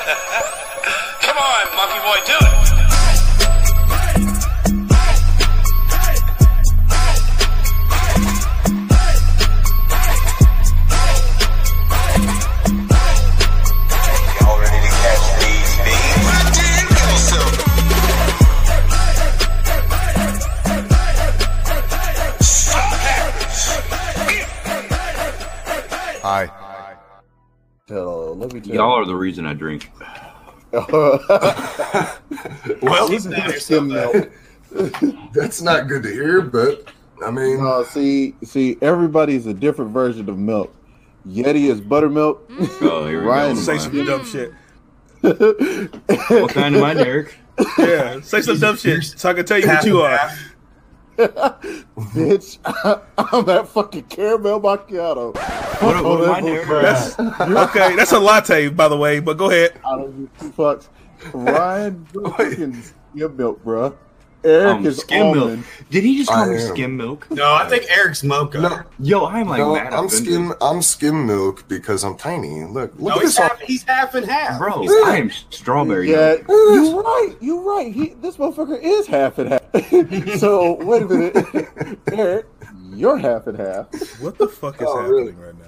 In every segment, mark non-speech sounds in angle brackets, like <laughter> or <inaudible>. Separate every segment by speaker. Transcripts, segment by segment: Speaker 1: Come on, monkey boy, do it.
Speaker 2: Y'all ready to catch these beats?
Speaker 3: Hi.
Speaker 4: Hello, let me tell
Speaker 5: Y'all are the reason I drink.
Speaker 4: <laughs>
Speaker 5: <laughs>
Speaker 3: Well,
Speaker 4: This is skim milk.
Speaker 3: that's not good to hear, but I mean,
Speaker 4: No, see, see, everybody's a different version of milk. Yeti is buttermilk.
Speaker 5: Oh, here we
Speaker 4: Ryan.
Speaker 5: go.
Speaker 6: Say some dumb shit.
Speaker 5: What kind am I, Derek?
Speaker 6: Yeah, say some dumb shit so I can tell you what you are.
Speaker 4: <laughs> Bitch, <laughs> I'm that fucking caramel macchiato.
Speaker 5: What, what am I,
Speaker 4: that was
Speaker 5: Derek?
Speaker 6: <laughs> That's okay. That's a latte, by the way. But go ahead.
Speaker 4: I don't give two fucks.
Speaker 5: <laughs>
Speaker 4: Ryan fucking skim milk, bruh. Eric
Speaker 5: Um,
Speaker 4: is
Speaker 5: skim
Speaker 4: almond.
Speaker 5: milk. Did he just call
Speaker 3: I
Speaker 5: me
Speaker 3: am.
Speaker 5: skim milk?
Speaker 7: No, I think Eric's mocha.
Speaker 3: no,
Speaker 5: Yo, I'm like
Speaker 3: no,
Speaker 5: mad
Speaker 3: I'm
Speaker 5: offended.
Speaker 3: skim, I'm skim milk because I'm tiny. Look, look
Speaker 7: No,
Speaker 3: at
Speaker 7: he's
Speaker 3: this.
Speaker 7: half, he's half and half.
Speaker 4: <laughs>
Speaker 5: Bro,
Speaker 3: Yeah.
Speaker 5: I am strawberry.
Speaker 4: Yeah,
Speaker 5: milk.
Speaker 4: you're right. You're right. He, this motherfucker is half and half. <laughs> so wait a minute, <laughs> Eric, you're half and half.
Speaker 6: What the fuck is
Speaker 3: Oh,
Speaker 6: happening
Speaker 3: really?
Speaker 6: right now?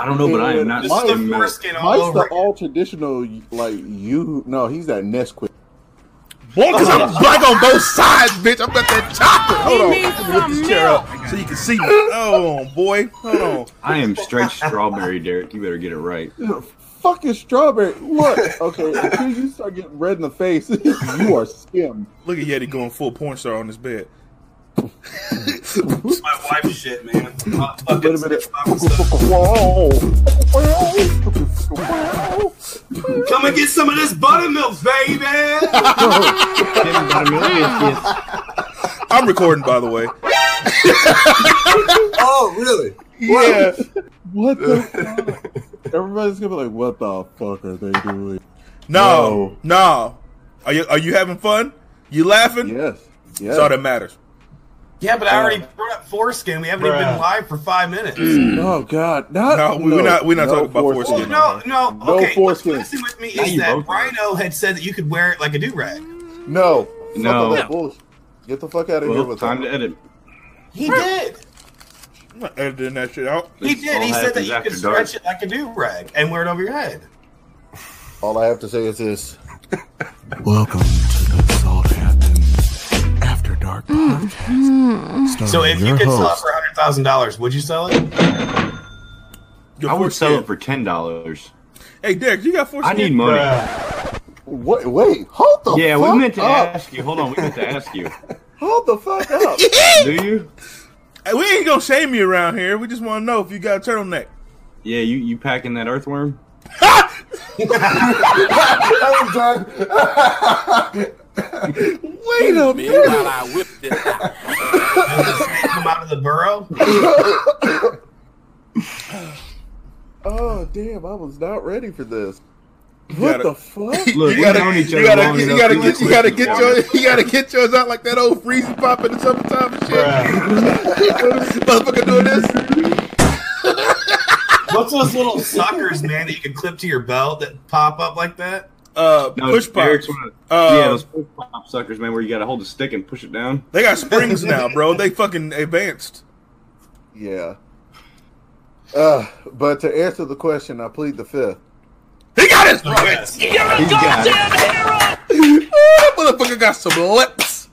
Speaker 5: I don't know, but I am
Speaker 4: And
Speaker 5: not
Speaker 7: This is the
Speaker 5: skim milk.
Speaker 7: foreskin all
Speaker 4: Mike's
Speaker 7: over.
Speaker 4: the all traditional like you. No, he's that Nesquik.
Speaker 6: Boy, because I'm black on both sides, bitch. I'm about that chocolate. Hold
Speaker 8: He
Speaker 6: on.
Speaker 8: needs
Speaker 6: Let me lift
Speaker 8: some
Speaker 6: this chair
Speaker 8: milk.
Speaker 6: up so you can see me. Hold on, boy. Hold on.
Speaker 5: I am straight strawberry, Derek. You better get it right.
Speaker 4: Fucking strawberry. Look,
Speaker 6: <laughs>
Speaker 4: okay, until you start getting red in the face, <laughs> you are skim.
Speaker 6: Look at Yeti going full porn star on his bed.
Speaker 7: my wife's shit, man. Uh, fucking
Speaker 4: Wait a minute.
Speaker 7: Starbucks. Come and get some of this buttermilk, baby.
Speaker 4: <laughs>
Speaker 6: I'm recording, by the way.
Speaker 3: Oh, really?
Speaker 6: Yeah.
Speaker 4: What
Speaker 6: <laughs>
Speaker 4: the? fuck? Everybody's gonna be like, "What the fuck are they doing?"
Speaker 6: No, no. Are you are you having fun? You laughing?
Speaker 4: Yes. Yes.
Speaker 6: That's all that matters.
Speaker 7: yeah, but I
Speaker 5: Um,
Speaker 7: already brought up foreskin. We haven't even been live for five minutes.
Speaker 5: Mm.
Speaker 4: Oh God! Not,
Speaker 6: No, we- we're not- we're not talking about
Speaker 7: Oh,
Speaker 4: foreskin.
Speaker 6: foreskin.
Speaker 7: Well, no, no.
Speaker 4: No
Speaker 7: Okay, what's
Speaker 4: foreskin.
Speaker 7: messing with me
Speaker 5: Now
Speaker 7: is
Speaker 5: you
Speaker 7: that
Speaker 5: both-
Speaker 7: Rhino had said that you could wear it like a do rag.
Speaker 4: No,
Speaker 5: No.
Speaker 4: Fuck all that bullshit. Get the fuck out of here
Speaker 5: Well,
Speaker 4: with
Speaker 5: time
Speaker 4: that.
Speaker 5: to edit.
Speaker 7: He did.
Speaker 6: I'm not editing that shit out.
Speaker 7: He
Speaker 5: This
Speaker 7: did.
Speaker 5: all
Speaker 7: He said that
Speaker 5: happens
Speaker 7: you could
Speaker 5: after dark.
Speaker 7: stretch it like a do rag and wear it over your head.
Speaker 4: All I have to say is this.
Speaker 9: Welcome to the Southampton After Dark podcast.
Speaker 7: So
Speaker 9: starring
Speaker 7: if you
Speaker 9: your
Speaker 7: could sell it
Speaker 9: host,
Speaker 7: for hundred thousand dollars, would you sell it?
Speaker 6: Your
Speaker 5: I would sell
Speaker 6: foreskin.
Speaker 5: it for ten dollars.
Speaker 6: Hey, Derek, you got foreskin.
Speaker 5: I need money.
Speaker 4: Wait, wait, hold the
Speaker 5: yeah,
Speaker 4: fuck
Speaker 5: we meant to
Speaker 4: up.
Speaker 5: ask you. Hold on, we meant to ask you.
Speaker 4: Hold the fuck up. <laughs>
Speaker 5: Do you?
Speaker 6: Hey, we ain't gonna shame you around here. We just want to know if you got a turtleneck.
Speaker 5: Yeah, you you packing that earthworm?
Speaker 3: I'm
Speaker 5: <laughs>
Speaker 3: done.
Speaker 4: wait a minute.
Speaker 9: I whipped it out.
Speaker 7: Does the snake come out of the burrow?
Speaker 4: Oh damn, I was not ready for this.
Speaker 6: gotta-
Speaker 4: What the fuck?
Speaker 5: Look,
Speaker 6: You
Speaker 5: we
Speaker 6: gotta,
Speaker 5: known each other
Speaker 6: you gotta,
Speaker 5: long
Speaker 6: get, you
Speaker 5: enough
Speaker 6: gotta
Speaker 5: to
Speaker 6: get, you
Speaker 5: know
Speaker 6: gotta
Speaker 5: each
Speaker 6: get
Speaker 5: other.
Speaker 6: your, you gotta get yours out like that old freezing pop in the summertime and shit. Motherfucker doing this.
Speaker 7: What's those little suckers, man, that you can clip to your belt that pop up like that?
Speaker 6: Uh,
Speaker 5: No,
Speaker 6: push
Speaker 5: Derek's
Speaker 6: pops.
Speaker 5: one of-
Speaker 6: Uh,
Speaker 5: yeah, those push pop suckers, man, where you gotta hold a stick and push
Speaker 7: <laughs>
Speaker 5: it down.
Speaker 6: They got springs now, bro. They fucking advanced.
Speaker 4: Yeah. Uh, but to answer the question, I plead the fifth.
Speaker 6: He got
Speaker 5: <laughs>
Speaker 6: his Ah,
Speaker 7: Yes.
Speaker 6: springs.
Speaker 5: He's got it.
Speaker 6: that motherfucker got some lips.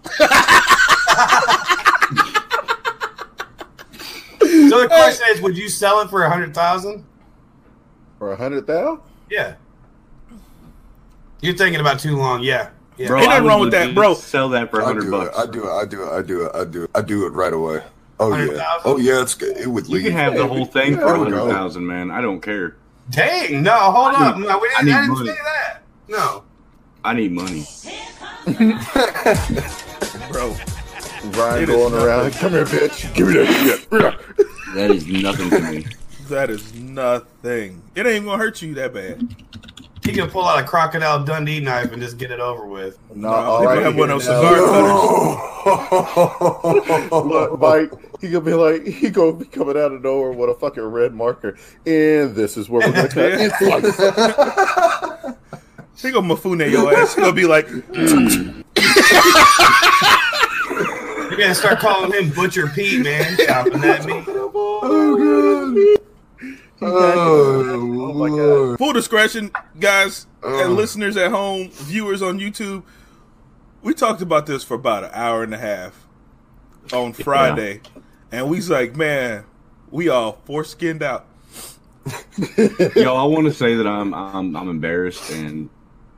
Speaker 7: So the question is, would you sell it for a hundred thousand?
Speaker 4: For a hundred thou?
Speaker 7: Yeah. You're thinking about too long. Yeah. Yeah.
Speaker 5: Bro,
Speaker 6: Ain't
Speaker 5: I
Speaker 6: nothing
Speaker 5: would
Speaker 6: wrong with that,
Speaker 5: legit
Speaker 6: bro.
Speaker 5: Sell that for
Speaker 3: I
Speaker 5: hundred
Speaker 3: do it. I
Speaker 5: bucks.
Speaker 3: do it. I do it. I do it. I do it. I do it right away. Oh yeah.
Speaker 7: 100,000?
Speaker 3: Oh yeah. It's good. It would
Speaker 5: You
Speaker 3: leave.
Speaker 5: can have the whole thing for
Speaker 3: There we go.
Speaker 5: hundred thousand, man. I don't care.
Speaker 7: Dang. No, hold
Speaker 5: I
Speaker 7: up.
Speaker 5: need-
Speaker 7: No, we
Speaker 5: I
Speaker 7: didn't,
Speaker 5: need
Speaker 7: I, didn't
Speaker 5: money.
Speaker 7: say that. No.
Speaker 5: I need money.
Speaker 6: Bro,
Speaker 4: Ryan
Speaker 6: It is
Speaker 4: going around. Come here, bitch. Give me that shit.
Speaker 5: That is nothing to me.
Speaker 6: that is nothing. It ain't gonna hurt you that bad.
Speaker 7: He can pull out a crocodile Dundee knife and just get it over with.
Speaker 4: No,
Speaker 6: They
Speaker 4: all
Speaker 6: gonna
Speaker 4: right.
Speaker 6: have one of those
Speaker 4: now.
Speaker 6: cigar cutters.
Speaker 3: Oh.
Speaker 4: <laughs> Look, Mike, he gonna be like, he gonna be coming out of nowhere with a
Speaker 6: <laughs>
Speaker 4: fucking red marker, and this is where we're gonna cut. It's like-
Speaker 6: She gonna mafune your ass. She gonna be like,
Speaker 7: You gotta start calling him Butcher Pete, man.
Speaker 5: <laughs>
Speaker 7: Chopping at me.
Speaker 3: Oh god. Oh,
Speaker 4: my God.
Speaker 3: Lord.
Speaker 6: full discretion, guys
Speaker 3: Ugh.
Speaker 6: and listeners at home, viewers on YouTube. We talked about this for about an hour and a half on Friday, and we's like, man, we all foreskinned out.
Speaker 5: <laughs> Yo, I want to say that I'm I'm I'm embarrassed and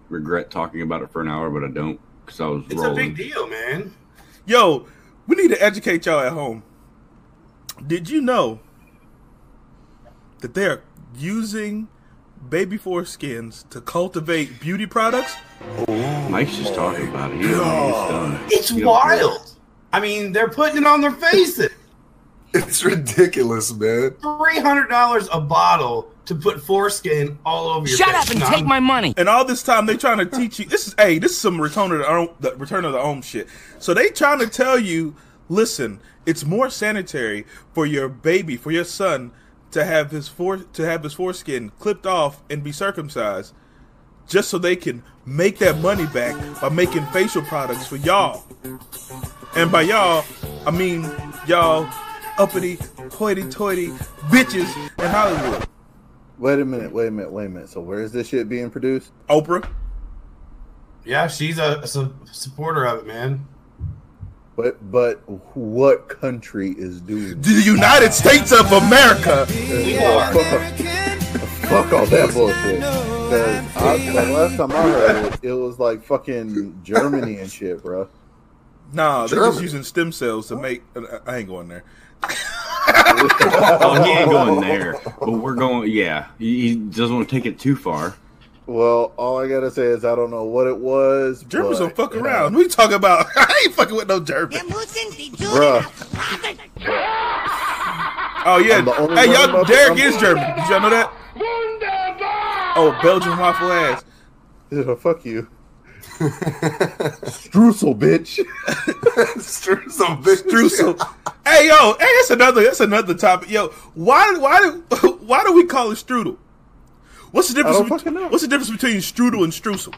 Speaker 5: regret talking about it for an hour, but I don't because I was
Speaker 7: It's a
Speaker 5: rolling.
Speaker 7: big deal, man.
Speaker 6: Yo, we need to educate y'all at home. Did you know that they are using baby foreskins to cultivate beauty products?
Speaker 5: Mike's just talking about it. He don't know what he's done.
Speaker 7: It's
Speaker 5: He don't care.
Speaker 7: wild. I mean, they're putting it on their faces.
Speaker 3: It's ridiculous, man. <laughs>
Speaker 7: Three hundred dollars a bottle to put foreskin all over your. Shut up and take my.
Speaker 6: And all this time they trying to teach you. This is hey, this is some return of the Om- the return of the home shit. So they trying to tell you, listen, it's more sanitary for your baby, for your son, to have his fore, to have his foreskin clipped off and be circumcised, just so they can make that money back by making facial products for y'all. And by y'all, I mean y'all uppity, hoity-toity bitches in Hollywood.
Speaker 4: Wait a minute, wait a minute, wait a minute. So where is this shit being produced?
Speaker 6: Oprah,
Speaker 7: Yeah, she's a, a su- supporter of it, man.
Speaker 4: But but what country is doing?
Speaker 6: the United States of America.
Speaker 7: We are.
Speaker 4: Fuck all that bullshit. 'Cause I- the last time I heard
Speaker 6: <laughs>
Speaker 4: it, it was like fucking Germany and shit, bro.
Speaker 6: Nah, they're just
Speaker 3: Germany.
Speaker 6: using stem cells to make. uh, I- I ain't going there.
Speaker 5: Oh, he ain't going there. But we're going. Yeah, he, he doesn't want to take it too far.
Speaker 4: Well, all I gotta say is I don't know what it was.
Speaker 6: Germans
Speaker 4: but,
Speaker 6: don't fuck
Speaker 4: you know,
Speaker 6: around. We talk about. <laughs> I ain't fucking with no German.
Speaker 4: Bruh,
Speaker 6: Oh yeah.
Speaker 4: I'm the only
Speaker 6: Hey
Speaker 4: one
Speaker 6: y'all,
Speaker 4: about to-
Speaker 6: Derek
Speaker 4: I'm-
Speaker 6: is German. Did y'all know that? Oh, Belgian waffle ass.
Speaker 4: yeah, fuck <laughs> you. Streusel, bitch.
Speaker 3: Streusel, bitch.
Speaker 6: Streusel. <laughs> hey yo, hey, that's another. That's another topic. Yo, why why <laughs> do why do we call it strudel? What's the difference?
Speaker 4: don't
Speaker 6: bet-
Speaker 4: fucking know.
Speaker 6: What's the difference between strudel and streusel?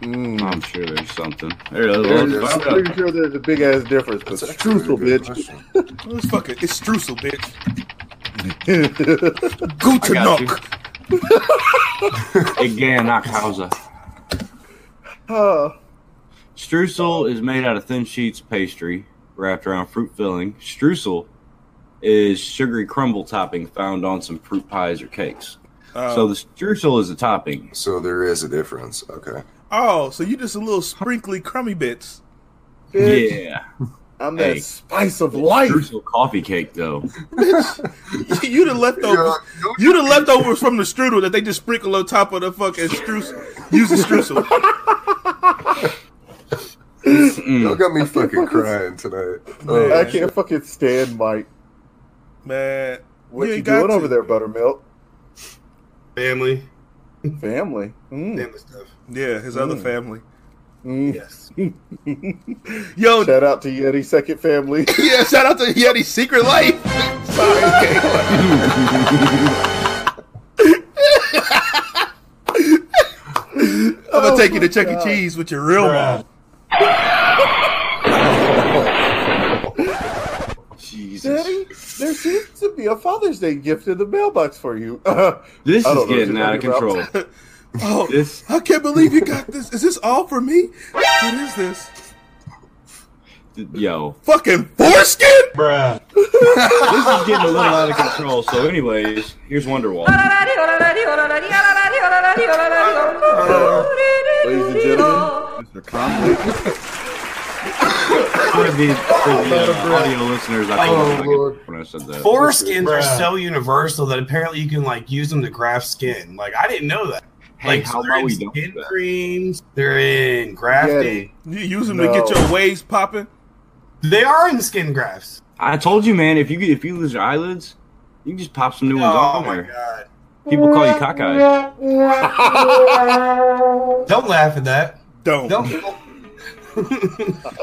Speaker 5: I'm sure there's something. There, let's-
Speaker 3: There it
Speaker 5: let's
Speaker 3: is.
Speaker 5: find
Speaker 4: I'm
Speaker 5: out.
Speaker 4: pretty sure there's a big ass difference, but
Speaker 3: That's actually a
Speaker 4: streusel,
Speaker 3: really good
Speaker 4: bitch.
Speaker 3: question.
Speaker 6: It's fucking. It's streusel, bitch.
Speaker 4: <laughs>
Speaker 5: I
Speaker 6: Guten
Speaker 5: got you.
Speaker 6: Tag.
Speaker 5: Again, Knockhauser.
Speaker 4: Uh,
Speaker 5: Streusel is made out of thin sheets of pastry wrapped around fruit filling. Streusel is sugary crumble topping found on some fruit pies or cakes. so the streusel is a topping.
Speaker 3: So there is a difference. Okay.
Speaker 6: Oh, so you just a little sprinkly crummy bits.
Speaker 4: bitch,
Speaker 5: Yeah.
Speaker 4: I'm that
Speaker 5: Hey.
Speaker 4: spice of life.
Speaker 5: Streusel coffee cake though.
Speaker 6: <laughs> you the leftovers.
Speaker 3: Yeah.
Speaker 6: You the leftovers from the strudel that they just sprinkle on top of the fucking streusel. Use the streusel.
Speaker 3: Y'all got me fucking crying tonight. Oh,
Speaker 4: I can't fucking stand Mike.
Speaker 6: Man,
Speaker 4: What you,
Speaker 6: ain't got
Speaker 4: doing
Speaker 6: to.
Speaker 4: over there, Buttermilk?
Speaker 7: Family.
Speaker 4: Family. Mm.
Speaker 7: Family stuff.
Speaker 6: Yeah, his other family.
Speaker 4: Mm.
Speaker 7: Yes.
Speaker 6: Yo,
Speaker 4: Shout out to Yeti Second Family.
Speaker 6: <laughs> yeah, shout out to Yeti Secret Life. <laughs> I'm
Speaker 4: Oh
Speaker 6: gonna take you to Chuck E. Cheese with your real mom.
Speaker 5: Jesus.
Speaker 4: <laughs> Daddy, there seems to be a Father's Day gift in the mailbox for you. <laughs> I
Speaker 5: This
Speaker 4: don't
Speaker 5: is
Speaker 4: know,
Speaker 5: getting
Speaker 4: is it
Speaker 5: out of
Speaker 4: gonna be
Speaker 5: control.
Speaker 4: Ralph?
Speaker 6: Oh,
Speaker 5: This
Speaker 6: I can't believe you got this. Is this all for me? What is this?
Speaker 5: yo.
Speaker 6: Fucking foreskin?
Speaker 7: Bruh.
Speaker 5: This is getting a little out of control. So anyways, here's Wonderwall.
Speaker 4: <laughs> Ladies and gentlemen,
Speaker 9: Mr. Trump.
Speaker 5: For the, for the uh, audio listeners, I
Speaker 3: Oh,
Speaker 5: think
Speaker 3: Lord.
Speaker 5: when I said that.
Speaker 7: Foreskins are
Speaker 3: Bruh.
Speaker 7: so universal that apparently you can like use them to graft skin. Like I didn't know that.
Speaker 5: Hey,
Speaker 7: like
Speaker 5: how
Speaker 7: they're
Speaker 5: about
Speaker 7: in
Speaker 5: we don't
Speaker 7: skin
Speaker 5: do that?
Speaker 7: creams, they're in grafting.
Speaker 6: You use them
Speaker 4: No.
Speaker 6: to get your waves popping?
Speaker 7: They are in skin grafts.
Speaker 5: I told you, man. If you if you lose your eyelids, you can just pop some new ones
Speaker 7: Oh
Speaker 5: on
Speaker 7: my
Speaker 5: there.
Speaker 7: god.
Speaker 5: People call you cockeyed.
Speaker 7: Don't laugh at that.
Speaker 6: Don't. <laughs>
Speaker 7: Don't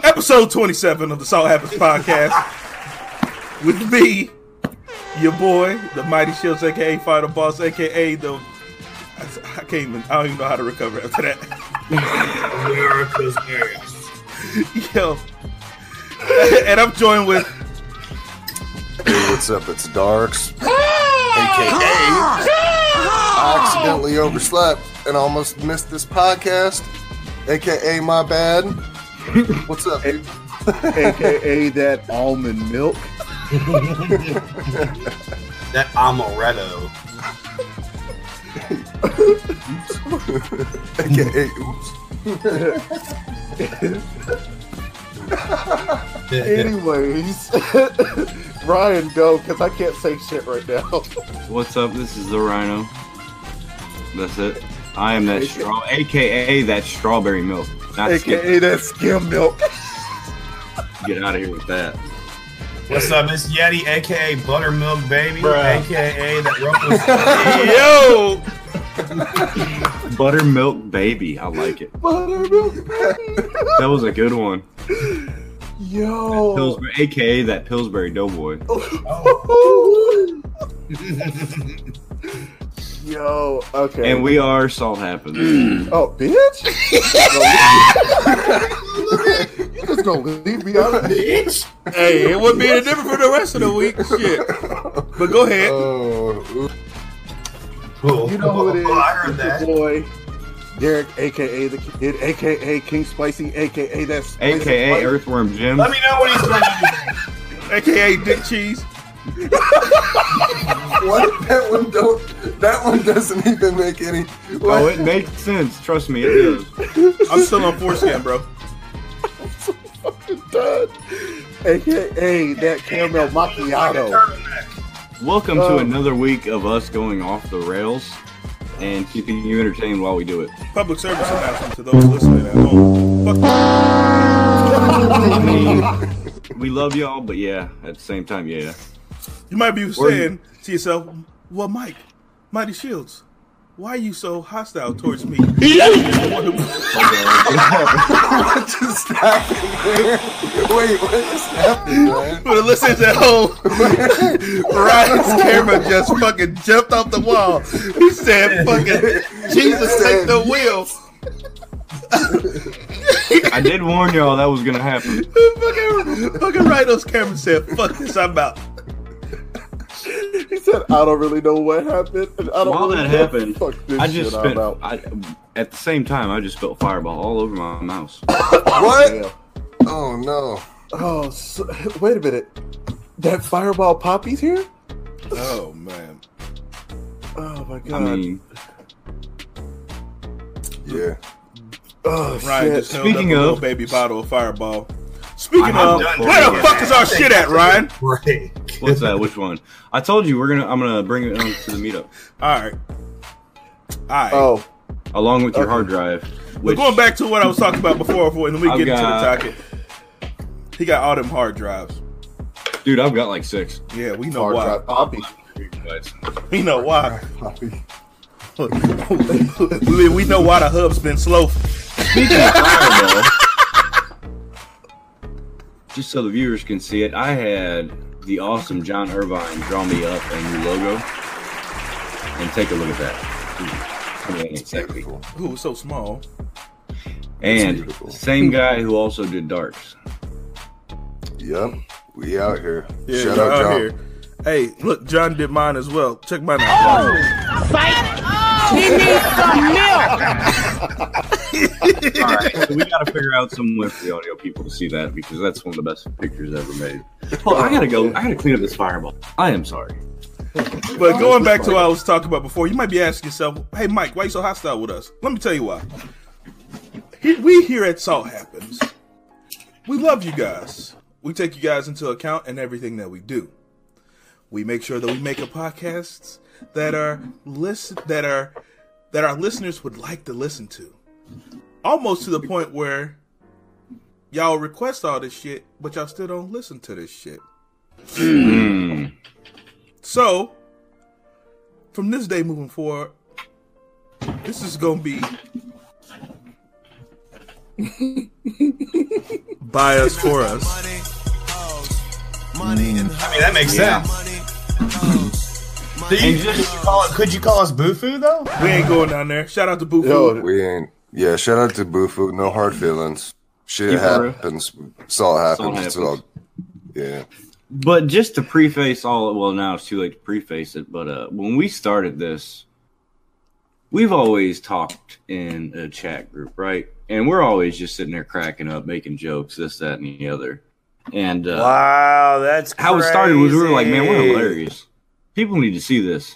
Speaker 6: Episode 27 of the Salt Happens Podcast with me, your boy, the Mighty Shields, aka Final Boss, aka the. I, I can't even. I don't even know how to recover after that. <laughs>
Speaker 7: America's Mary.
Speaker 6: Yo, <laughs> and I'm joined with
Speaker 3: Hey, what's up? It's Darks, aka I accidentally overslept and almost missed this podcast, aka my bad. What's up, dude?
Speaker 4: aka that almond milk.
Speaker 7: That amaretto.
Speaker 3: aka oops.
Speaker 4: Anyways, <laughs> Ryan, go because I can't say shit right <laughs> now.
Speaker 5: What's up? This is the Rhino. That's it. I am that straw, aka that strawberry milk. Not skip.
Speaker 4: AKA that skim milk.
Speaker 5: Get out of here with that.
Speaker 7: What's up? It's Yeti, aka Buttermilk Baby, aka
Speaker 6: <laughs>
Speaker 7: that ruffles.
Speaker 6: yo.
Speaker 5: Buttermilk baby. I like it.
Speaker 4: Buttermilk.
Speaker 5: That was a good one.
Speaker 4: Yo.
Speaker 5: Pillsbury, aka that Pillsbury Doughboy.
Speaker 4: <laughs> Yo. Okay.
Speaker 5: And we are Salt
Speaker 7: Mm.
Speaker 5: Happens.
Speaker 4: Oh, bitch! you just gonna leave me
Speaker 3: <laughs>
Speaker 4: out of it?
Speaker 6: Hey, it wouldn't be any different for the rest of the week. Shit. But go ahead.
Speaker 3: Oh, oops.
Speaker 4: You know who it is?
Speaker 7: <laughs> Oh, I heard
Speaker 4: It's your
Speaker 7: that.
Speaker 4: boy, Derek, aka the kid, aka King Spicy, aka that. Spicy
Speaker 5: aka
Speaker 4: Spice.
Speaker 5: Earthworm Jim.
Speaker 7: Let me know what he's
Speaker 6: <laughs>
Speaker 7: going to
Speaker 6: AKA Dick Cheese.
Speaker 3: What? That one don't. That one doesn't even make any. What?
Speaker 5: Oh, it makes sense. Trust me, it does.
Speaker 6: I'm still on foreskin, bro.
Speaker 4: Done. aka that caramel macchiato.
Speaker 5: Welcome to
Speaker 4: Um,
Speaker 5: another week of us going off the rails and keeping you entertained while we do it.
Speaker 6: Public service announcement to those listening at home. Fuck
Speaker 5: I
Speaker 4: <laughs>
Speaker 5: mean, we love y'all, but yeah, at the same time, yeah.
Speaker 6: You might be
Speaker 5: Or you-
Speaker 6: saying to yourself, "Well, Mike, Mighty Shields, why are you so hostile towards <laughs> me?"
Speaker 3: What just happened? there? Wait, what just happened, man?
Speaker 6: For the listeners at home, <laughs> Ryan's camera just fucking jumped off the wall. He said, "Fucking Jesus, take the wheel."
Speaker 5: I did warn y'all that was gonna happen.
Speaker 6: fucking, fucking Rhino's camera said, "Fuck this, I'm out."
Speaker 4: He said, "I don't really know what happened." And I don't
Speaker 5: While
Speaker 4: really
Speaker 5: that
Speaker 4: know-
Speaker 5: happened,
Speaker 4: fuck this
Speaker 5: I just
Speaker 4: shit,
Speaker 5: spent.
Speaker 4: I'm out.
Speaker 5: I, at the same time, I just spilled fireball all over my mouse.
Speaker 4: Damn.
Speaker 3: What? Oh no.
Speaker 4: Oh, so, wait a minute. That fireball poppy's here?
Speaker 6: Oh man,
Speaker 4: Oh my god.
Speaker 5: I mean,
Speaker 3: Yeah.
Speaker 4: oh,
Speaker 6: Ryan
Speaker 4: shit.
Speaker 6: just held up a
Speaker 5: Speaking
Speaker 6: little
Speaker 5: of-
Speaker 6: baby bottle of Fireball. Speaking
Speaker 5: I'm
Speaker 6: of,
Speaker 5: done.
Speaker 6: where the fuck is our shit at, Ryan?
Speaker 7: Right.
Speaker 5: what's that? Which one? I told you we're gonna. I'm gonna bring it on to the meetup
Speaker 6: All right, all right.
Speaker 4: oh,
Speaker 5: along with your hard drive.
Speaker 6: But
Speaker 5: Which
Speaker 6: going back to what I was talking about before, before and then we
Speaker 5: I've
Speaker 6: get
Speaker 5: got-
Speaker 6: into the topic. He got all them hard drives.
Speaker 5: dude, I've got like six.
Speaker 6: Yeah, we know
Speaker 4: hard
Speaker 6: why.
Speaker 4: drive poppy.
Speaker 6: We know why.
Speaker 3: Poppy.
Speaker 6: Lee, we know why the hub's been slow.
Speaker 5: Speaking of fireball, <laughs> just so the viewers can see it, I had the awesome John Irvine draw me up a new logo, and take a look at that. Ooh, I mean, exactly.
Speaker 3: Beautiful.
Speaker 6: Ooh, it's so small.
Speaker 5: And
Speaker 3: beautiful.
Speaker 5: same guy who also did darks.
Speaker 3: Yep. We out here.
Speaker 6: Yeah,
Speaker 3: Shout
Speaker 6: you're
Speaker 3: out, John.
Speaker 6: here. Hey, look, John did mine as well. Check mine out.
Speaker 5: All right, so we got to figure out some way for the audio people to see that because that's one of the best pictures ever made. Well, I gotta go. I gotta clean up this fireball. I am sorry.
Speaker 6: But going back to what I was talking about before, you might be asking yourself, "Hey, Mike, why you so hostile with us?" Let me tell you why. He- We here at Salt Happens. We love you guys. We take you guys into account in everything that we do. We make sure that we make a podcasts that are listen that are that our listeners would like to listen to. Almost to the point where y'all request all this shit, but y'all still don't listen to this shit. So, from this day moving forward, this is gonna <laughs> be by us for us.
Speaker 9: Money and
Speaker 7: I mean, that makes sense. Do you, could, you call, could you call us Bufu though?
Speaker 6: We ain't going down there. Shout out to Boo
Speaker 4: Yo,
Speaker 6: Boo.
Speaker 3: We ain't. Yeah, shout out to Bufu. No hard feelings. Shit
Speaker 5: Yeah, for real.
Speaker 3: happens. It's all happens.
Speaker 5: happens.
Speaker 3: It's all. Yeah.
Speaker 5: But just to preface all, well, now it's too late to preface it. But uh, when we started this, we've always talked in a chat group, right? And we're always just sitting there cracking up, making jokes, this, that, and the other. And uh,
Speaker 7: Wow, that's
Speaker 5: how it started was we were like, man, we're
Speaker 7: crazy.
Speaker 5: hilarious. People need to see this.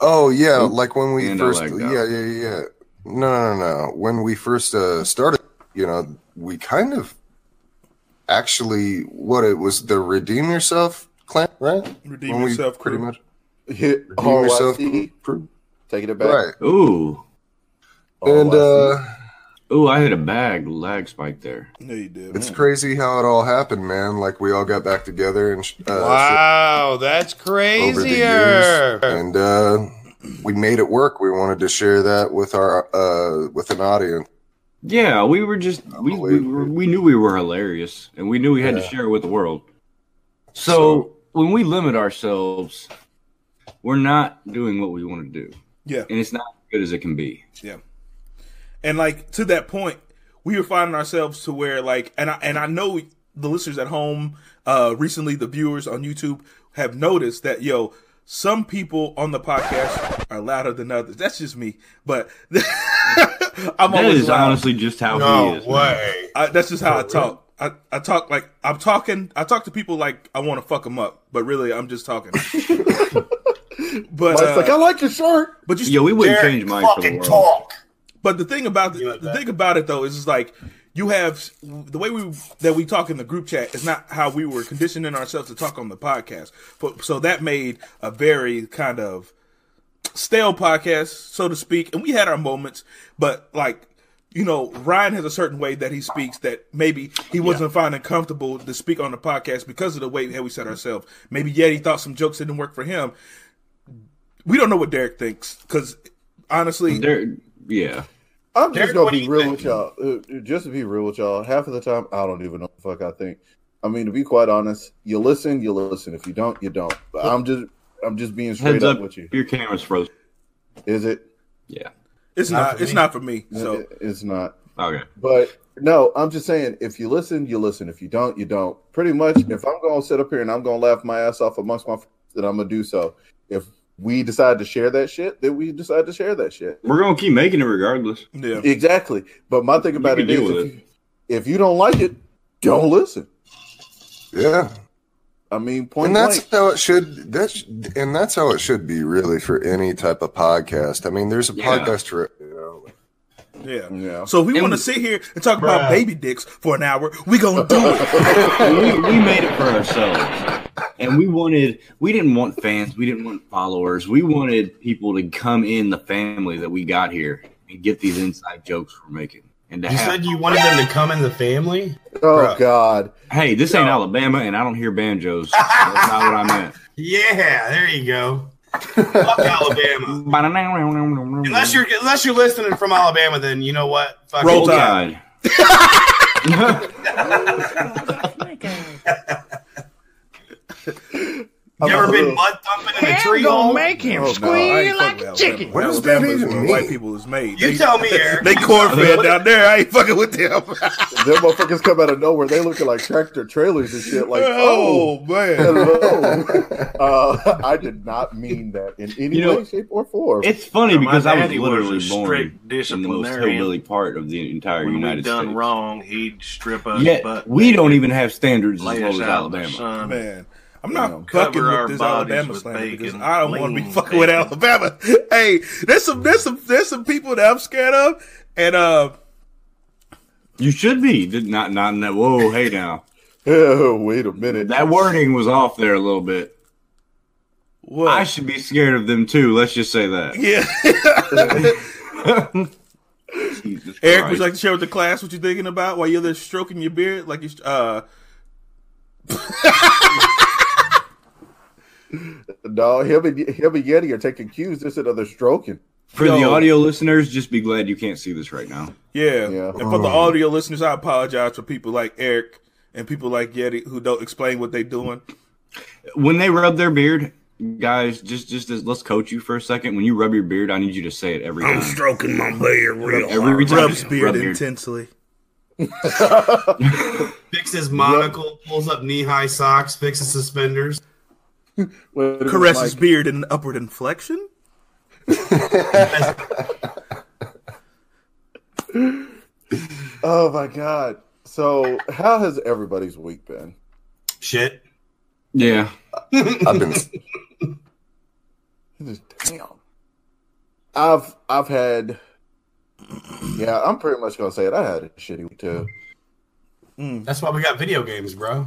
Speaker 3: Oh yeah, like when we
Speaker 5: And I
Speaker 3: first.
Speaker 5: like that.
Speaker 3: yeah, yeah, yeah. No, no, no. When we first uh, started, you know, we kind of actually what it was the redeem yourself clan, right?
Speaker 6: Redeem
Speaker 3: When we
Speaker 6: Yourself
Speaker 3: pretty
Speaker 6: crew.
Speaker 3: much
Speaker 4: Hit
Speaker 3: redeem yourself
Speaker 4: RYC,
Speaker 3: crew,
Speaker 4: taking it back.
Speaker 3: right?
Speaker 5: Ooh,
Speaker 3: And
Speaker 4: RYC.
Speaker 3: uh,
Speaker 5: ooh, I hit a bag lag spike there.
Speaker 6: No, you did.
Speaker 3: it's crazy how it all happened, man. Like we all got back together and sh- uh, shit
Speaker 7: Wow, that's
Speaker 3: over the
Speaker 7: crazier.
Speaker 3: years, and uh, we made it work. We wanted to share that with our uh, with an audience.
Speaker 5: Yeah, we were just we we, were, we knew we were hilarious, and we knew we had to share it with the world. So,
Speaker 3: So-
Speaker 5: when we limit ourselves, we're not doing what we want to do,
Speaker 6: Yeah.
Speaker 5: and it's not as good as it can be.
Speaker 6: and like to that point we were finding ourselves to where like and i and i know the listeners at home uh recently the viewers on youtube have noticed that yo some people on the podcast are louder than others that's just me but <laughs> i'm
Speaker 5: That
Speaker 6: always
Speaker 5: is
Speaker 6: loud.
Speaker 5: honestly just how he
Speaker 7: No
Speaker 3: Oh,
Speaker 5: is.
Speaker 7: way.
Speaker 6: I, that's just how i talk I, I talk like i'm talking i talk to people like i want to fuck them up but really i'm just talking <laughs> but
Speaker 4: Mike's
Speaker 6: uh,
Speaker 4: like, I like your shirt.
Speaker 6: but just
Speaker 5: Yo, we wouldn't
Speaker 7: Derek,
Speaker 5: change mine for the
Speaker 7: fucking
Speaker 5: world.
Speaker 7: talk.
Speaker 6: But the thing about the,
Speaker 7: You like that?
Speaker 6: thing about it though is, is like you have the way we that we talk in the group chat is not how we were conditioning ourselves to talk on the podcast. But, so that made a very kind of stale podcast, so to speak. And we had our moments, but like you know, Ryan has a certain way that he speaks that maybe he wasn't finding comfortable to speak on the podcast because of the way that we said ourselves. Maybe Yeti thought some jokes didn't work for him. We don't know what Derek thinks because honestly,
Speaker 5: There- yeah,
Speaker 4: I'm
Speaker 7: Derek,
Speaker 4: just gonna
Speaker 7: what do
Speaker 4: be
Speaker 7: you
Speaker 4: real
Speaker 7: think?
Speaker 4: with y'all. Uh, uh, Just to be real with y'all, half of the time I don't even know what the fuck I think. I mean, to be quite honest, you listen, you listen. If you don't, you don't. But I'm just, I'm just being straight
Speaker 5: heads
Speaker 4: up,
Speaker 5: up,
Speaker 4: with you.
Speaker 5: your camera's frozen.
Speaker 4: Is it?
Speaker 5: Yeah,
Speaker 6: It's
Speaker 7: Not
Speaker 6: not.
Speaker 7: for
Speaker 6: it's
Speaker 7: me.
Speaker 6: not for me.
Speaker 4: So
Speaker 6: So
Speaker 4: it's not.
Speaker 5: okay.
Speaker 4: But no, I'm just saying, if you listen, you listen. If you don't, you don't. Pretty much, if I'm gonna sit up here and I'm gonna laugh my ass off amongst my, friends, then I'm gonna do so. If we decide to share that shit, then we decide to share that shit.
Speaker 5: We're gonna keep making it regardless.
Speaker 6: yeah,
Speaker 4: Exactly. But my thing about it
Speaker 5: can
Speaker 4: is,
Speaker 5: deal with
Speaker 4: if, You, if you don't like it, don't listen.
Speaker 3: Yeah,
Speaker 4: I mean, point
Speaker 3: and that's
Speaker 4: blank.
Speaker 3: how it should. That's and that's how it should be really for any type of podcast. I mean, there's a
Speaker 5: Yeah.
Speaker 3: podcast for you know.
Speaker 6: yeah.
Speaker 4: Yeah.
Speaker 6: So if we
Speaker 5: And-
Speaker 6: want to sit here and talk
Speaker 7: Bruh.
Speaker 6: about baby dicks for an hour, we gonna do it.
Speaker 5: we, we made it for ourselves and we wanted we didn't want fans we didn't want followers we wanted people to come in the family that we got here and get these inside jokes we're making and to
Speaker 7: You
Speaker 5: have,
Speaker 7: said you wanted them to come in the family?
Speaker 4: Oh God.
Speaker 5: hey this ain't alabama and i don't hear banjos so that's not what i meant
Speaker 7: Yeah, there you go.
Speaker 5: <laughs>
Speaker 7: Fuck Alabama. Unless you're unless you're listening from Alabama, then you know what? Fuck
Speaker 5: roll
Speaker 7: it.
Speaker 5: tide
Speaker 7: You ever
Speaker 4: I'm a
Speaker 7: been
Speaker 4: little-
Speaker 7: mud thumping in a tree
Speaker 9: him
Speaker 7: hole?
Speaker 4: Oh, no,
Speaker 6: I
Speaker 9: squeal
Speaker 6: ain't
Speaker 9: like
Speaker 6: fucking
Speaker 9: a
Speaker 6: with
Speaker 9: chicken.
Speaker 6: Alabama.
Speaker 3: What does that
Speaker 6: Alabama's
Speaker 3: even
Speaker 6: where White
Speaker 3: mean?
Speaker 6: people is made.
Speaker 7: You
Speaker 6: they,
Speaker 7: tell me,
Speaker 5: <laughs>
Speaker 9: <laughs>
Speaker 7: Eric.
Speaker 6: they corn fed down there. I ain't fucking with them. <laughs>
Speaker 4: Them motherfuckers come out of nowhere. They looking like tractor trailers and shit. Like, oh,
Speaker 6: oh man.
Speaker 4: hello. uh, I did not mean that in any
Speaker 5: You know-
Speaker 4: way, shape, or form.
Speaker 5: <laughs> it's funny
Speaker 8: My
Speaker 5: because i was
Speaker 8: daddy was
Speaker 5: literally
Speaker 8: a
Speaker 5: born
Speaker 8: strict
Speaker 5: in the most
Speaker 8: disciplinarian.
Speaker 5: hillbilly part of the entire
Speaker 8: When we
Speaker 5: united
Speaker 8: done
Speaker 5: states
Speaker 8: wrong, he'd strip us.
Speaker 5: yet
Speaker 8: butt
Speaker 5: we
Speaker 8: naked,
Speaker 5: don't even have standards as
Speaker 8: lay
Speaker 5: low
Speaker 8: us
Speaker 5: as
Speaker 8: out in the
Speaker 5: alabama
Speaker 8: sun.
Speaker 6: <laughs> Man, I'm not
Speaker 8: Cover
Speaker 6: fucking
Speaker 8: our
Speaker 6: with this
Speaker 8: bodies
Speaker 6: Alabama
Speaker 8: with
Speaker 6: slander because
Speaker 8: bacon,
Speaker 6: I don't want to be
Speaker 8: lean
Speaker 6: fucking with
Speaker 8: bacon.
Speaker 6: Alabama. <laughs> Hey, there's some there's some there's some people that I'm scared of, and uh,
Speaker 5: you should be Did not not in that whoa hey now
Speaker 4: oh, <laughs> wait a minute.
Speaker 5: That wording was off there a little bit.
Speaker 6: what?
Speaker 5: I should be scared of them too. Let's just say that.
Speaker 6: yeah.
Speaker 5: Jesus
Speaker 6: Eric, would
Speaker 5: Christ.
Speaker 6: you like to share with the class what you're thinking about while you're there stroking your beard? Like you, uh,
Speaker 4: no, him and him and Yeti are taking cues. This and other stroking.
Speaker 5: for the
Speaker 6: yo.
Speaker 5: audio listeners, just be glad you can't see this right now.
Speaker 6: yeah.
Speaker 4: Yeah.
Speaker 6: And for the audio listeners, I apologize for people like Eric and people like Yeti who don't explain what they're doing.
Speaker 5: When they rub their beard, guys, just just as, let's coach you for a second. When you rub your beard, I need you to say it every time.
Speaker 8: I'm stroking my beard real
Speaker 5: Every
Speaker 8: hard.
Speaker 5: time.
Speaker 6: Rubs beard
Speaker 5: Rub beard.
Speaker 6: intensely.
Speaker 7: Fixes monocle, pulls up knee high socks, fixes suspenders.
Speaker 4: Wait a minute,
Speaker 6: Caresses
Speaker 4: Mike.
Speaker 6: beard in an upward inflection.
Speaker 4: Oh my god. So how has everybody's week been?
Speaker 7: Shit.
Speaker 5: yeah,
Speaker 3: I've been <clears throat>
Speaker 4: It is- Damn. I've I've had yeah, I'm pretty much gonna say it. I had a shitty week too.
Speaker 7: That's why we got video games, bro.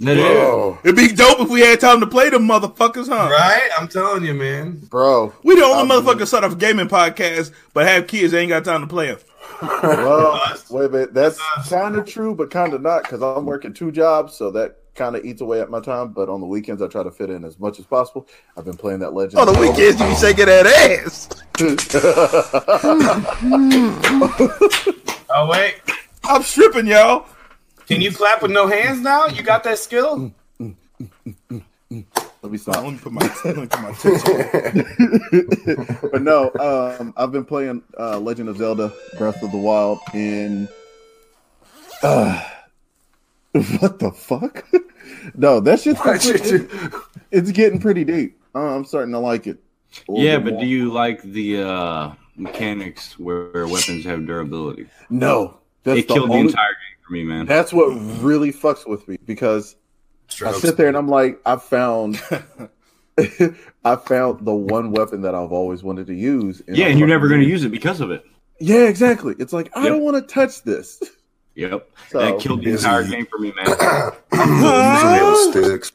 Speaker 5: That is-
Speaker 4: Bro,
Speaker 6: It'd be dope if we had time to play them motherfuckers, huh?
Speaker 7: Right? I'm telling you, man.
Speaker 4: bro.
Speaker 6: We the only motherfuckers set up gaming podcast, but have kids that ain't got time to play them.
Speaker 4: Well, wait a minute. That's kind of true, but kind of not because I'm working two jobs, so that kind of eats away at my time. But on the weekends, I try to fit in as much as possible. I've been playing that Legend. Um,
Speaker 6: On the weekends, you be shaking that ass.
Speaker 7: Oh wait.
Speaker 6: I'm stripping, y'all.
Speaker 7: Can you clap with no hands now? You got that skill?
Speaker 4: Let me
Speaker 6: Let
Speaker 4: stop.
Speaker 6: me put my, <laughs> let me put my tits on.
Speaker 4: but no, um, I've been playing uh, Legend of Zelda: Breath of the Wild in. Uh, <laughs> what the fuck? <laughs> no, that shit's
Speaker 3: you-
Speaker 4: it's getting pretty deep. Uh, I'm starting to like it. a little
Speaker 5: yeah,
Speaker 4: bit
Speaker 5: but
Speaker 4: more.
Speaker 5: do you like the uh, mechanics where weapons have durability?
Speaker 4: No, that's
Speaker 5: It killed the
Speaker 4: only-
Speaker 5: entire game for me, man.
Speaker 4: That's what really fucks with me because I sit there and I'm like, I
Speaker 5: <laughs>
Speaker 4: found, <laughs> I found the one weapon that I've always wanted to use.
Speaker 5: yeah, and you're never going to use it because of it.
Speaker 4: Yeah, exactly. It's like I
Speaker 5: Yep.
Speaker 4: don't want to touch this. <laughs>
Speaker 5: Yep,
Speaker 4: So-
Speaker 5: that killed the
Speaker 3: Is
Speaker 5: entire
Speaker 3: he-
Speaker 5: game for me, man.
Speaker 3: usually on sticks.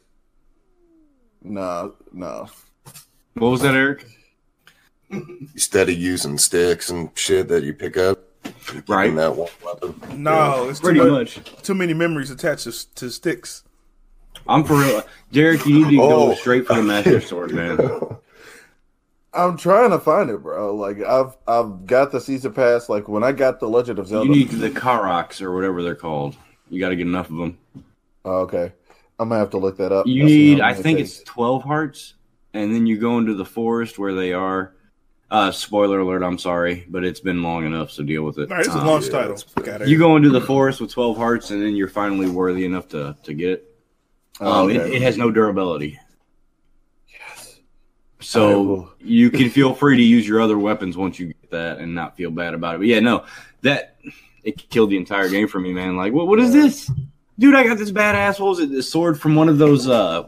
Speaker 4: No, no.
Speaker 5: what was that, Eric?
Speaker 3: You steady using sticks and shit that you pick up. and keeping
Speaker 5: Right.
Speaker 3: That one weapon.
Speaker 6: No, it's too,
Speaker 5: Pretty
Speaker 6: mu-
Speaker 5: much.
Speaker 6: too many memories attached to, to sticks.
Speaker 5: I'm for real, Derek. You need to
Speaker 3: Oh.
Speaker 5: go straight for the master sword, man.
Speaker 4: I'm trying to find it, bro. Like I've I've got the season pass. Like when I got the Legend of Zelda.
Speaker 5: You need the Karoks or whatever they're called. You got to get enough of them.
Speaker 4: Oh, okay, I'm gonna have to look that up.
Speaker 5: You
Speaker 4: That's the
Speaker 5: need,
Speaker 4: only
Speaker 5: I
Speaker 4: thing it
Speaker 5: think
Speaker 4: takes.
Speaker 5: it's 12 hearts, and then you go into the forest where they are. Uh, spoiler alert, I'm sorry, but it's been long enough, so deal with it.
Speaker 6: All right, Oh, it's a
Speaker 5: Um,
Speaker 6: launch title. Got it.
Speaker 5: You go into the forest with 12 hearts, and then you're finally worthy enough to, to get it. Um,
Speaker 4: Oh,
Speaker 5: it,
Speaker 4: okay.
Speaker 5: it has no durability.
Speaker 4: Yes. I
Speaker 5: So
Speaker 4: will-
Speaker 5: you can feel free to use your other weapons once you get that and not feel bad about it. But yeah, no, that it killed the entire game for me, man. Like, what what is this? Dude, I got this badass what was it, this sword from one of those uh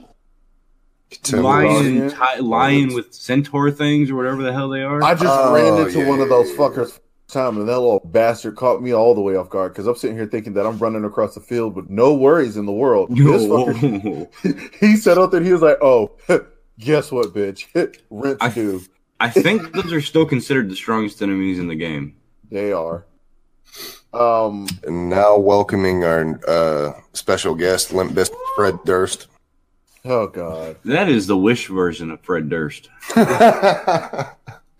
Speaker 5: lion
Speaker 4: Rodian?
Speaker 5: ti- lion with centaur things or whatever the hell they are. <laughs>
Speaker 4: I just
Speaker 3: Oh,
Speaker 4: ran into
Speaker 3: yeah,
Speaker 4: one of
Speaker 3: yeah,
Speaker 4: those
Speaker 3: yeah,
Speaker 4: fuckers time, and that little bastard caught me all the way off guard because I'm sitting here thinking that I'm running across the field with no worries in the world. This fucker, <laughs>
Speaker 5: Yo,
Speaker 4: he said out there, he was like, "Oh, <laughs> guess what, bitch? <laughs> Rent
Speaker 5: I-
Speaker 4: due.
Speaker 5: I think those are still considered the strongest enemies in the game.
Speaker 4: They are." Um,
Speaker 3: And now welcoming our uh, special guest, Limp Bizkit, Fred Durst. <laughs>
Speaker 4: oh
Speaker 5: <laughs>
Speaker 4: god,
Speaker 5: That is the wish version of Fred Durst.
Speaker 3: Oh,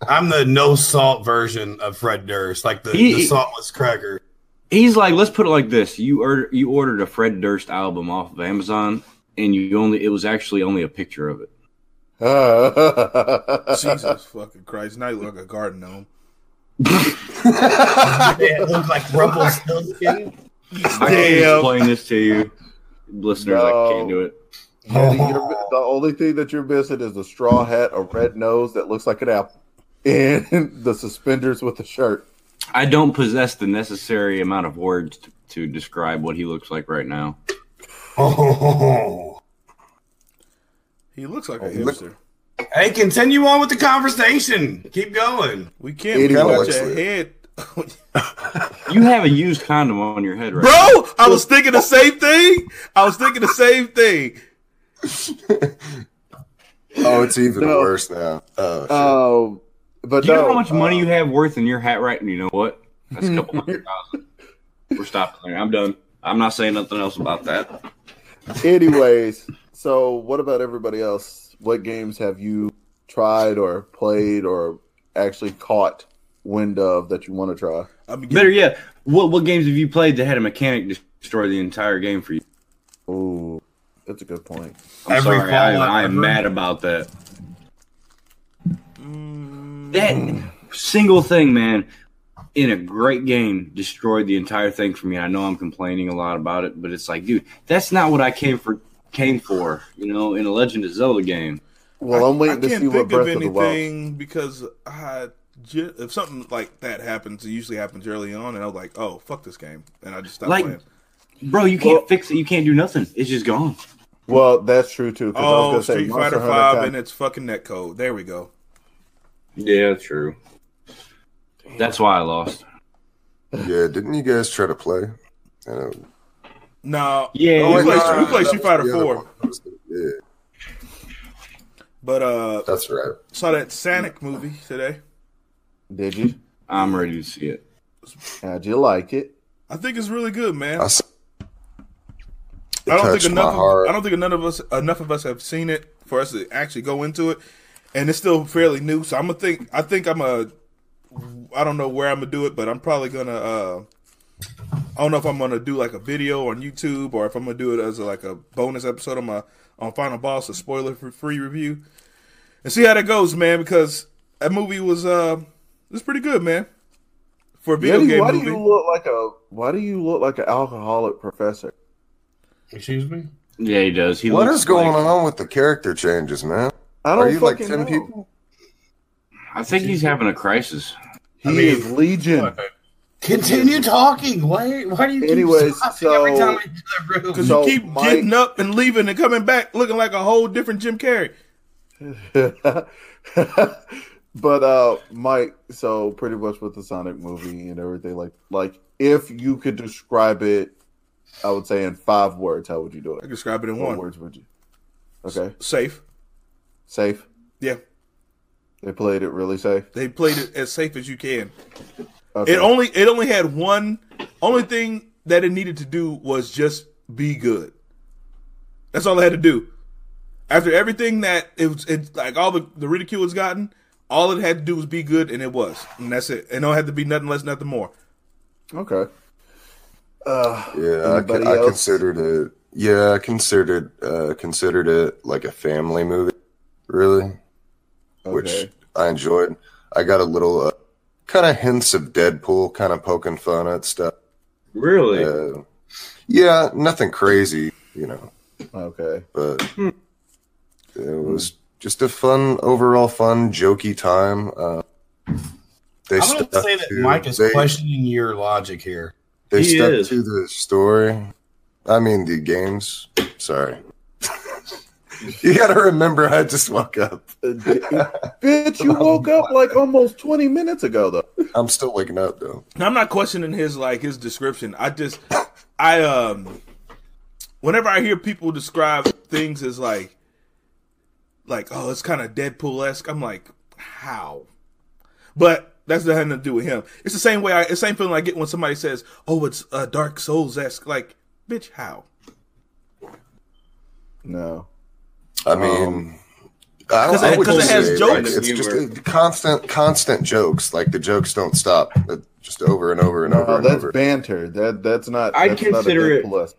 Speaker 7: I'm the no salt version of Fred Durst, like the,
Speaker 5: He-
Speaker 7: the saltless cracker.
Speaker 5: He's like, let's put it like this: you order, you ordered a Fred Durst album off of Amazon, and you only it was actually only a picture of it.
Speaker 6: Jesus fucking Christ. Now you look like a garden gnome.
Speaker 7: Yeah, it looked like Rumpelstiltskin.
Speaker 5: I can't explain this to you, listeners. I
Speaker 4: No.
Speaker 5: can't do it.
Speaker 4: Manny, you're- the <laughs> only thing that you're missing is a straw hat, a red nose that looks like an apple, <laughs> and the suspenders with the shirt.
Speaker 5: I don't possess the necessary amount of words to, to describe what he looks like right now.
Speaker 7: Oh.
Speaker 6: He looks like a
Speaker 3: look-
Speaker 6: hipster.
Speaker 7: Hey, continue on with the conversation. Keep going.
Speaker 6: We can't
Speaker 4: Idiot.
Speaker 6: without
Speaker 3: Kinda
Speaker 6: your
Speaker 3: looks
Speaker 6: head. <laughs>
Speaker 5: You have a used condom on your head right now.
Speaker 6: Bro, I was thinking the same thing. I was thinking the same thing.
Speaker 3: oh, it's even
Speaker 4: No.
Speaker 3: worse now. Oh, shit.
Speaker 4: Um, but
Speaker 5: Do you
Speaker 4: no,
Speaker 5: know how much
Speaker 4: uh,
Speaker 5: money you have worth in your hat right? You know what? That's a couple hundred thousand. We're stopping there. I'm done. I'm not saying nothing else about that.
Speaker 4: Anyways, so what about everybody else? What games have you tried or played or actually caught wind of that you want to try?
Speaker 6: I'm getting
Speaker 5: Better yet, what what games have you played that had a mechanic destroy the entire game for you?
Speaker 4: Ooh, That's a good point.
Speaker 5: I'm
Speaker 7: Every
Speaker 5: sorry, I,
Speaker 7: fallout
Speaker 5: I am
Speaker 7: ever.
Speaker 5: mad about that. That single thing, man, in a great game, destroyed the entire thing for me. I know I'm complaining a lot about it, but it's like, dude, that's not what I came for. Came for, you know, in a Legend of Zelda game.
Speaker 4: Well, I'm
Speaker 6: I
Speaker 4: waiting to
Speaker 6: can't
Speaker 4: see what
Speaker 6: think of
Speaker 4: Breath of the Wild.
Speaker 6: anything because I, ju- if something like that happens, it usually happens early on, and I was like, "Oh, fuck this game," and I just stopped
Speaker 5: Like-
Speaker 6: playing.
Speaker 5: Bro, you can't fix it. You can't do nothing. It's just gone.
Speaker 4: Well, that's true too. 'cause I
Speaker 6: Oh,
Speaker 4: was gonna say
Speaker 6: Street
Speaker 4: Monster
Speaker 6: Fighter
Speaker 4: Hunter
Speaker 6: Five
Speaker 4: Con-
Speaker 6: and its fucking net code. There we go.
Speaker 5: Yeah, true. That's why I lost.
Speaker 3: Yeah, didn't you guys try to play? Uh,
Speaker 6: No,
Speaker 5: Yeah.
Speaker 6: we
Speaker 5: Oh,
Speaker 6: played,
Speaker 5: no,
Speaker 6: we played Street Fighter Four,
Speaker 3: Yeah,
Speaker 6: but uh,
Speaker 3: that's right.
Speaker 6: saw that Sonic movie today.
Speaker 4: Did you?
Speaker 5: I'm ready to see it.
Speaker 4: How'd you like it?
Speaker 6: I think it's really good, man.
Speaker 3: I
Speaker 6: I,
Speaker 3: s-
Speaker 6: don't
Speaker 3: touched
Speaker 6: think
Speaker 3: my
Speaker 6: enough. Of,
Speaker 3: heart.
Speaker 6: I don't think enough of us enough of us have seen it for us to actually go into it, and it's still fairly new. So I'm gonna think. I think I'm a. I don't know where I'm gonna do it, but I'm probably gonna. uh I don't know if I'm gonna do like a video on YouTube or if I'm gonna do it as like a bonus episode on my on Final Boss, a spoiler for free review, and see how that goes, man. Because that movie was uh it was pretty good, man. For a video
Speaker 4: Yeti,
Speaker 6: game
Speaker 4: why
Speaker 6: movie,
Speaker 4: do you look like a Why do you look like an alcoholic professor?
Speaker 7: Excuse me.
Speaker 5: Yeah, he does. He
Speaker 3: What
Speaker 5: looks
Speaker 3: is going
Speaker 5: like-
Speaker 3: on with the character changes, man?
Speaker 4: I don't
Speaker 3: Are you like
Speaker 4: fucking
Speaker 3: ten
Speaker 4: know.
Speaker 3: people?
Speaker 5: I think he's having a crisis.
Speaker 4: He
Speaker 7: I mean,
Speaker 4: is legion.
Speaker 7: Continue talking. Why? Why do you? Keep
Speaker 4: Anyways,
Speaker 7: stopping every
Speaker 4: so-
Speaker 7: time I enter the room?
Speaker 6: Because
Speaker 4: So,
Speaker 6: you keep
Speaker 4: Mike-
Speaker 6: getting up and leaving and coming back looking like a whole different Jim Carrey.
Speaker 4: <laughs> but uh Mike, so pretty much with the Sonic movie and everything, like like if you could describe it, I would say in five words, how would you do
Speaker 6: I
Speaker 4: it?
Speaker 6: can describe it in
Speaker 4: What
Speaker 6: one.
Speaker 4: words would you? Okay,
Speaker 6: Safe.
Speaker 4: safe.
Speaker 6: Yeah.
Speaker 4: They played it really safe.
Speaker 6: They played it as safe as you can.
Speaker 4: Okay.
Speaker 6: It only it only had one only thing that it needed to do was just be good. That's all it had to do. After everything that it was it's like all the, the ridicule it's gotten, all it had to do was be good and it was. And that's it. And don't have to be nothing less, nothing more.
Speaker 4: okay. Uh,
Speaker 3: Yeah, I,
Speaker 4: Anybody
Speaker 3: con- I
Speaker 4: else?
Speaker 3: considered it. Yeah, I considered uh, considered it like a family movie, really, which
Speaker 4: okay.
Speaker 3: I enjoyed. I got a little uh, kind of hints of Deadpool, kind of poking fun at stuff.
Speaker 5: Really?
Speaker 3: Uh, yeah, nothing crazy, you know,
Speaker 4: okay.
Speaker 3: but
Speaker 7: Hmm.
Speaker 3: it was just a fun, overall fun, jokey time. Uh, they
Speaker 7: I'm gonna
Speaker 3: stuck
Speaker 7: say that
Speaker 3: to-
Speaker 7: Mike is
Speaker 3: they-
Speaker 7: questioning your logic <laughs> here.
Speaker 3: They
Speaker 5: He
Speaker 3: stuck
Speaker 5: is.
Speaker 3: to the story. I mean, the games. Sorry. <laughs> you got to remember, I just woke up.
Speaker 4: Uh, d- Bitch, you woke up like almost twenty minutes ago, though.
Speaker 3: I'm still waking up, though.
Speaker 6: Now, I'm not questioning his like his description. I just I um whenever I hear people describe things as like like oh it's kind of Deadpool esque, I'm like how? But that's nothing to do with him. It's the same way I it's the same feeling I get when somebody says oh it's uh, Dark Souls esque. Like bitch how?
Speaker 4: No.
Speaker 3: I mean, I don't
Speaker 6: Because
Speaker 3: I
Speaker 6: Um, it-
Speaker 3: wouldn't
Speaker 6: because it has
Speaker 3: say,
Speaker 6: jokes.
Speaker 3: like, it's just uh, constant, constant jokes. Like the jokes don't stop. Uh, Just over and over and
Speaker 4: No,
Speaker 3: over and
Speaker 4: that's
Speaker 3: over.
Speaker 4: banter. That that's not.
Speaker 5: I'd
Speaker 4: that's not a
Speaker 5: consider it-
Speaker 4: Deadpool-esque.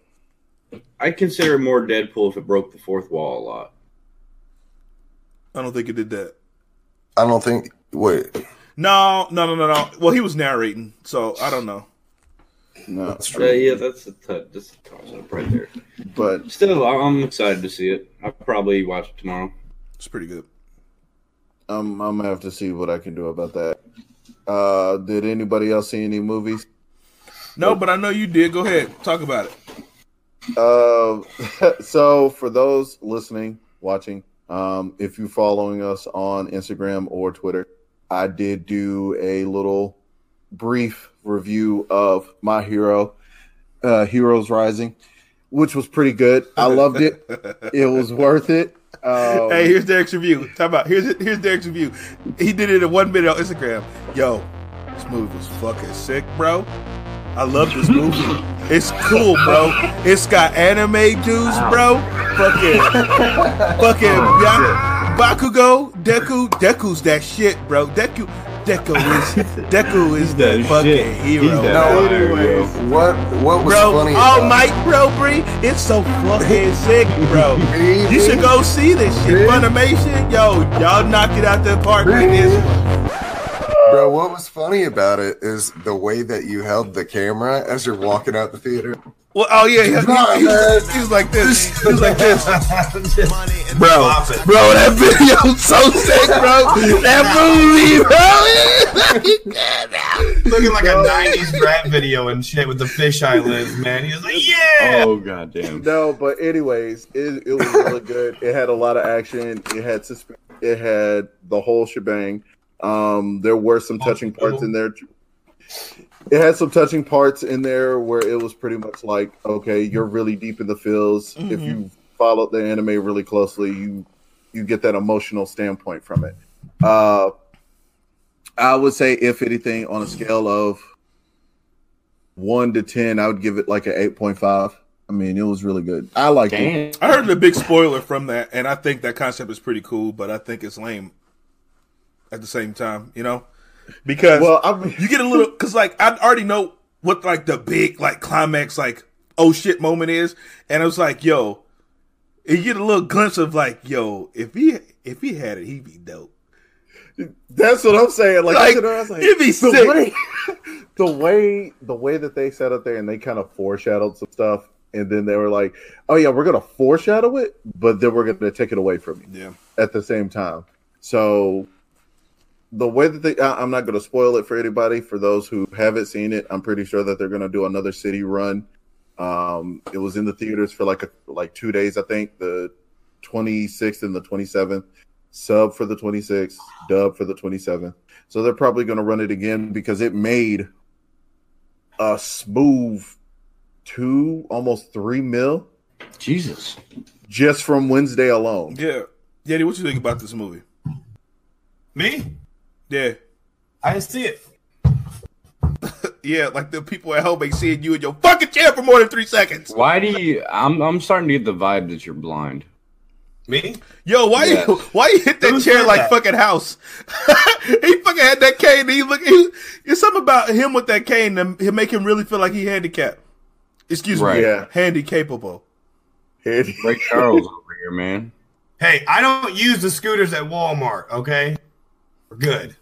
Speaker 5: I consider it more Deadpool if it broke the fourth wall a lot.
Speaker 6: I don't think it did that.
Speaker 3: I don't think. Wait,
Speaker 6: No no no no no. Well he was narrating, so I don't know.
Speaker 4: No,
Speaker 3: that's
Speaker 5: Yeah,
Speaker 3: true.
Speaker 5: Uh, yeah, that's a t- that's a toss up right there.
Speaker 4: but
Speaker 5: Still, I- I'm excited to see it. I'll probably watch it tomorrow.
Speaker 6: It's pretty good.
Speaker 4: I'm I'm gonna have to see what I can do about that. Uh, did anybody else see any movies?
Speaker 6: No, but I know you did. Go ahead, talk about it.
Speaker 4: Uh, <laughs> so for those listening, watching, um, if you're following us on Instagram or Twitter, I did do a little brief review of My Hero, uh, Heroes Rising, which was pretty good. I loved
Speaker 3: <laughs>
Speaker 4: it. it was worth it. Um,
Speaker 6: Hey, here's Derek's review. Talk about here's here's Derek's review. He did it in one minute on Instagram. Yo, this movie was fucking sick, bro. I love this movie.
Speaker 5: <laughs>
Speaker 6: It's cool, bro. It's got anime dudes, bro. Fucking,
Speaker 5: Oh,
Speaker 6: fucking Bya- Bakugo, Deku, Deku's that shit, bro. Deku, Deku is
Speaker 5: <laughs>
Speaker 6: Deku is the
Speaker 5: That
Speaker 6: fucking
Speaker 5: shit. He's
Speaker 6: hero.
Speaker 5: that
Speaker 3: No,
Speaker 5: fire, yo.
Speaker 3: What what was
Speaker 6: Bro,
Speaker 3: funny?
Speaker 6: oh
Speaker 3: about-
Speaker 6: Mike, bro, Bree, it's so fucking sick, bro. You should go see this shit. Funimation, yo, y'all knocked it out the park with this one.
Speaker 3: Bro, what was funny about it is the way that you held the camera as you're walking out the theater.
Speaker 6: Well, oh yeah, he, he, he, was, he was like this. He was like this, bro, bro. That video's so sick, <laughs> bro. That movie, bro.
Speaker 7: Looking like a 90s rap video and shit with the fisheye lids, man. He was like, yeah!
Speaker 5: Oh goddamn!
Speaker 4: No, but anyways, it, it was really good. It had a lot of action. It had suspense. It had the whole shebang. Um, there were some touching parts in there. It had some touching parts in there where it was pretty much like, okay, you're really deep in the feels. If you followed the anime really closely, you you get that emotional standpoint from it. Uh, I would say, if anything, on a scale of one to ten, I would give it like an eight point five. I mean, it was really good. I liked it.
Speaker 5: Damn.
Speaker 6: I heard the big spoiler from that, and I think that concept is pretty cool, but I think it's lame at the same time, you know? Because
Speaker 4: Well, I mean, <laughs>
Speaker 6: you get a little, because, like, I already know what, like, the big, like, climax, like, oh shit moment is, and I was like, yo, you get a little glimpse of, like, yo, if he, if he had it, he'd be dope.
Speaker 4: that's what I'm saying. Like,
Speaker 6: Like,
Speaker 4: you know, I was like,
Speaker 6: it'd be
Speaker 4: the
Speaker 6: sick.
Speaker 4: way, the way, the way that they sat up there and they kind of foreshadowed some stuff, and then they were like, "Oh yeah, we're gonna foreshadow it, but then we're gonna take it away from you."
Speaker 6: Yeah.
Speaker 4: at the same time. So the way that they, I, I'm not going to spoil it for anybody. For those who haven't seen it, I'm pretty sure that they're going to do another city run. Um, it was in the theaters for like a, like two days, I think, the 26th and the 27th. Sub for the 26th, dub for the 27th. So they're probably going to run it again because it made a smooth two, almost three mil
Speaker 5: Jesus.
Speaker 4: just from Wednesday alone. <laughs>
Speaker 6: Yeah. Yeti, what you think about this movie?
Speaker 7: Me?
Speaker 6: Yeah.
Speaker 7: I didn't see it.
Speaker 6: Yeah, like the people at home ain't seeing you in your fucking chair for more than three seconds.
Speaker 5: Why do you? I'm I'm starting to get the vibe that you're blind.
Speaker 7: Me?
Speaker 6: Yo, why you
Speaker 5: Yes.
Speaker 6: why you hit that
Speaker 7: Who
Speaker 6: chair
Speaker 7: said
Speaker 6: like
Speaker 7: that?
Speaker 6: fucking house? <laughs> he fucking had that cane. And he look. He, it's something about him with that cane that he make him really feel like he handicapped. Excuse
Speaker 5: Right.
Speaker 6: me,
Speaker 4: Yeah.
Speaker 6: handicapable.
Speaker 4: It-
Speaker 5: Ray Charles over here, man.
Speaker 7: Hey, I don't use the scooters at Walmart, okay? We're good.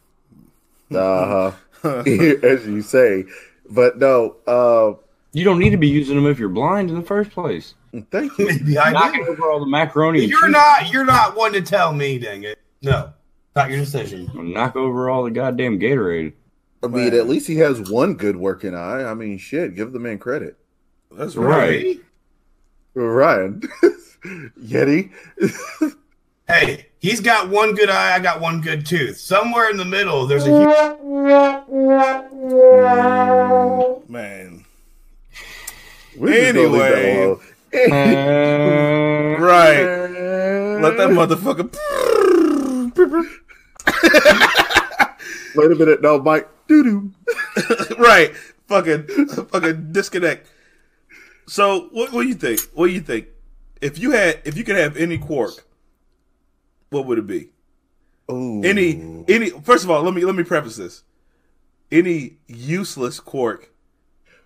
Speaker 7: <laughs>
Speaker 4: Uh huh. <laughs> As you say, but no. Uh,
Speaker 5: You don't need to be using them if you're blind in the first place.
Speaker 4: thank
Speaker 7: <laughs>
Speaker 4: you.
Speaker 7: Maybe I
Speaker 5: Knocking
Speaker 7: do.
Speaker 5: over all the macaroni. and
Speaker 7: You're
Speaker 5: cheese.
Speaker 7: not, you're not one to tell me, dang it. No. Not your decision.
Speaker 5: Knock over all the goddamn Gatorade.
Speaker 4: I mean, at least he has one good working eye. I mean, shit, give the man credit.
Speaker 6: That's
Speaker 5: Right.
Speaker 7: Me?
Speaker 4: Ryan, <laughs> Yeti.
Speaker 7: Hey, he's got one good eye, I got one good tooth. Somewhere in the middle, there's a huge
Speaker 6: man.
Speaker 4: We're just gonna leave that
Speaker 6: Anyway.
Speaker 4: alone.
Speaker 5: Uh,
Speaker 6: Right. Let that motherfucker. <laughs>
Speaker 4: Wait a minute. No, Mike. Doo doo.
Speaker 6: right. Fucking fucking disconnect. So what what do you think? What do you think? If you had if you could have any quark, what would it be?
Speaker 4: Ooh.
Speaker 6: any any first of all let me let me preface this any useless quark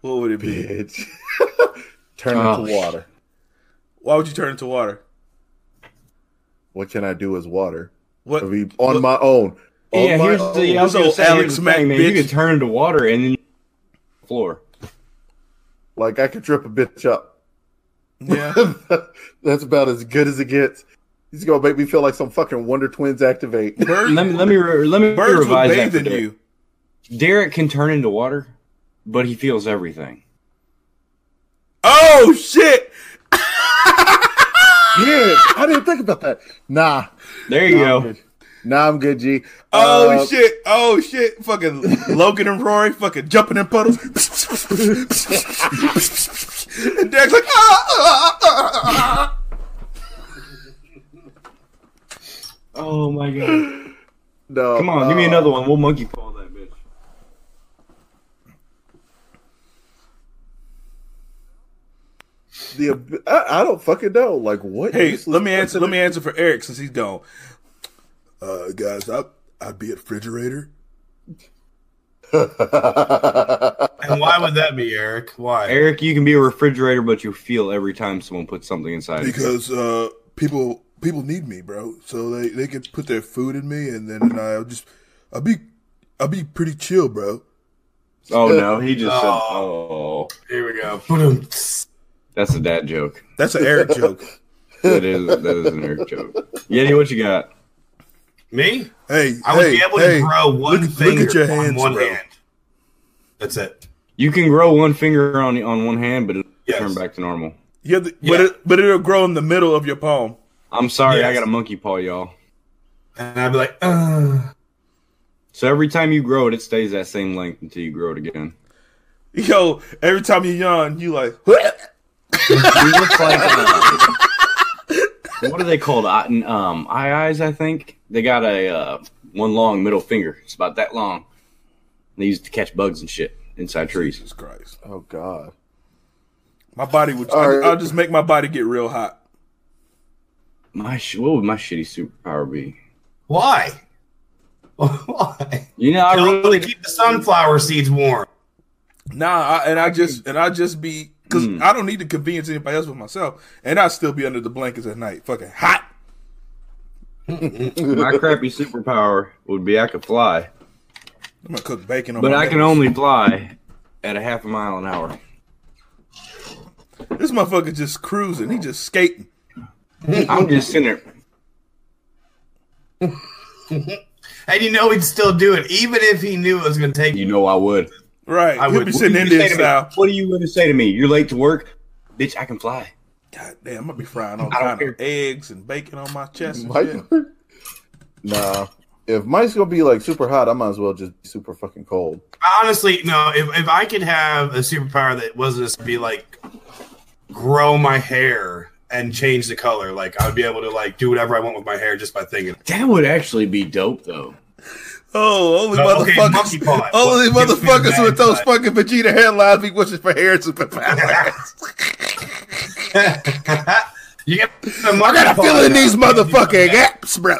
Speaker 6: what would it be
Speaker 4: bitch. <laughs> Turn
Speaker 5: Oh.
Speaker 4: into water.
Speaker 6: why would you turn into water
Speaker 4: What can I do as water?
Speaker 6: what
Speaker 4: I mean, on my own. On
Speaker 5: yeah,
Speaker 4: Oh my
Speaker 5: here's
Speaker 4: own.
Speaker 5: the. Yeah, I was
Speaker 6: This
Speaker 5: gonna
Speaker 6: old
Speaker 5: say, here's
Speaker 6: Alex
Speaker 5: the
Speaker 6: Mack
Speaker 5: thing, man. You
Speaker 6: bitch.
Speaker 5: can turn into water and then floor.
Speaker 4: Like I could trip a bitch up.
Speaker 6: yeah
Speaker 4: <laughs> That's about as good as it gets. He's gonna make me feel like some fucking Wonder Twins activate. <laughs>
Speaker 6: Bird,
Speaker 5: Let me let me re- let me
Speaker 6: birds would
Speaker 5: revise that.
Speaker 6: bathe
Speaker 5: for
Speaker 6: in
Speaker 5: Derek.
Speaker 6: you
Speaker 5: Derek can turn into water, but he feels everything.
Speaker 6: oh shit
Speaker 4: Yeah, I didn't think about that. Nah,
Speaker 5: There you
Speaker 4: nah, I'm
Speaker 5: go.
Speaker 4: good. Nah, I'm good. G.
Speaker 6: oh
Speaker 4: Uh,
Speaker 6: shit oh shit <laughs> fucking logan and rory fucking jumping in puddles and derek's like ah, ah, ah, ah, ah.
Speaker 5: Oh my god!
Speaker 4: No,
Speaker 5: Come on,
Speaker 4: uh,
Speaker 5: give me another one. We'll monkey paw that bitch.
Speaker 4: The, I, I don't fucking know. Like what?
Speaker 6: hey
Speaker 4: useless
Speaker 6: let me answer
Speaker 4: person-
Speaker 6: let me answer for eric since he's gone uh guys i i'd be a refrigerator
Speaker 7: And why would that be, Eric? Why?
Speaker 5: Eric, you can be a refrigerator, but you feel every time someone puts something inside. of you.
Speaker 6: because uh, people people need me, bro. So they they can put their food in me, and then I'll just I'll be I'll be pretty chill, bro.
Speaker 5: Oh no, he just
Speaker 6: <laughs>
Speaker 5: said, "Oh,
Speaker 7: Here we go. Boom.
Speaker 5: that's a dad joke."
Speaker 6: That's an Eric joke.
Speaker 5: That is that is an Eric joke. Yeti, what you got?
Speaker 7: Me?
Speaker 6: <laughs> Hey,
Speaker 7: I would
Speaker 6: hey,
Speaker 7: be able
Speaker 6: hey,
Speaker 7: to grow one
Speaker 6: look,
Speaker 7: finger
Speaker 6: Look at your
Speaker 7: on
Speaker 6: hands,
Speaker 7: one
Speaker 6: bro.
Speaker 7: hand. That's it.
Speaker 5: You can grow one finger on on one hand, but it'll
Speaker 7: Yes.
Speaker 5: turn back to normal.
Speaker 6: You have to-
Speaker 7: Yeah.
Speaker 6: but it, but it'll grow in the middle of your palm.
Speaker 5: I'm sorry, I
Speaker 7: Yes.
Speaker 5: got a monkey paw, y'all.
Speaker 7: And I'd be like, uh,
Speaker 5: So every time you grow it, it stays that same length until you grow it again.
Speaker 6: <laughs> Yo, every time you yawn, you like
Speaker 5: He looks like um, what are they called? I, um, eye eyes, I think. They got a uh, one long middle finger. It's about that long. They use it to catch bugs and shit inside trees.
Speaker 6: Jesus Christ.
Speaker 4: Oh God.
Speaker 6: My body would.
Speaker 4: All right.
Speaker 6: I'll just make my body get real hot.
Speaker 5: My sh- what would my shitty superpower be?
Speaker 7: why? <laughs> Why?
Speaker 5: You know,
Speaker 7: I
Speaker 5: I really
Speaker 7: to keep the sunflower seeds warm.
Speaker 6: Nah, I, and I just and I just be because
Speaker 5: Mm.
Speaker 6: I don't need to convenience anybody else but myself, and I still be under the blankets at night, fucking hot.
Speaker 5: my crappy superpower would be I could fly,
Speaker 6: I'm gonna cook bacon on.
Speaker 5: but
Speaker 6: my
Speaker 5: I can
Speaker 6: nose.
Speaker 5: only fly at a half a mile an hour.
Speaker 6: This motherfucker just cruising. He just skating.
Speaker 5: I'm just sitting there.
Speaker 7: And you know he'd still do it, even if he knew it was going to take
Speaker 5: You know I would.
Speaker 6: Right.
Speaker 7: I
Speaker 6: He'll
Speaker 7: would-
Speaker 6: be
Speaker 5: What are
Speaker 6: sitting
Speaker 5: you
Speaker 6: Indian
Speaker 5: gonna say to me?
Speaker 6: style.
Speaker 5: What are you going to say to me? You're late to work, bitch. I can fly.
Speaker 6: God damn, I'm gonna be frying all
Speaker 5: I don't
Speaker 6: kind of eggs and bacon on my chest. And
Speaker 4: Mike. <laughs>
Speaker 6: shit.
Speaker 4: Nah. If Mike's gonna be like super hot, I might as well just be super fucking cold.
Speaker 7: Honestly, no. If, if I could have a superpower that wasn't just be like grow my hair and change the color, like I would be able to like do whatever I want with my hair just by thinking. <laughs>
Speaker 5: That would actually be dope, though.
Speaker 6: Oh, only
Speaker 7: No, okay, monkey
Speaker 6: motherfuckers!
Speaker 7: paw.
Speaker 6: only
Speaker 7: Give me
Speaker 6: motherfuckers
Speaker 7: that
Speaker 6: with those
Speaker 7: side.
Speaker 6: fucking Vegeta headlines be wishing for hair <laughs> superpowers.
Speaker 7: you get the
Speaker 6: I
Speaker 7: monkey
Speaker 6: got a
Speaker 7: paw
Speaker 6: feeling
Speaker 7: now.
Speaker 6: these motherfucking
Speaker 7: <laughs>
Speaker 6: apps, bro.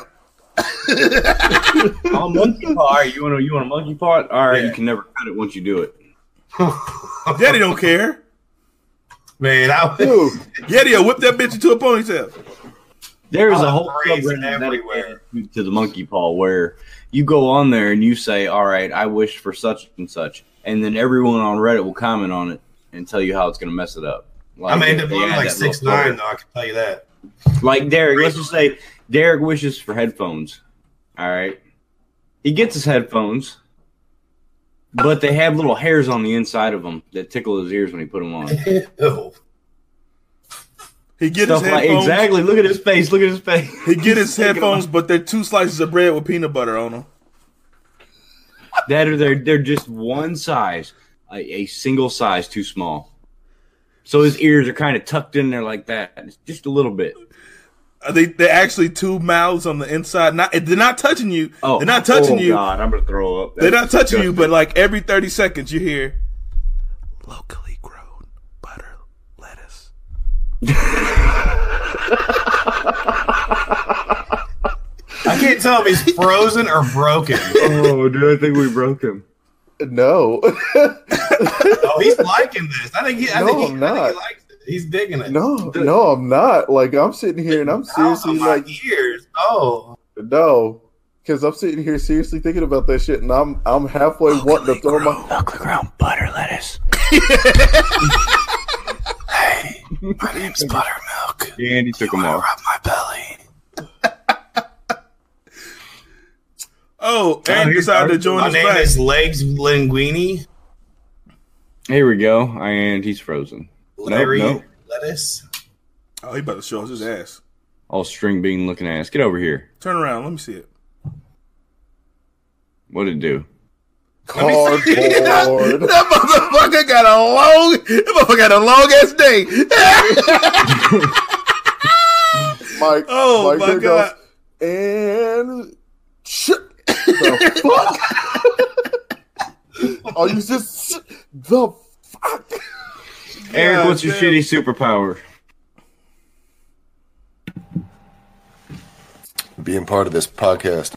Speaker 5: Oh, monkey paw. All right, you want to you want a monkey paw? All right, you
Speaker 7: Yeah.
Speaker 5: can never cut it once you do it.
Speaker 6: Yeti don't care.
Speaker 7: Man, I would,
Speaker 4: Dude,
Speaker 6: Yeti will whip that bitch into a ponytail.
Speaker 5: There is
Speaker 7: Oh,
Speaker 5: a whole
Speaker 7: braids
Speaker 5: subreddit
Speaker 7: everywhere.
Speaker 5: dedicated to the monkey paw where you go on there and you say, "All right, I wish for such and such," and then everyone on Reddit will comment on it and tell you how it's going to mess it up. Like,
Speaker 7: I'm end up
Speaker 5: they
Speaker 7: looking
Speaker 5: add
Speaker 7: like
Speaker 5: that little
Speaker 7: six nine
Speaker 5: filter.
Speaker 7: though. I can tell you that. <laughs>
Speaker 5: Like Derek, let's just say Derek wishes for headphones. All right, he gets his headphones, but they have little hairs on the inside of them that tickle his ears when he put them on.
Speaker 7: Ew.
Speaker 6: He get his
Speaker 5: Stuff like
Speaker 6: headphones.
Speaker 5: exactly. Look at his face. Look at his face. <laughs>
Speaker 6: He get his
Speaker 5: Thinking about-
Speaker 6: headphones, but they're two slices of bread with peanut butter on them.
Speaker 5: That are they're they're just one size, a, a single size too small. So his ears are kind of tucked in there like that, just a little bit.
Speaker 6: Are they they're actually two mouths on the inside. Not they're not touching you.
Speaker 5: Oh,
Speaker 6: they're not touching
Speaker 5: oh,
Speaker 6: you.
Speaker 5: God, I'm gonna throw up.
Speaker 6: They're not touching you, but like every thirty seconds, you hear locally grown butter lettuce.
Speaker 7: I can't tell if he's frozen or
Speaker 5: <laughs>
Speaker 7: broken.
Speaker 5: <laughs> Oh, dude, I think we broke him.
Speaker 4: no. <laughs>
Speaker 7: Oh, he's liking this. I think he. I
Speaker 4: No,
Speaker 7: think he, I
Speaker 4: I'm
Speaker 7: think
Speaker 4: not.
Speaker 7: he likes it. He's digging it.
Speaker 4: no, no, I'm not. Like I'm sitting here and
Speaker 5: <laughs>
Speaker 4: I'm
Speaker 7: Ow,
Speaker 4: seriously
Speaker 7: my
Speaker 4: like
Speaker 7: ears. Oh,
Speaker 4: no. Cause I'm sitting here seriously thinking about that shit and I'm I'm halfway wanting to throw my
Speaker 5: Knuckle ground butter lettuce.
Speaker 7: my name's Buttermilk.
Speaker 5: And he took him off.
Speaker 7: my belly.
Speaker 6: Oh, Aaron
Speaker 5: here's
Speaker 6: decided to
Speaker 5: ours.
Speaker 6: join
Speaker 7: My
Speaker 6: us
Speaker 7: name
Speaker 6: back.
Speaker 7: is Legs Linguini.
Speaker 5: Here we go, and he's frozen.
Speaker 7: Larry
Speaker 5: nope.
Speaker 7: Lettuce.
Speaker 6: Oh, he about to show us his ass.
Speaker 5: All string bean looking ass. Get over here.
Speaker 6: Turn around, let
Speaker 7: <laughs>
Speaker 6: me see it.
Speaker 5: What'd it do?
Speaker 4: cardboard.
Speaker 6: That motherfucker got a long, that motherfucker got a long ass day. <laughs>
Speaker 4: Mike,
Speaker 6: Oh,
Speaker 4: Mike,
Speaker 6: my
Speaker 4: there
Speaker 6: God.
Speaker 4: goes. And shit. The fuck? Are you just the fuck?
Speaker 5: Eric, what's your
Speaker 6: damn.
Speaker 5: shitty superpower?
Speaker 6: <laughs>
Speaker 3: Being part of this podcast.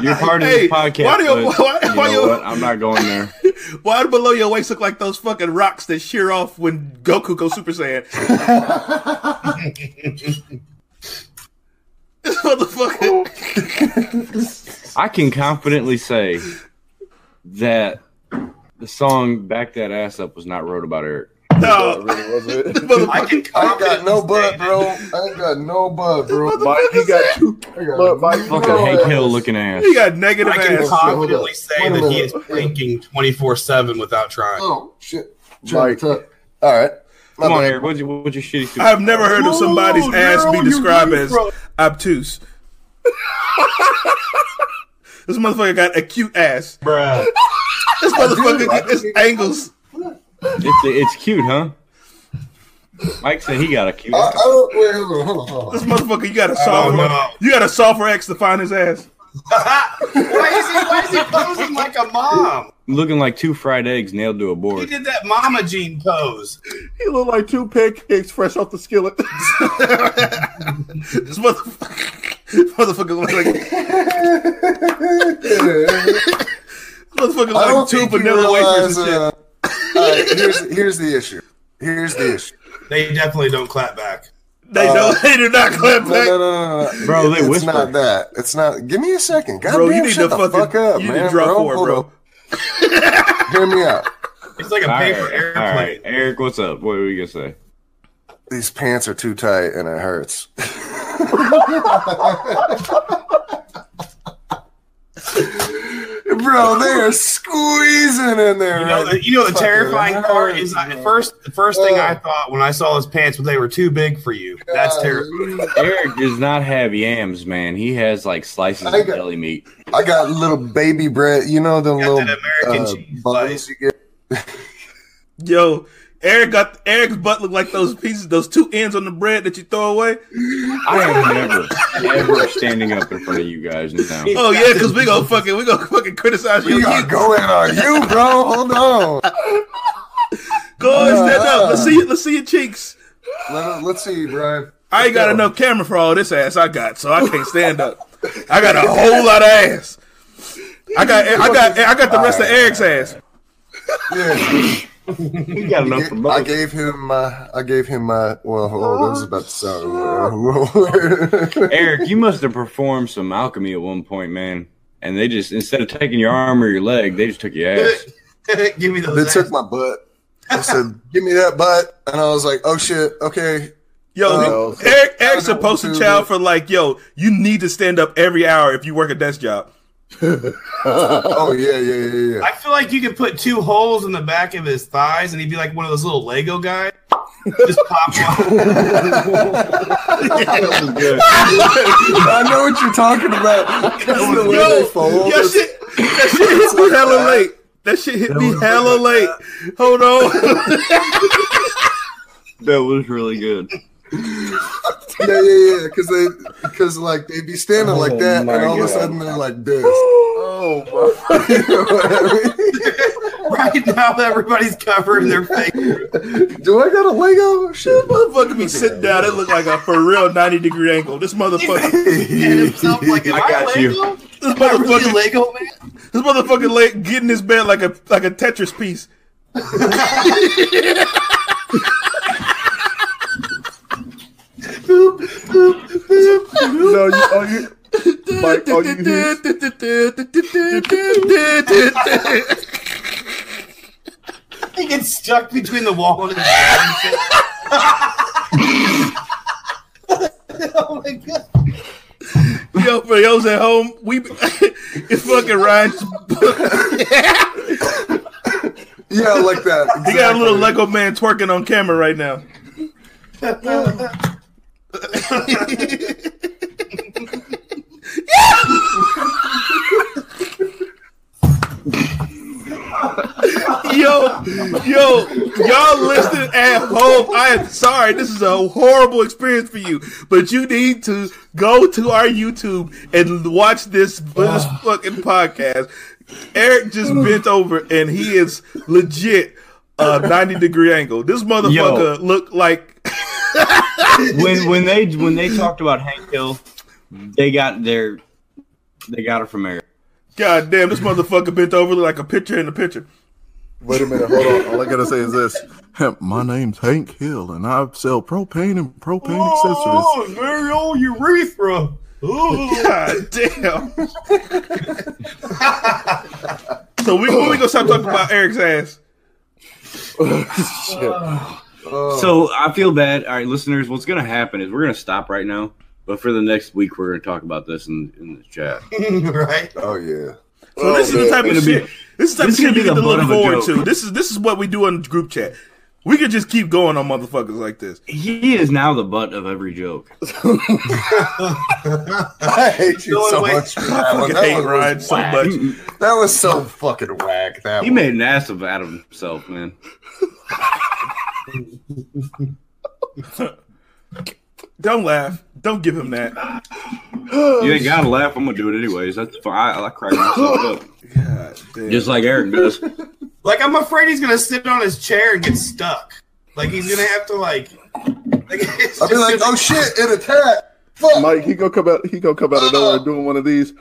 Speaker 5: You're part of
Speaker 6: Hey,
Speaker 5: this podcast.
Speaker 6: why do you-
Speaker 5: but
Speaker 6: why-
Speaker 5: you know
Speaker 6: why you-
Speaker 5: what? I'm not going there.
Speaker 6: Why do below your waist look like those fucking rocks that shear off when Goku goes Super Saiyan? this motherfucker.
Speaker 5: I can confidently say that the song "Back That Ass Up" was not wrote about Eric.
Speaker 4: No, it
Speaker 6: No.
Speaker 4: really wasn't.
Speaker 7: I can
Speaker 3: <laughs> I ain't got no
Speaker 7: confidently
Speaker 3: butt,
Speaker 7: say
Speaker 3: bro. I ain't got no butt, bro.
Speaker 4: Mike, he got two.
Speaker 3: I got
Speaker 4: Look, Mike,
Speaker 3: no
Speaker 5: Fucking
Speaker 3: ass.
Speaker 5: Hank Hill looking ass.
Speaker 6: He got negative
Speaker 7: I can
Speaker 6: ass.
Speaker 7: confidently say
Speaker 3: Wait a
Speaker 7: that he is
Speaker 3: minute.
Speaker 7: blinking 24 7 without trying.
Speaker 3: Oh shit!
Speaker 4: Mike.
Speaker 3: Mike. All right. My
Speaker 5: Come on,
Speaker 3: bad.
Speaker 5: Eric. What's your, what's your shitty? Super-
Speaker 6: I've never heard of somebody's
Speaker 7: Whoa,
Speaker 6: ass
Speaker 7: Daryl,
Speaker 6: be
Speaker 7: you
Speaker 6: described
Speaker 7: really
Speaker 6: as
Speaker 7: bro-
Speaker 6: obtuse. <laughs> this motherfucker got a cute ass.
Speaker 7: Bruh.
Speaker 6: This motherfucker
Speaker 3: do, I
Speaker 6: got his
Speaker 3: do.
Speaker 6: angles.
Speaker 5: It's it's cute, huh? Mike said he got a cute.
Speaker 3: I, I don't. Wait, hold on, hold on, hold on.
Speaker 6: This motherfucker, you got to
Speaker 7: Oh,
Speaker 6: solve.
Speaker 7: no.
Speaker 6: You got to solve for X to find his ass.
Speaker 7: why, is he, why is he posing like a mom?
Speaker 5: Looking like two fried eggs nailed to
Speaker 7: He
Speaker 5: a board.
Speaker 7: did that Mama Jean pose.
Speaker 4: He looked like two pancakes fresh off the
Speaker 6: <laughs>
Speaker 4: skillet.
Speaker 6: This motherfucker, <laughs> this motherfucker look like <laughs> motherfucker
Speaker 3: I
Speaker 6: look like
Speaker 3: don't
Speaker 6: two
Speaker 3: think you
Speaker 6: vanilla
Speaker 3: realize.
Speaker 6: wafers and shit.
Speaker 3: Uh, all right, here's here's the issue. Here's
Speaker 6: <laughs>
Speaker 3: the issue.
Speaker 7: They definitely don't clap back.
Speaker 3: Uh,
Speaker 6: they don't, they do not clap
Speaker 3: No, no,
Speaker 6: back.
Speaker 3: no, no, no.
Speaker 5: Bro, they
Speaker 3: it's
Speaker 5: whisper.
Speaker 3: not that. It's not. Give me a second, God
Speaker 6: Bro,
Speaker 3: damn,
Speaker 6: you need to
Speaker 3: shut the
Speaker 6: fucking
Speaker 3: fuck up,
Speaker 6: you
Speaker 3: man.
Speaker 6: need to drop
Speaker 3: bro,
Speaker 6: forward,
Speaker 3: Hold
Speaker 6: bro.
Speaker 3: on. Hear me out.
Speaker 7: It's like a
Speaker 5: All right,
Speaker 7: paper
Speaker 5: all
Speaker 7: airplane.
Speaker 5: right, Eric. What's up? What were you gonna say?
Speaker 3: These pants are too tight and it hurts. <laughs> Bro, they are squeezing in there.
Speaker 7: You know,
Speaker 3: right?
Speaker 7: the, you know the
Speaker 3: Fucking
Speaker 7: terrifying part is I,
Speaker 3: hurts, bro.
Speaker 7: first. The first thing I
Speaker 3: Ugh.
Speaker 7: thought when I saw his pants was they were too big for you. That's terrifying. <laughs>
Speaker 5: Eric does not have yams, man. He has like slices
Speaker 3: I
Speaker 5: of
Speaker 3: got-
Speaker 5: deli meat.
Speaker 3: I got little baby bread. You know the
Speaker 7: Got
Speaker 3: little
Speaker 7: that American
Speaker 3: uh,
Speaker 7: cheese
Speaker 3: buns
Speaker 7: slice.
Speaker 3: you get.
Speaker 6: Yo, Eric got Eric's butt look like those pieces, those two ends on the bread that you throw away.
Speaker 5: I am never, ever standing up in front of you guys now.
Speaker 6: Oh yeah, because we gonna fucking we gonna fucking criticize you.
Speaker 3: We got going on you, bro. Hold on.
Speaker 6: Go and stand up. Let's see let's see your cheeks.
Speaker 3: Let, let's see, Brian.
Speaker 6: I ain't got enough camera for all this ass I got, so I can't stand up.
Speaker 3: <laughs>
Speaker 6: I got a whole lot of ass. I got I got I got the rest of Eric's ass.
Speaker 3: Yeah.
Speaker 5: We got enough for
Speaker 3: I
Speaker 5: both.
Speaker 3: gave him my. I gave him my. Well, oh, that was about to
Speaker 6: Oh,
Speaker 3: <laughs> sound.
Speaker 5: Eric, you must have performed some alchemy at one point, man. And they just instead of taking your arm or your leg, they just took your ass.
Speaker 7: <laughs> Give me those.
Speaker 3: they took
Speaker 7: ass-
Speaker 3: my butt.
Speaker 6: <laughs>
Speaker 3: I said, "Give me that butt," and I was like, "Oh shit, okay." <laughs>
Speaker 6: Yo,
Speaker 4: Uh,
Speaker 6: Eric, Eric's
Speaker 3: Oh, I
Speaker 6: a
Speaker 3: don't know
Speaker 6: poster
Speaker 3: what to
Speaker 6: child
Speaker 3: do.
Speaker 6: for like, yo, you need to stand up every hour if you work a desk job.
Speaker 3: Oh yeah, yeah, yeah, yeah.
Speaker 7: I feel like you could put two holes in the back of his thighs, and he'd be like one of those little Lego guys. Just
Speaker 3: <laughs>
Speaker 7: pop one. <laughs>
Speaker 3: <laughs> I know what you're talking about. 'cause the way
Speaker 6: Yo,
Speaker 3: they fold.
Speaker 6: Yo, shit, that shit
Speaker 3: <laughs>
Speaker 6: hits me hella late. That shit hit me hella late.
Speaker 3: <laughs>
Speaker 6: Hold on.
Speaker 5: That was really good.
Speaker 3: yeah, yeah, yeah. Because they, because like they be standing
Speaker 6: Oh
Speaker 3: like that, and all of a sudden they're like this.
Speaker 6: <gasps>
Speaker 4: oh
Speaker 3: You know what I
Speaker 7: right now, everybody's covering their face.
Speaker 3: mean? Do I got a Lego?
Speaker 6: <laughs>
Speaker 3: Shit,
Speaker 6: motherfucker be sitting down. It look like a for real 90 degree angle. This
Speaker 3: <laughs>
Speaker 6: motherfucker,
Speaker 7: And himself like, am
Speaker 5: I
Speaker 7: I,
Speaker 5: got you.
Speaker 7: Lego?
Speaker 6: this
Speaker 7: Am I really
Speaker 6: motherfucker,
Speaker 7: Lego man?
Speaker 6: this motherfucker late getting his bed like a like a Tetris piece.
Speaker 4: my! No, you, oh, you, Mike, all you
Speaker 6: <laughs>
Speaker 4: hear is-
Speaker 7: He gets stuck between the wall and his Oh my god.
Speaker 6: Yo, for those at home, we <laughs> it's fucking Ryan's
Speaker 3: yeah, like that.
Speaker 6: <laughs>
Speaker 3: Exactly.
Speaker 6: He got a little Lego man twerking on camera right now. yo, yo, y'all listening at home. I am sorry, this is a horrible experience for you, but you need to go to our YouTube and watch this, this fucking podcast. Eric just bent over and he is legit a 90 degree angle. This motherfucker looked like
Speaker 5: When when they when they talked about Hank Hill, they got their They got it from Eric.
Speaker 6: God damn, this motherfucker bent over like a picture in the picture. <laughs>
Speaker 4: Wait a minute, hold on. All I gotta say is this:
Speaker 9: My name's Hank Hill, and I sell propane and propane accessories.
Speaker 7: Oh, Mario urethra. Ooh. <laughs>
Speaker 6: God damn. <laughs> so we, when we gonna stop talking about Eric's ass?
Speaker 4: shit.
Speaker 3: Oh,
Speaker 5: So I feel bad. All right, listeners, what's going to happen is we're going to stop right now, but for the next week, we're going to talk about this in, in the chat.
Speaker 7: right?
Speaker 3: Oh yeah.
Speaker 6: So this is the type of
Speaker 5: Gonna be-
Speaker 6: shit. This is the
Speaker 5: Oh, this
Speaker 6: type of
Speaker 5: is
Speaker 6: shit
Speaker 5: gonna
Speaker 6: you
Speaker 5: be
Speaker 6: get to
Speaker 5: the butt
Speaker 6: look
Speaker 5: of a
Speaker 6: forward
Speaker 5: joke.
Speaker 6: to. This is this is what we do in group chat. We could just keep going on motherfuckers like this.
Speaker 5: He is now the butt of every joke.
Speaker 3: <laughs> I hate you
Speaker 7: Going
Speaker 3: so
Speaker 7: away.
Speaker 3: much for
Speaker 6: I
Speaker 3: that one.
Speaker 6: fucking
Speaker 3: That
Speaker 6: hate
Speaker 3: one was
Speaker 6: Ryan so
Speaker 3: whack.
Speaker 6: much.
Speaker 5: He,
Speaker 3: That was so fucking whack. That
Speaker 5: he
Speaker 3: one.
Speaker 5: made an ass of out of himself, man.
Speaker 6: Don't laugh. Don't give him that.
Speaker 5: You ain't got to laugh. I'm going to do it anyways. That's fine. I, I crack myself
Speaker 4: <laughs>
Speaker 5: up.
Speaker 6: God damn.
Speaker 5: Just like Eric does.
Speaker 7: Like I'm afraid he's gonna sit on his chair and get stuck. Like he's gonna have to like. like <laughs> it's
Speaker 3: I'd be
Speaker 7: just
Speaker 3: like,
Speaker 7: gonna-
Speaker 3: oh
Speaker 6: <laughs>
Speaker 3: shit, an attack. Fuck,
Speaker 4: Mike, he gonna come out. He gonna come out of
Speaker 5: Oh.
Speaker 4: nowhere doing one of these.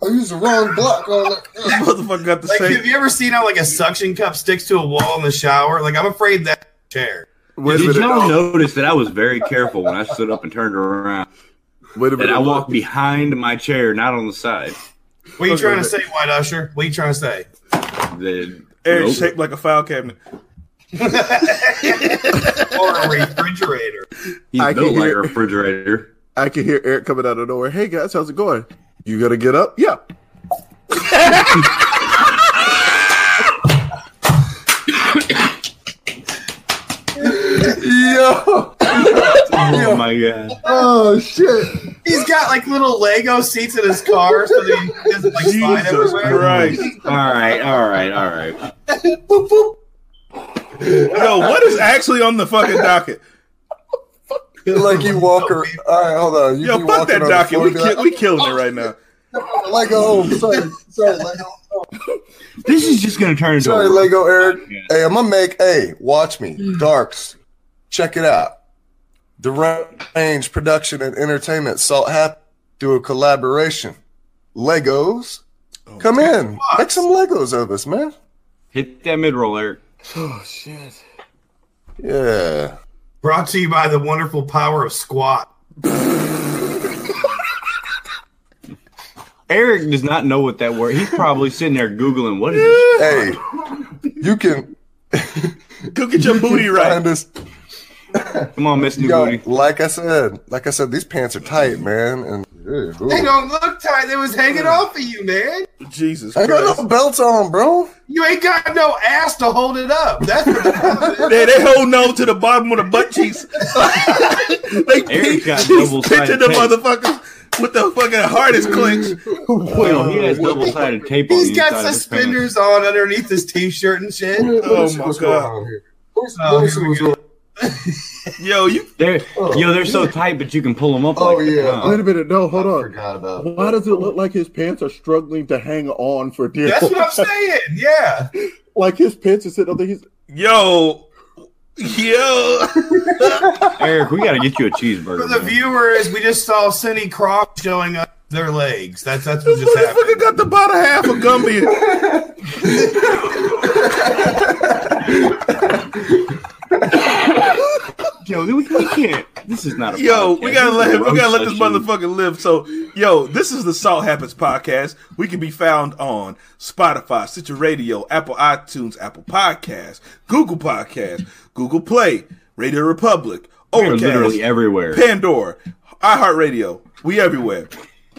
Speaker 3: I used the wrong block on
Speaker 6: <laughs>
Speaker 3: it.
Speaker 6: motherfucker got the
Speaker 7: Like,
Speaker 6: same.
Speaker 7: have you ever seen how like a suction cup sticks to a wall in the shower? Like, I'm afraid that chair.
Speaker 4: Wait a
Speaker 5: Did
Speaker 4: minute.
Speaker 5: y'all notice that I was very careful when I stood up and turned around?
Speaker 4: Wait a
Speaker 5: That
Speaker 4: minute.
Speaker 5: I walked behind my chair, not on the side.
Speaker 7: What are you
Speaker 4: Okay,
Speaker 7: trying to
Speaker 4: but-
Speaker 7: say, White Usher? What are you trying to say?
Speaker 5: The,
Speaker 6: Eric's
Speaker 5: Nope.
Speaker 6: shaped like a file cabinet.
Speaker 7: Or a refrigerator? <laughs>
Speaker 5: He's
Speaker 4: I can
Speaker 5: built like a
Speaker 4: hear- <laughs>
Speaker 5: refrigerator.
Speaker 4: I can hear Eric coming out of nowhere. Hey guys, how's it going? You gonna get up? Yeah.
Speaker 6: <laughs>
Speaker 3: Yo,
Speaker 5: Oh my god.
Speaker 3: oh shit.
Speaker 7: He's got like little Lego seats in his car, so that he doesn't like slide
Speaker 6: Jesus
Speaker 7: everywhere.
Speaker 6: Christ.
Speaker 5: All right, all right, all right.
Speaker 6: <laughs> Yo, what is actually on the fucking docket?
Speaker 3: Like you Walker. All right, hold on. You
Speaker 6: Yo,
Speaker 3: be
Speaker 6: fuck
Speaker 3: walking
Speaker 6: that
Speaker 3: on the
Speaker 6: docket.
Speaker 3: floor,
Speaker 6: We
Speaker 3: be like,
Speaker 6: kill, we killing it right now.
Speaker 3: oh, Lego. Sorry, sorry, Lego.
Speaker 5: This is just gonna turn into
Speaker 3: Sorry,
Speaker 5: a
Speaker 3: Lego Eric. Hey, I'm gonna make. Hey, watch me. Darks, check it out. Derange Production and Entertainment, Salt Hap, do a collaboration. Legos, come in. Make some Legos of us, man.
Speaker 5: hit that mid roll, Eric.
Speaker 3: Yeah.
Speaker 7: Brought to you by the wonderful power of squat.
Speaker 5: Eric does not know what that word. He's probably sitting there googling what is this?
Speaker 3: Hey, you can
Speaker 6: Go
Speaker 3: <laughs>
Speaker 6: get your booty right.
Speaker 3: find us.
Speaker 5: Come on, Miss New
Speaker 3: Yo,
Speaker 5: Booty.
Speaker 3: like I said, like I said, these pants are tight, man. And yeah, ooh.
Speaker 7: They don't look tight. They was hanging off of you, man.
Speaker 6: Jesus
Speaker 3: I got
Speaker 6: Christ.
Speaker 3: no belts on, bro.
Speaker 7: You ain't got no ass to hold it up. That's what the problem is.
Speaker 6: They, they hold no to the bottom of the
Speaker 3: <laughs>
Speaker 6: butt cheeks. they
Speaker 5: Eric
Speaker 6: <laughs>
Speaker 5: got double
Speaker 6: pitching
Speaker 5: sided
Speaker 6: the
Speaker 5: tape.
Speaker 6: motherfuckers with the fucking hardest clinch.
Speaker 5: Wait, Oh, he has double sided tape on
Speaker 7: He's
Speaker 5: the
Speaker 7: got
Speaker 5: inside of his
Speaker 7: suspenders on underneath his t-shirt and shit.
Speaker 6: Oh my God.
Speaker 7: Oh, here we go.
Speaker 6: Yo, you
Speaker 5: pants. They're, yo, they're so tight, but you can pull them up.
Speaker 3: Oh,
Speaker 5: like that,
Speaker 3: yeah.
Speaker 5: huh?
Speaker 4: Wait a minute. No, hold on.
Speaker 3: Forgot about it.
Speaker 4: Why does it look like his pants are struggling to hang on for dear
Speaker 7: That's
Speaker 4: life?
Speaker 7: what I'm saying. Yeah.
Speaker 4: Like his pants are sitting up there. He's
Speaker 6: Yo, yo,
Speaker 5: Eric, we gotta get you a
Speaker 7: For
Speaker 5: cheeseburger.
Speaker 7: the
Speaker 5: man.
Speaker 7: viewers, we just saw Cindy Croft showing up their legs. That's that's what
Speaker 6: this
Speaker 7: just
Speaker 6: motherfucker
Speaker 7: happened.
Speaker 6: got the bottom half of Gumby.
Speaker 5: Yo, we, we can't. This is not a
Speaker 6: Yo,
Speaker 5: podcast.
Speaker 6: we gotta
Speaker 5: is a
Speaker 6: let him, we gotta let
Speaker 5: roast
Speaker 6: this
Speaker 5: session.
Speaker 6: motherfucker live. So, yo, this is the Salt Happens podcast. We can be found on Spotify, Stitcher Radio, Apple iTunes, Apple Podcasts, Google Podcasts, Google Play, Radio Republic,
Speaker 5: We're literally
Speaker 6: Overcast,
Speaker 5: everywhere.
Speaker 6: Pandora, iHeartRadio. We everywhere.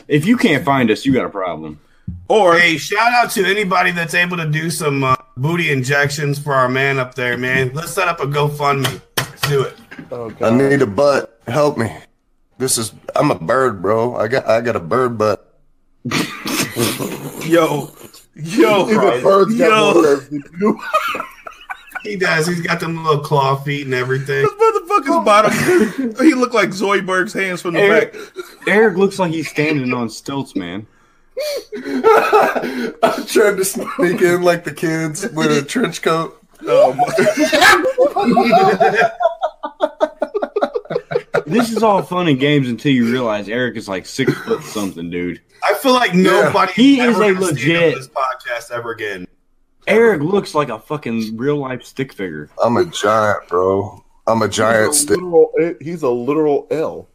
Speaker 5: If you can't find us, you got a problem.
Speaker 6: Or
Speaker 7: Hey, shout out to anybody that's able to do some uh, booty injections for our man up there, man. Let's set up a GoFundMe. Let's do it.
Speaker 3: I need a butt. Help me. This is I'm a bird, bro. I got I got a bird butt.
Speaker 6: yo,
Speaker 4: <laughs>
Speaker 6: yo,
Speaker 4: even birds got more
Speaker 6: yo,
Speaker 4: nerves than you.
Speaker 7: He does. He's got them little claw feet and everything.
Speaker 6: this motherfucker's bottom. <laughs> he looked like Zoidberg's hands from the
Speaker 5: Eric,
Speaker 6: back.
Speaker 5: Eric looks like he's standing on stilts, man.
Speaker 3: <laughs> I'm trying to sneak in like the kids with a trench coat.
Speaker 6: Oh my.
Speaker 5: this is all fun and games until you realize Eric is like six foot something, dude.
Speaker 7: I feel like nobody
Speaker 5: He is
Speaker 7: ever
Speaker 5: a
Speaker 7: gonna stand
Speaker 5: legit-
Speaker 7: up to this podcast ever again.
Speaker 5: Eric looks like a fucking real life stick figure.
Speaker 3: <laughs> I'm a giant, bro. I'm a giant
Speaker 4: He's a
Speaker 3: stick.
Speaker 4: literal, he's a literal L.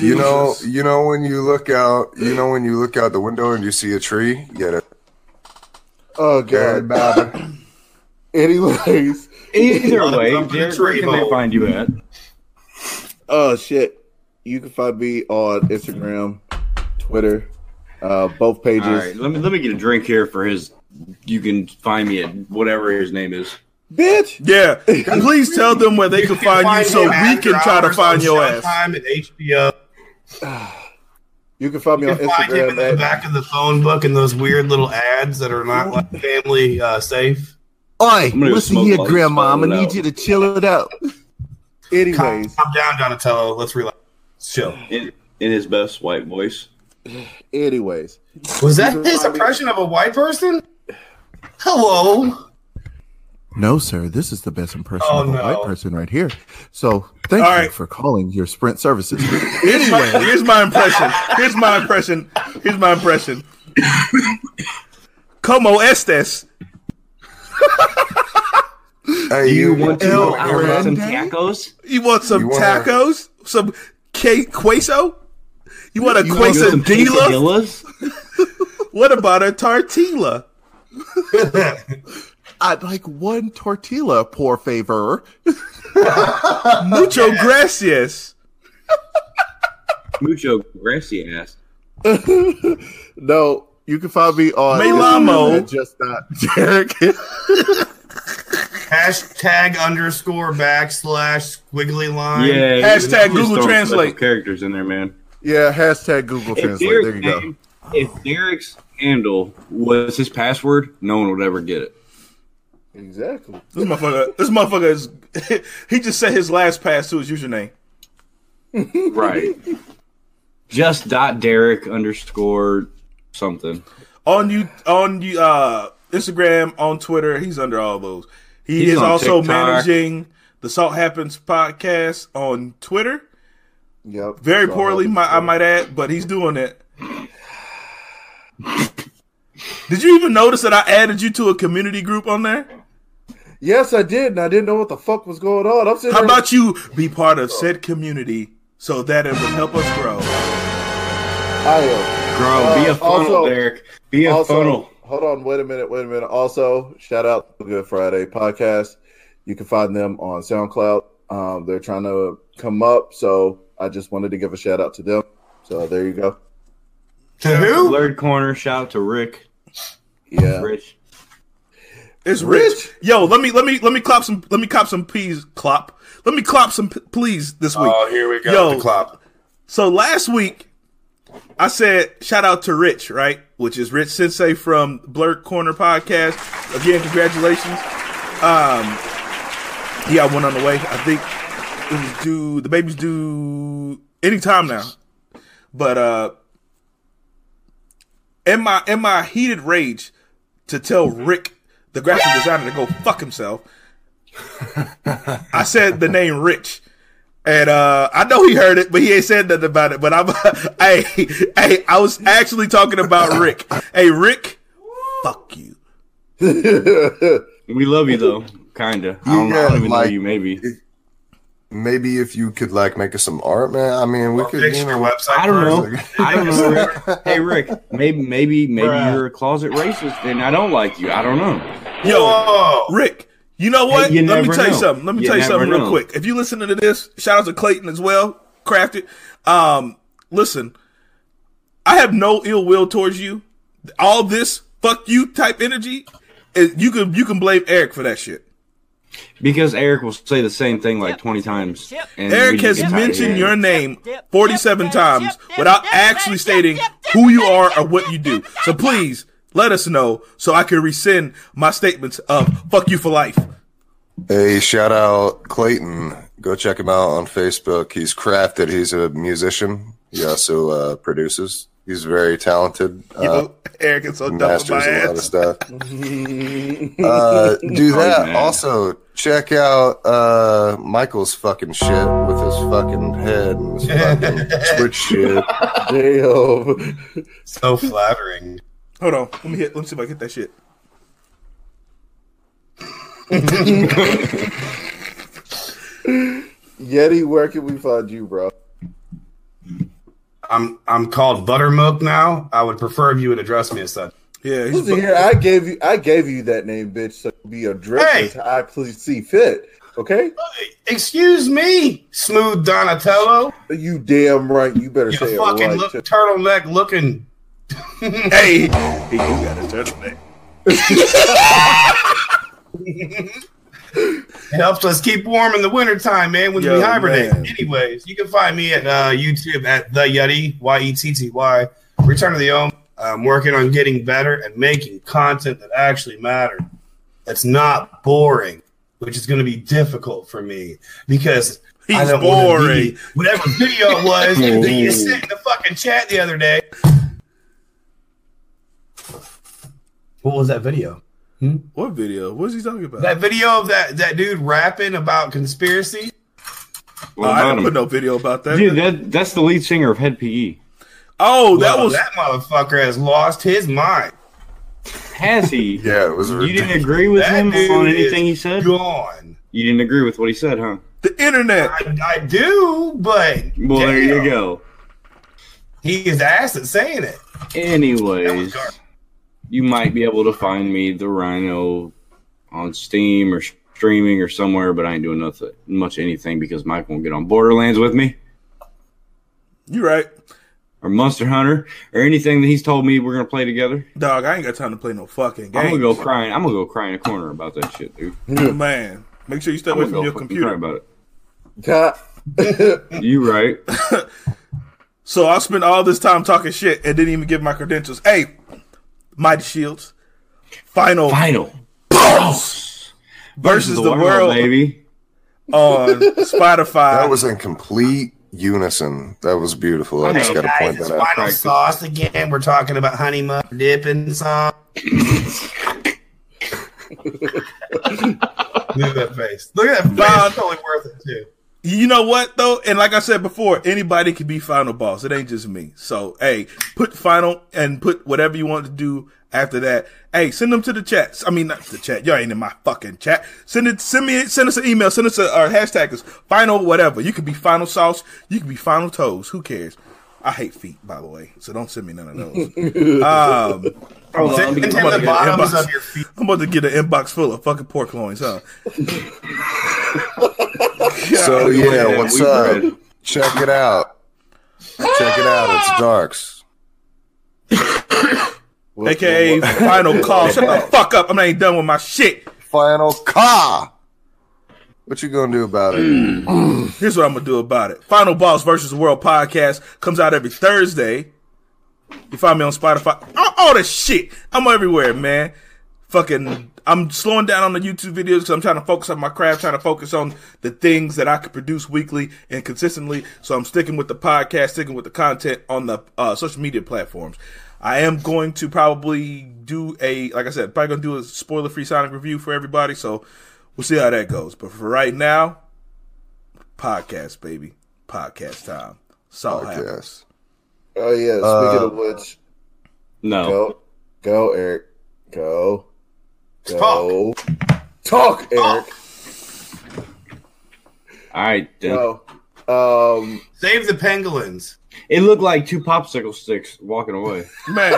Speaker 3: You know,
Speaker 6: Jesus.
Speaker 3: you know when you look out, you know when you look out the window and you see a tree. Yeah, that-
Speaker 4: Oh
Speaker 3: yeah,
Speaker 4: god.
Speaker 3: man.
Speaker 4: Anyways, <laughs>
Speaker 5: Either way,
Speaker 7: Up in the
Speaker 5: Derek, where
Speaker 7: tree
Speaker 5: can they
Speaker 7: hole.
Speaker 5: find you at?
Speaker 4: oh shit. You can find me on Instagram, Twitter, uh, both pages.
Speaker 5: All right, let me let me get a drink here for his. You can find me at whatever his name is.
Speaker 4: Bitch. <laughs>
Speaker 6: Yeah, please tell them where they can find you so
Speaker 7: him
Speaker 6: we
Speaker 7: after
Speaker 6: can try to
Speaker 7: hours
Speaker 6: find
Speaker 7: on
Speaker 6: your ass.
Speaker 7: Showtime at HBO.
Speaker 4: You can find me
Speaker 7: You
Speaker 4: on
Speaker 7: can find him in
Speaker 4: Instagram.
Speaker 7: the
Speaker 4: at-
Speaker 7: back of the phone book and those weird little ads that are not like family uh, safe.
Speaker 9: Oi,
Speaker 5: gonna go
Speaker 9: listen
Speaker 5: smoke
Speaker 9: here,
Speaker 5: while you
Speaker 9: Grandma. I'm
Speaker 5: spell it
Speaker 9: gonna need
Speaker 5: out.
Speaker 9: you to chill it out.
Speaker 4: Anyways,
Speaker 7: Calm down, Donatello. Let's relax. Chill.
Speaker 5: In, in his best white voice.
Speaker 4: anyways.
Speaker 7: Was that his impression of a white person? Hello.
Speaker 9: No, sir. This is the best impression
Speaker 7: Oh,
Speaker 9: of a
Speaker 7: no.
Speaker 9: white person right here. So thank
Speaker 6: All
Speaker 9: you
Speaker 6: right.
Speaker 9: for calling your Sprint services. <laughs>
Speaker 6: Here's my, here's my impression. Here's my impression. Here's my impression. Como estas?
Speaker 3: <coughs> Hey, you, want
Speaker 9: to
Speaker 3: you
Speaker 9: know
Speaker 3: wanna hear
Speaker 9: our
Speaker 3: about-
Speaker 9: end?
Speaker 5: tacos?
Speaker 6: You want some
Speaker 3: You wanna-
Speaker 6: tacos? Some que- queso? You want a
Speaker 9: You want
Speaker 5: Some
Speaker 6: quesadilla?
Speaker 5: quesadillas?
Speaker 6: What about a tortilla?
Speaker 9: I'd like one tortilla, por favor.
Speaker 6: Mucho gracias.
Speaker 5: Mucho grassy ass.
Speaker 4: No, you can find me on
Speaker 6: Melamo.
Speaker 4: Instagram at just not Derek. <laughs>
Speaker 7: Hashtag underscore backslash squiggly line.
Speaker 5: Yeah. just
Speaker 6: Hashtag Google
Speaker 5: throw special
Speaker 6: Translate.
Speaker 5: Characters in there, man.
Speaker 4: yeah, hashtag Google
Speaker 5: If,
Speaker 4: Translate. There
Speaker 5: Derek
Speaker 4: you go.
Speaker 5: name- if Derek's handle was his password, no one would ever get it.
Speaker 4: Exactly.
Speaker 6: This motherfucker, this motherfucker is. <laughs> he just said his last pass to his username.
Speaker 5: Right. Just dot Derek underscore something.
Speaker 6: on you on you uh Instagram, on Twitter, he's under all those. He
Speaker 5: He's
Speaker 6: is
Speaker 5: on
Speaker 6: also
Speaker 5: TikTok.
Speaker 6: managing the Salt Happens podcast on Twitter.
Speaker 4: Yep.
Speaker 6: Very
Speaker 4: So,
Speaker 6: poorly, my, I might add, but he's doing it. Did you even notice that I added you to a community group on there?
Speaker 4: Yes, I did, and I didn't know what the fuck was going on. I'm sitting
Speaker 6: How
Speaker 4: here-
Speaker 6: about you be part of said community so that it would help us grow?
Speaker 4: I am.
Speaker 5: Bro, be a funnel,
Speaker 4: also-
Speaker 5: Derek. Be a
Speaker 4: also,
Speaker 5: funnel.
Speaker 4: hold on, wait a minute, wait a minute. Also, shout out to the Good Friday podcast. You can find them on SoundCloud. Um, they're trying to come up, so I just wanted to give a shout out to them. So there you go.
Speaker 7: To who?
Speaker 5: Blurred corner. Shout out to Rick.
Speaker 4: Yeah.
Speaker 5: Rich.
Speaker 6: It's
Speaker 4: Rich.
Speaker 6: rich. Yo, let me let me let me clop some let me cop some peas clop. Let me clop some p- please this week.
Speaker 7: Oh, here we go.
Speaker 6: Yo.
Speaker 7: The clop.
Speaker 6: So last week, I said shout out to Rich, right? Which is Rich Sensei from Blurred Corner Podcast. Again, congratulations. Um, yeah, I went on the way. I think it was due. The baby's due anytime now. But uh, in my in my heated rage to tell Rick, the graphic designer, to go fuck himself, <laughs> I said the name Rich. And uh, I know he heard it, but he ain't said nothing about it. But I'm, <laughs> hey, hey, I was actually talking about Rick. Hey, Rick, fuck you.
Speaker 3: <laughs>
Speaker 5: We love you though. Kinda. I don't, I
Speaker 3: Yeah,
Speaker 5: don't even
Speaker 3: like-
Speaker 5: know you. Maybe.
Speaker 3: Maybe if you could like make us some art, man. I mean, we
Speaker 7: Or
Speaker 3: could.
Speaker 7: fix
Speaker 3: You
Speaker 7: your
Speaker 3: know,
Speaker 7: website.
Speaker 5: I don't
Speaker 7: first.
Speaker 5: know. I don't know. <laughs> Rick. Hey Rick, maybe maybe maybe you're a closet racist and I don't like you. I don't know.
Speaker 6: Yo,
Speaker 7: Whoa.
Speaker 6: Rick, you know what?
Speaker 5: you
Speaker 6: Let me
Speaker 5: never
Speaker 6: tell you
Speaker 5: know.
Speaker 6: something. Let me
Speaker 5: You
Speaker 6: tell you
Speaker 5: never
Speaker 6: something real
Speaker 5: know.
Speaker 6: quick. If you listening to this, shout out to Clayton as well, crafted. Um, listen, I have no ill will towards you. All this fuck you type energy, eh, you can you can blame Eric for that shit.
Speaker 5: Because Eric will say the same thing like twenty times. and we
Speaker 6: Eric
Speaker 5: just
Speaker 6: has
Speaker 5: get tired of
Speaker 6: mentioned
Speaker 5: hearing
Speaker 6: your
Speaker 5: it.
Speaker 6: name 47 times without actually stating who you are or what you do. So please let us know so I can rescind my statements of fuck you for life.
Speaker 3: hey, shout out Clayton. Go check him out on Facebook. He's crafted. He's a musician. He also uh, produces. He's very talented.
Speaker 6: You
Speaker 3: Uh,
Speaker 6: know, Eric is so dumb with
Speaker 3: masters
Speaker 6: my
Speaker 3: a lot of
Speaker 6: ass.
Speaker 3: stuff. Uh, do that.
Speaker 5: man.
Speaker 3: Also, check out uh, Michael's fucking shit with his fucking head and his fucking switch shit.
Speaker 4: Damn.
Speaker 7: So flattering.
Speaker 6: Hold on, let me hit. Let me see if I get that shit.
Speaker 4: Yeti, where can we find you, bro?
Speaker 7: I'm I'm called buttermilk now. I would prefer if you would address me as such.
Speaker 6: Yeah, he's
Speaker 4: Listen here, I gave you I gave you that name, bitch, so be addressed
Speaker 7: Hey.
Speaker 4: as I please see fit. Okay?
Speaker 7: Excuse me, smooth Donatello.
Speaker 4: You damn right. You better
Speaker 7: You
Speaker 4: say it
Speaker 7: fucking
Speaker 4: right.
Speaker 7: look,
Speaker 4: too.
Speaker 7: turtleneck looking.
Speaker 6: hey, he do got a turtleneck.
Speaker 7: <laughs> It helps us keep warm in the wintertime, man, when
Speaker 6: Yo,
Speaker 7: we hibernate.
Speaker 6: man.
Speaker 7: Anyways, you can find me at uh, YouTube at The Yeti, Y E T T Y. Return to the Ohm. I'm working on getting better and making content that actually matters. That's not boring, which is going to be difficult for me because I
Speaker 6: He's
Speaker 7: don't wanna
Speaker 6: boring.
Speaker 7: be- Whatever video it
Speaker 6: <laughs>
Speaker 7: was that you sent in the fucking chat the other day. What was that video?
Speaker 6: What video? What is he talking about?
Speaker 7: That video of that, that dude rapping about conspiracy?
Speaker 6: Oh,
Speaker 5: What
Speaker 6: I
Speaker 5: about
Speaker 6: didn't put
Speaker 5: him?
Speaker 6: no video about that.
Speaker 5: Dude, that that's the lead singer of Head E. PE.
Speaker 6: oh, that
Speaker 7: Well,
Speaker 6: was
Speaker 7: that motherfucker has lost his mind.
Speaker 5: Has he?
Speaker 3: Yeah, it was
Speaker 5: You didn't
Speaker 3: ridiculous.
Speaker 5: agree with
Speaker 7: That
Speaker 5: him
Speaker 7: dude
Speaker 5: on anything
Speaker 7: is
Speaker 5: he said?
Speaker 7: Gone.
Speaker 5: You didn't agree with what he said, huh?
Speaker 6: the internet.
Speaker 7: I, I do, but
Speaker 5: Well, there
Speaker 7: damn,
Speaker 5: you go.
Speaker 7: He is ass at saying it.
Speaker 5: Anyways,
Speaker 7: That was
Speaker 5: you might be able to find me the Rhino on Steam or streaming or somewhere, but I ain't doing nothing much anything because Mike won't get on Borderlands with me
Speaker 6: You right,
Speaker 5: or Monster Hunter or anything that he's told me we're gonna play together.
Speaker 6: dog. I ain't got time to play no fucking game.
Speaker 5: I'm gonna go crying. I'm gonna go cry in a corner about that shit, dude.
Speaker 6: man. Make sure you stay
Speaker 5: I'm
Speaker 6: away
Speaker 5: gonna
Speaker 6: from
Speaker 5: go
Speaker 6: your
Speaker 5: fucking cry about
Speaker 6: computer.
Speaker 5: it.
Speaker 4: God.
Speaker 5: You
Speaker 6: <laughs>
Speaker 5: right?
Speaker 6: So I spent all this time talking shit and didn't even give my credentials. Hey, Mighty Shields, final
Speaker 5: Final
Speaker 6: versus the, world,
Speaker 5: baby.
Speaker 6: on Spotify.
Speaker 3: That was in complete unison. That was beautiful. I just
Speaker 7: Hey
Speaker 3: got to
Speaker 7: guys,
Speaker 3: point
Speaker 7: it's
Speaker 3: that out.
Speaker 7: final
Speaker 5: Practice.
Speaker 7: sauce again. We're talking about honey mustard dipping
Speaker 5: <laughs>
Speaker 7: sauce. Look at that face. Look at that face. It's totally worth it too.
Speaker 6: You know what though, and like I said before, anybody can be final boss. It ain't just me. So hey, put final and put whatever you want to do after that. Hey, send them to the chat. I mean, not the chat. Y'all ain't in my fucking chat. Send it. Send me. Send us an email. Send us a our hashtag is final whatever. You could be final sauce. You could be final toes. Who cares? I hate feet, by the way. So don't send me none of those. um,
Speaker 5: Hold on, let me
Speaker 7: Send
Speaker 5: get-
Speaker 7: him the
Speaker 6: about to get an
Speaker 7: bottoms
Speaker 6: inbox.
Speaker 7: of your feet.
Speaker 6: I'm about to get an inbox full of fucking pork loins, huh?
Speaker 3: <laughs> So yeah,
Speaker 5: Yeah,
Speaker 3: what's
Speaker 5: we
Speaker 3: up?
Speaker 5: read.
Speaker 3: Check it out. Check it out. It's Darks.
Speaker 6: AKA final call. Shut the fuck up. I'm not even done with my shit.
Speaker 3: Final car. What you gonna do about it?
Speaker 6: Here's what I'm gonna do about it. Final Boss versus World podcast comes out every Thursday. You find me on Spotify. All, all the shit. I'm everywhere, man. Fucking, I'm slowing down on the YouTube videos because I'm trying to focus on my craft, trying to focus on the things that I could produce weekly and consistently. So I'm sticking with the podcast, sticking with the content on the uh, social media platforms. I am going to probably do a, like I said, probably gonna do a spoiler free Sonic review for everybody. So we'll see how that goes. But for right now, podcast, baby. Podcast time. So happy.
Speaker 3: Podcast.
Speaker 4: Oh yeah. Speaking
Speaker 3: Uh,
Speaker 4: of which,
Speaker 5: No.
Speaker 4: go, go, Eric, go, go,
Speaker 7: Talk.
Speaker 4: talk, Eric,
Speaker 5: All right, then.
Speaker 4: go. Um,
Speaker 7: Save the pangolins.
Speaker 5: It looked like two popsicle sticks walking
Speaker 6: <laughs>
Speaker 5: away.
Speaker 6: Man.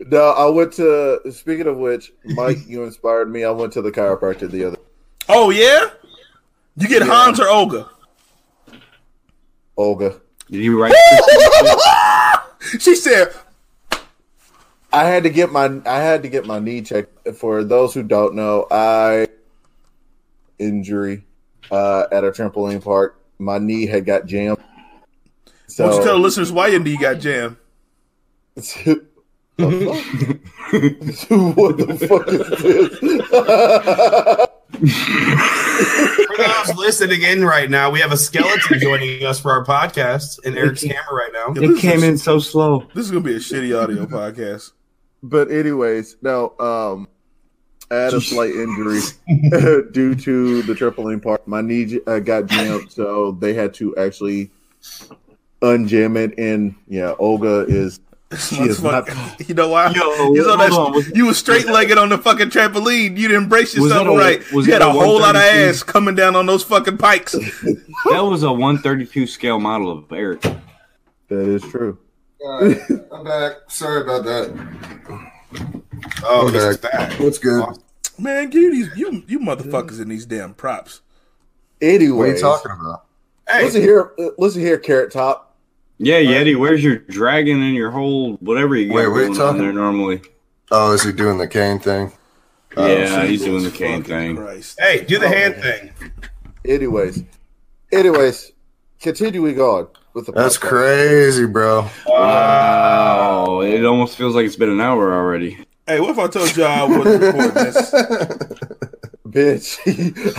Speaker 4: no, I went to. Speaking of which, Mike, you inspired me. I went to the chiropractor the other.
Speaker 6: Oh yeah? You get Hans or Olga.
Speaker 4: Olga,
Speaker 5: Did you write?
Speaker 6: She said,
Speaker 4: I had to get my I had to get my knee checked. For those who don't know, I injury uh, at a trampoline park. My knee had got jammed. So
Speaker 6: Won't you
Speaker 5: "Oh."
Speaker 6: tell the listeners why your knee got jammed?
Speaker 4: <laughs> what the fuck is this?
Speaker 7: For
Speaker 5: <laughs>
Speaker 7: those listening in right now, we have a skeleton joining us for our podcast and
Speaker 5: <laughs>
Speaker 7: Eric's camera right now.
Speaker 5: It came in so slow.
Speaker 6: This is gonna be a shitty audio podcast. <laughs>
Speaker 4: But anyways, now um, I had a slight injury <laughs> due to the trampoline park. My knee j- uh, got jammed, so they had to actually unjam it. And yeah, Olga is she is not.
Speaker 6: Motherfucker. <laughs> you know why?
Speaker 5: Yo,
Speaker 6: He's
Speaker 5: hold
Speaker 6: on that-
Speaker 5: on. Was-
Speaker 6: you was straight legged on the fucking trampoline. You didn't brace
Speaker 5: Was
Speaker 6: yourself
Speaker 5: that a-
Speaker 6: right.
Speaker 5: was
Speaker 6: you had
Speaker 5: that
Speaker 6: a
Speaker 5: a
Speaker 6: whole lot of
Speaker 5: 132?
Speaker 6: ass coming down on those
Speaker 5: <laughs>
Speaker 6: fucking pikes.
Speaker 5: That was a 132 scale model of Eric.
Speaker 4: That is true.
Speaker 3: Alright, I'm back. Sorry about that.
Speaker 7: Oh,
Speaker 3: I'm
Speaker 7: he's
Speaker 3: back.
Speaker 7: back.
Speaker 3: What's good?
Speaker 6: Man, give you these you you motherfuckers in these damn props.
Speaker 4: Anyways,
Speaker 3: What are you talking about?
Speaker 4: Listen
Speaker 7: Hey,
Speaker 4: here, uh, listen here, Carrot Top.
Speaker 5: Yeah, Yeti, where's your dragon and your whole whatever you got
Speaker 3: Wait, what are you
Speaker 5: going on
Speaker 3: talking-
Speaker 5: there normally?
Speaker 3: Oh, is he doing the cane thing?
Speaker 5: yeah, he's doing the cane
Speaker 6: Fucking
Speaker 5: thing.
Speaker 6: Christ.
Speaker 7: hey, do the hand thing.
Speaker 4: Anyways, anyways, continuing on with the
Speaker 3: That's
Speaker 4: podcast.
Speaker 3: crazy, bro.
Speaker 5: Wow. Oh, It almost feels like it's been an hour already.
Speaker 6: Hey, what if I told y'all I wouldn't
Speaker 5: <laughs>
Speaker 6: record this?
Speaker 4: bitch.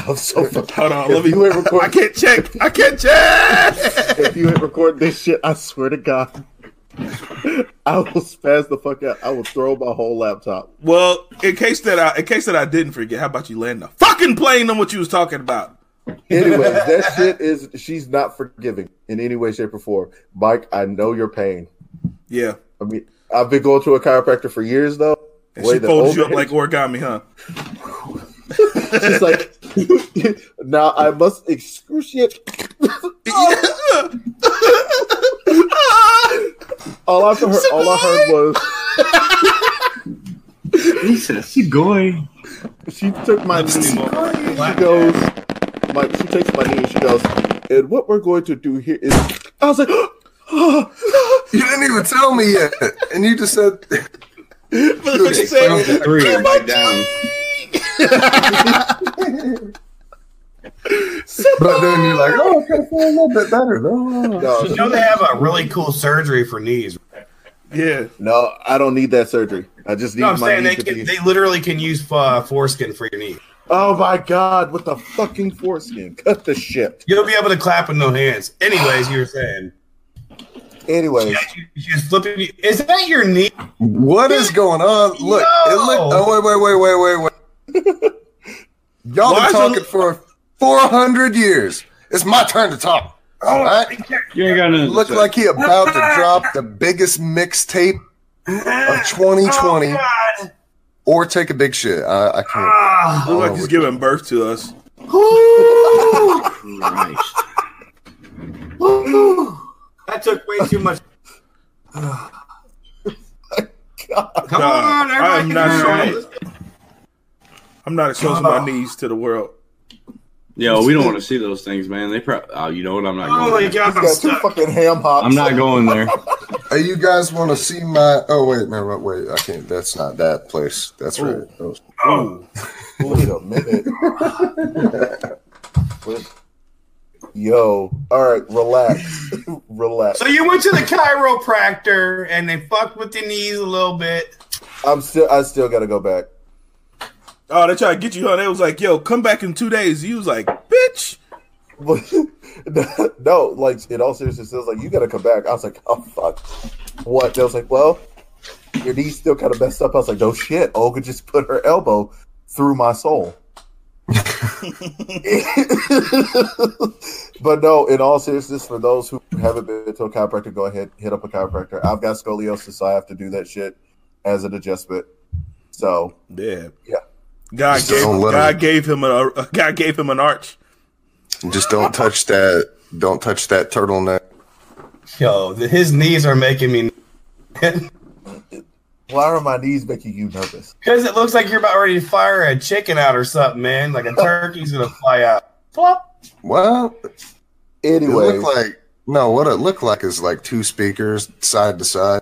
Speaker 4: <laughs> I'm so fucking.
Speaker 6: Hold on, let
Speaker 4: If you
Speaker 6: me.
Speaker 4: ain't record,
Speaker 6: I can't check. I can't check.
Speaker 4: if you ain't record this shit, I swear to God, I will spaz the fuck out. I will throw my whole laptop.
Speaker 6: Well, in case that I in case that I didn't forget, how about you land the fucking plane on what you was talking about?
Speaker 4: Anyways, that shit is she's not forgiving in any way, shape, or form. Mike, I know your pain.
Speaker 6: Yeah,
Speaker 4: I mean, I've been going to a chiropractor for years though.
Speaker 6: and
Speaker 4: Way
Speaker 6: she
Speaker 4: the
Speaker 6: folds
Speaker 4: old
Speaker 6: you up
Speaker 4: man-
Speaker 6: like origami, huh?
Speaker 4: <laughs> she's like, <laughs> now I must
Speaker 6: <laughs>
Speaker 4: excruciate. all I heard, all I heard was
Speaker 5: Jesus. going.
Speaker 4: she took my knee. She goes, like she takes my knee and she goes, and what we're going to do here is, I was like, <gasps>
Speaker 3: You didn't even tell me yet, and you just said <laughs>
Speaker 6: Motherfucker
Speaker 5: Down
Speaker 6: said,
Speaker 5: to three and back down.
Speaker 3: But then you're like, oh, okay, feel a little bit better though.
Speaker 4: no,
Speaker 7: You know they have a really cool surgery for knees.
Speaker 6: Yeah,
Speaker 4: no, I don't need that surgery. I just need
Speaker 7: No, I'm
Speaker 4: my
Speaker 7: saying
Speaker 4: knee
Speaker 7: they
Speaker 4: to be.
Speaker 7: can, they literally can use uh, foreskin for your knee.
Speaker 4: oh my god, with the fucking foreskin, cut the shit.
Speaker 7: You'll be able to clap with no hands. Anyways, you were saying
Speaker 4: Anyways,
Speaker 7: she's flipping. You. Is that your knee?
Speaker 3: What is going on? Look, it looked. Oh wait, wait, wait, wait, wait, wait. Y'all
Speaker 6: Why
Speaker 3: been
Speaker 6: is it-
Speaker 3: talking for four hundred years. It's my turn to talk. All right.
Speaker 5: You ain't got nothing. to
Speaker 3: Looked
Speaker 5: say.
Speaker 3: like he about to drop the biggest mixtape of 2020,
Speaker 7: God.
Speaker 3: or take a big shit. I, I can't.
Speaker 7: Ah.
Speaker 6: look like he's giving birth to us.
Speaker 5: Christ.
Speaker 7: That took way too much. <sighs> Come
Speaker 6: God,
Speaker 7: on,
Speaker 6: I
Speaker 7: everybody
Speaker 6: am
Speaker 7: can
Speaker 6: not
Speaker 7: do
Speaker 6: showing-
Speaker 7: it.
Speaker 6: I'm not exposing my knees to the world.
Speaker 5: <laughs> Yo, we don't want to see those things, man. They probably. Oh, you know what? I'm not
Speaker 7: Oh
Speaker 5: going.
Speaker 7: my
Speaker 5: there.
Speaker 7: god, I'm
Speaker 4: got two
Speaker 7: stuck.
Speaker 4: fucking ham hops.
Speaker 5: I'm not going there.
Speaker 3: Hey, you guys want to see my? Oh wait, no, wait, wait. I can't. That's not that place. That's right. Oh,
Speaker 7: Oh.
Speaker 4: Wait a
Speaker 7: <laughs>
Speaker 4: minute. Wait. Yo, all right, relax, relax.
Speaker 7: So you went to the chiropractor and they fucked with your knees a little bit.
Speaker 4: I'm still, I still gotta go back.
Speaker 6: Oh, they tried to get you, huh? They was like, "Yo, come back in two days." You was like, "Bitch,
Speaker 4: <laughs> no, like in all seriousness, it was like you gotta come back. I was like, oh fuck, what? They was like, well, your knee's still kind of messed up. I was like, no shit. Olga just put her elbow through my soul. <laughs> but no, in all seriousness, for those who haven't been to a chiropractor, go ahead, hit up a chiropractor. I've got scoliosis, so I have to do that shit as an adjustment. So
Speaker 6: yeah,
Speaker 4: Yeah.
Speaker 6: God
Speaker 3: Just
Speaker 6: gave
Speaker 3: don't let
Speaker 6: God
Speaker 3: him-
Speaker 6: gave him an uh, God gave him an arch.
Speaker 3: just don't touch that. Don't touch that turtleneck.
Speaker 7: Yo, the, his knees are making me.
Speaker 4: why are my knees making you nervous?
Speaker 7: Because it looks like you're about ready to fire a chicken out or something, man. Like a turkey's gonna fly out. Plop.
Speaker 3: Well, It
Speaker 4: Anyway,
Speaker 3: looked like no. What it looked like is like two speakers side to side.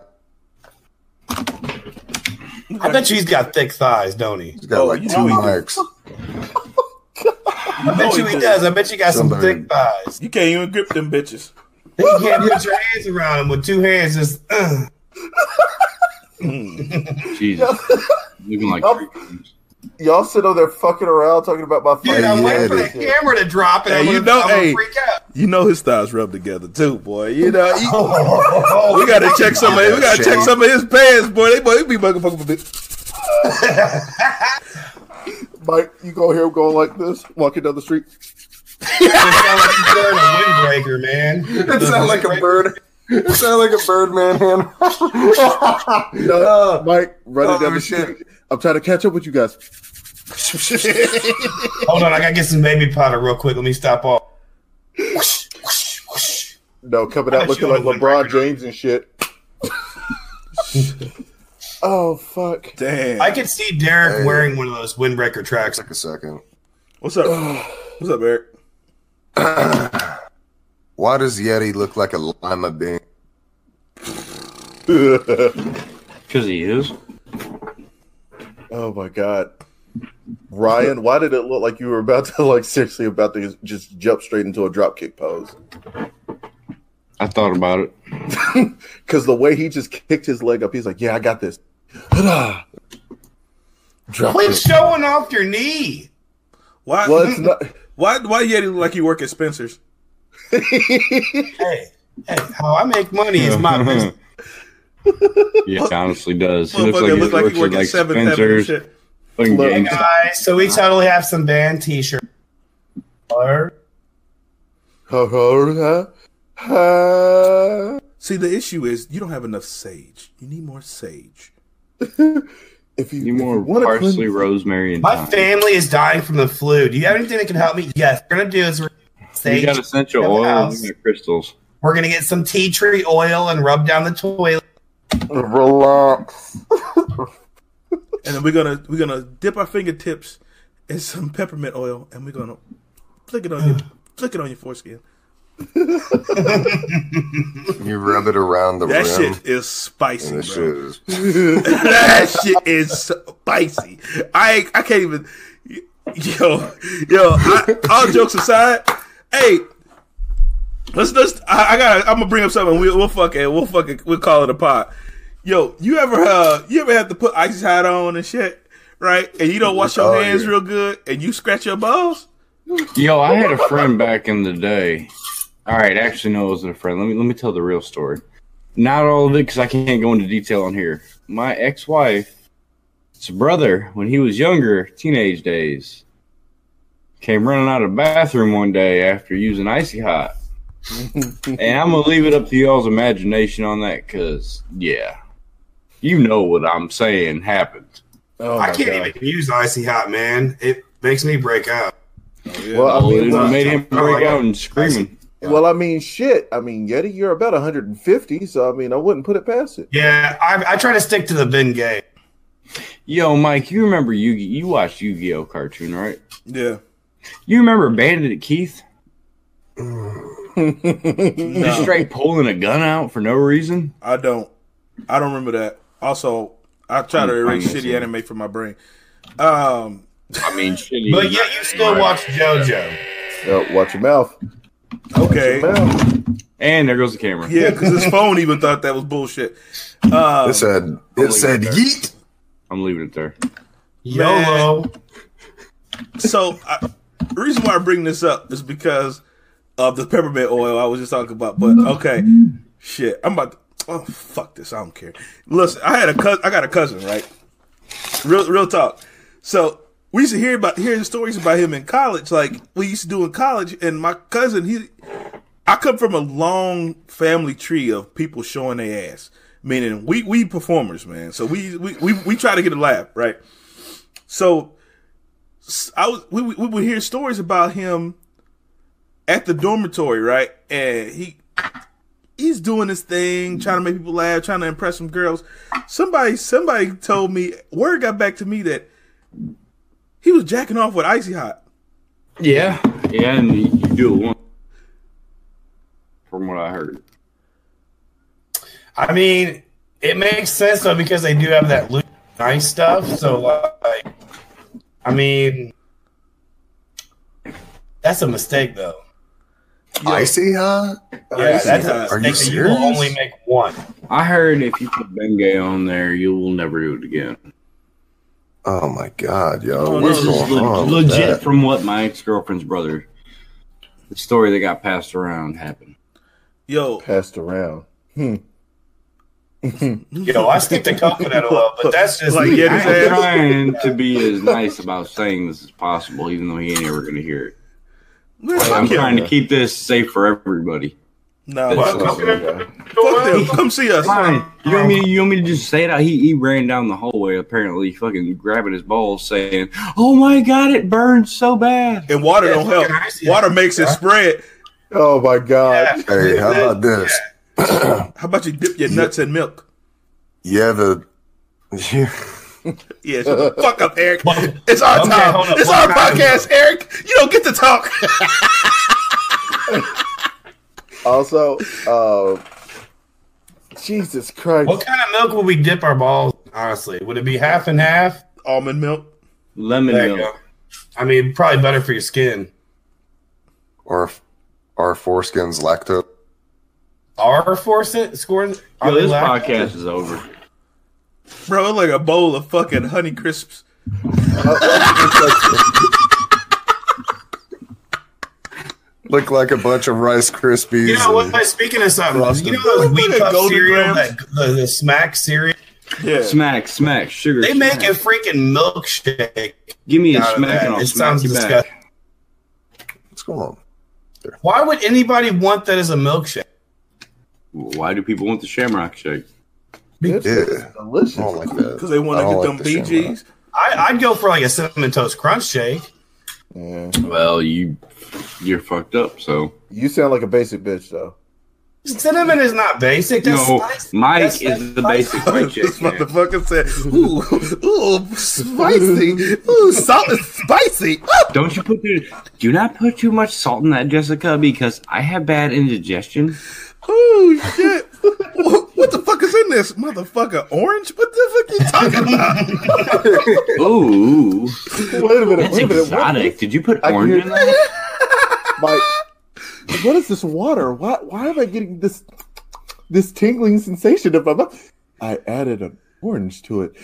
Speaker 7: I bet you he's got thick thighs, don't he?
Speaker 3: He's got
Speaker 6: Oh,
Speaker 3: like
Speaker 6: you
Speaker 3: two
Speaker 6: know he do.
Speaker 3: mics.
Speaker 7: I bet you he does. I bet you got some
Speaker 3: Somebody-
Speaker 7: thick thighs.
Speaker 6: You can't even grip them bitches.
Speaker 7: You can't put your hands around him with two hands. Just uh.
Speaker 5: Jesus. Looking like. three times.
Speaker 4: Y'all sit on there fucking around talking about my
Speaker 7: Dude,
Speaker 4: fucking
Speaker 7: I'm waiting
Speaker 3: yeah,
Speaker 7: for
Speaker 4: shit.
Speaker 7: that camera to drop, and
Speaker 6: Hey,
Speaker 7: I'm
Speaker 6: you
Speaker 7: gonna,
Speaker 6: know-
Speaker 7: I'm gonna
Speaker 6: hey.
Speaker 7: freak out.
Speaker 6: You know his thighs rub together too, boy. You know he-
Speaker 7: Oh,
Speaker 6: we gotta check some of we gotta
Speaker 3: Shit.
Speaker 6: check some of his pants, boy. They boy he be motherfucking for
Speaker 4: Mike, you go here going like this, walking down the street.
Speaker 7: It sounds like he's wearing a windbreaker, man.
Speaker 3: It sounded like a bird. It sounded like a bird man hand.
Speaker 4: No, Mike, running
Speaker 3: oh,
Speaker 4: down the
Speaker 3: shit.
Speaker 4: street. I'm trying to catch up with you guys.
Speaker 7: Hold on, I gotta get some baby powder real quick. Let me stop off. Whoosh, whoosh, whoosh.
Speaker 4: No, coming
Speaker 7: I
Speaker 4: out
Speaker 7: bet
Speaker 4: looking
Speaker 7: you
Speaker 4: like
Speaker 7: all went
Speaker 4: LeBron
Speaker 7: right
Speaker 4: James
Speaker 3: <laughs>
Speaker 4: and shit.
Speaker 3: <laughs>
Speaker 4: oh fuck!
Speaker 6: Damn.
Speaker 7: I could see Derek wearing one of those windbreaker tracks.
Speaker 3: Take a second.
Speaker 6: What's up? What's up, Eric?
Speaker 3: Why does Yeti look like a lima bean?
Speaker 5: Because he is.
Speaker 4: Oh my god, Ryan, why did it look like you were about to <laughs> like seriously about to just jump straight into a dropkick pose?
Speaker 5: I thought about it.
Speaker 4: <laughs> Because the way he just kicked his leg up, he's like, "Yeah, I got this." <sighs> Hudah.
Speaker 3: Drop
Speaker 7: Quit
Speaker 3: it.
Speaker 7: showing off your knee.
Speaker 6: Why
Speaker 4: Well,
Speaker 5: <laughs>
Speaker 4: it's not.
Speaker 6: why why Yeti look like you work at Spencer's?
Speaker 7: Hey, hey, how I make money is
Speaker 4: <laughs>
Speaker 7: my business.
Speaker 5: Yeah, it honestly does. He looks like,
Speaker 6: Motherfucker
Speaker 5: he
Speaker 6: look like
Speaker 5: looks
Speaker 6: you work
Speaker 5: like
Speaker 6: at Seventh Avenue
Speaker 5: Spencer's.
Speaker 6: and shit.
Speaker 5: fucking
Speaker 4: Look.
Speaker 5: GameStop.
Speaker 7: Guys, so we totally have some band t-shirt. Or-
Speaker 4: Hudah. Hudah.
Speaker 6: See, the issue is you don't have enough sage. You need more sage.
Speaker 4: If you,
Speaker 5: You
Speaker 4: if you
Speaker 5: more
Speaker 4: wanna
Speaker 5: parsley,
Speaker 4: cleanse-
Speaker 5: rosemary, and
Speaker 7: My
Speaker 5: thyme.
Speaker 7: family is dying from the flu. Do you have anything that can help me? Yes. We're gonna do is we're gonna
Speaker 5: You
Speaker 7: sage.
Speaker 5: got essential
Speaker 7: Yeah,
Speaker 5: oils
Speaker 7: house.
Speaker 5: and crystals.
Speaker 7: we're gonna get some tea tree oil and rub down the toilet.
Speaker 3: Relax.
Speaker 6: And then we're gonna we're gonna dip our fingertips in some peppermint oil and we're gonna flick it on your flick it on your foreskin.
Speaker 3: You rub it around the
Speaker 6: That
Speaker 3: rim.
Speaker 6: shit is spicy,
Speaker 3: And
Speaker 6: bro.
Speaker 3: this shit is
Speaker 6: that shit is spicy. I I can't even. Yo, yo. I, all jokes aside, hey, let's let's. I, I gotta. I'm gonna bring up something. We, we'll fuck it. We'll fuck it. We'll call it a pot. Yo, you ever uh, you ever have to put ice hat on and shit, right? And you don't wash your
Speaker 3: Oh,
Speaker 6: hands
Speaker 3: yeah.
Speaker 6: real good, and you scratch your balls.
Speaker 5: Yo, I had a friend back in the day. All right, actually, no, it wasn't a friend. Let me let me tell the real story. Not all of it because I can't go into detail on here. My ex-wife's brother, when he was younger, teenage days, came running out of the bathroom one day after using icy hot. and I'm gonna leave it up to y'all's imagination on that, cause yeah, you know what I'm saying happened.
Speaker 4: Oh
Speaker 7: I
Speaker 4: my
Speaker 7: can't
Speaker 4: God.
Speaker 7: even use icy hot, man. It makes me break out.
Speaker 4: Well, I
Speaker 5: Oh,
Speaker 4: mean,
Speaker 5: it
Speaker 4: look,
Speaker 5: made him break out and screaming.
Speaker 4: Well, I mean, shit. I mean, Yeti, you're about 150, so I mean, I wouldn't put it past it.
Speaker 7: Yeah, I, I try to stick to the Ben game.
Speaker 5: Yo, Mike, you remember Yu? You watched Yu-Gi-Oh cartoon, right?
Speaker 6: Yeah,
Speaker 5: You remember Bandit <laughs> Keith just
Speaker 6: no,
Speaker 5: straight pulling a gun out for no reason?
Speaker 6: I don't. I don't remember that. Also, Hmm, I try to
Speaker 5: I'm
Speaker 6: erase
Speaker 5: missing
Speaker 6: shitty
Speaker 5: it.
Speaker 6: anime from my brain. Um,
Speaker 5: I mean, shitty.
Speaker 7: But yet you still watch JoJo.
Speaker 4: Uh, watch your mouth.
Speaker 6: okay.
Speaker 4: Mouth.
Speaker 5: and there goes the camera.
Speaker 6: Yeah, because his phone even thought that was bullshit.
Speaker 3: it said it said yeet.
Speaker 5: I'm leaving it there.
Speaker 7: YOLO.
Speaker 6: So I, the reason why I bring this up is because of the peppermint oil I was just talking about. But okay, shit, I'm about. To, oh fuck this, I don't care. Listen, I had a cousin. I got a cousin, right? Real, real talk. So we used to hear about hear the stories about him in college, like we used to do in college. And my cousin, he I come from a long family tree of people showing their ass. Meaning we we performers, man. So we we we, we try to get a laugh, right? So s- I was we, we we would hear stories about him at the dormitory, right? And he he's doing this thing, trying to make people laugh, trying to impress some girls. Somebody somebody told me word got back to me that he was jacking off with icy hot.
Speaker 5: Yeah, yeah, and you, you do it once. From what I heard,
Speaker 7: I mean, it makes sense though because they do have that loose, nice stuff. So like, I mean, that's a mistake though.
Speaker 3: Icy hot.
Speaker 7: Yeah, that's a
Speaker 6: Are
Speaker 7: mistake.
Speaker 3: you
Speaker 7: that you will
Speaker 3: serious?
Speaker 7: only make one.
Speaker 5: I heard if you put Bengay on there, you will never do it again.
Speaker 3: Oh my god, yo,
Speaker 6: Oh,
Speaker 3: what's
Speaker 5: This is
Speaker 3: going
Speaker 5: le-
Speaker 3: on? with
Speaker 5: legit
Speaker 3: that?
Speaker 5: from what my ex girlfriend's brother, the story that got passed around happened.
Speaker 6: Yo,
Speaker 4: Passed around.
Speaker 7: Yo, I stick to coconut oil, but that's just
Speaker 6: Like,
Speaker 7: me.
Speaker 6: yeah,
Speaker 7: I
Speaker 6: this
Speaker 7: ain't
Speaker 6: ass-
Speaker 7: trying-
Speaker 5: Trying to be as nice about saying this as possible, even though he ain't ever going to hear it.
Speaker 6: <laughs> man,
Speaker 5: I'm
Speaker 6: fuck
Speaker 5: trying
Speaker 6: him.
Speaker 5: to keep this safe for everybody.
Speaker 6: No,
Speaker 5: That's
Speaker 6: fuck
Speaker 5: what
Speaker 6: them.
Speaker 5: I'm saying.
Speaker 6: Fuck them. Come see us.
Speaker 5: Fine. You want me? You want me to just say it out? He, he ran down the hallway, apparently, fucking grabbing his balls, saying, "Oh my god, it burns so bad."
Speaker 6: And water
Speaker 7: Yeah,
Speaker 6: don't help.
Speaker 7: fucking icy.
Speaker 6: Water makes it
Speaker 7: Yeah.
Speaker 6: spread.
Speaker 4: Oh my god.
Speaker 3: Hey, how about this?
Speaker 6: How about you dip your nuts in milk?
Speaker 3: Yeah, the yeah,
Speaker 6: Yeah, shut the fuck up, Eric.
Speaker 7: What?
Speaker 6: It's our
Speaker 7: Okay,
Speaker 6: time.
Speaker 7: hold up.
Speaker 6: It's
Speaker 7: What
Speaker 6: our
Speaker 7: time is
Speaker 6: podcast, Eric. You don't get to talk. <laughs>
Speaker 4: Also, uh, Jesus Christ.
Speaker 7: What kind of milk would we dip our balls? in, Honestly, would it be half and half?
Speaker 6: Almond milk.
Speaker 5: Lemon
Speaker 7: There you
Speaker 5: milk.
Speaker 7: go. I mean, probably better for your skin.
Speaker 3: or <laughs> our foreskins lacto.
Speaker 7: R force it scores.
Speaker 5: Yo,
Speaker 7: are they
Speaker 5: this
Speaker 7: lack-
Speaker 5: podcast is over.
Speaker 6: Bro, it's like a bowl of fucking honey crisps.
Speaker 3: Look like a bunch of Rice Krispies.
Speaker 7: You know
Speaker 3: and-
Speaker 7: what? Speaking of something,
Speaker 3: Frosted.
Speaker 7: you know those wheat
Speaker 6: Look at
Speaker 7: cup
Speaker 6: Golden
Speaker 7: cereal,
Speaker 6: Grahams.
Speaker 7: that, the, the smack cereal.
Speaker 6: Yeah.
Speaker 5: Smack, smack, sugar.
Speaker 7: They make a
Speaker 5: smack.
Speaker 7: freaking milkshake.
Speaker 5: Give me a
Speaker 7: out of
Speaker 5: smack,
Speaker 7: that.
Speaker 5: and I'll
Speaker 7: It
Speaker 5: smack
Speaker 7: sounds
Speaker 5: you
Speaker 7: disgusting.
Speaker 5: back.
Speaker 3: What's going on?
Speaker 7: Why would anybody want that as a milkshake?
Speaker 5: Why do people want the Shamrock Shake?
Speaker 3: Yeah, I
Speaker 4: Delicious.
Speaker 3: don't Oh, like that.
Speaker 6: Because they want
Speaker 3: I don't
Speaker 6: to get
Speaker 3: like
Speaker 6: them
Speaker 3: the
Speaker 6: BGs.
Speaker 7: I, I'd go for like a cinnamon toast crunch shake.
Speaker 4: Yeah.
Speaker 5: Well, you you're fucked up. So
Speaker 4: You sound like a basic bitch though.
Speaker 7: Cinnamon is not basic. That's
Speaker 5: no,
Speaker 7: spice.
Speaker 5: Mike
Speaker 7: That's
Speaker 5: is the
Speaker 7: spice. <laughs>
Speaker 5: basic white
Speaker 6: <laughs> this
Speaker 5: chick. man.
Speaker 6: motherfucker said, ooh, ooh, spicy. Ooh, salt and spicy. Ah!
Speaker 5: Don't you put too, do not put too much salt in that, Jessica, because I have bad indigestion.
Speaker 6: Ooh, shit. what the fuck is in this? Motherfucker, orange? What the fuck you talking about?
Speaker 5: Ooh,
Speaker 4: Wait a minute.
Speaker 5: that's
Speaker 4: Wait a minute. What,
Speaker 5: exotic. Did you put
Speaker 4: I can
Speaker 5: orange
Speaker 4: hear-
Speaker 5: in that?
Speaker 4: Mike, what is this water? Why why am I getting this this tingling sensation in my mouth? I added an orange to it.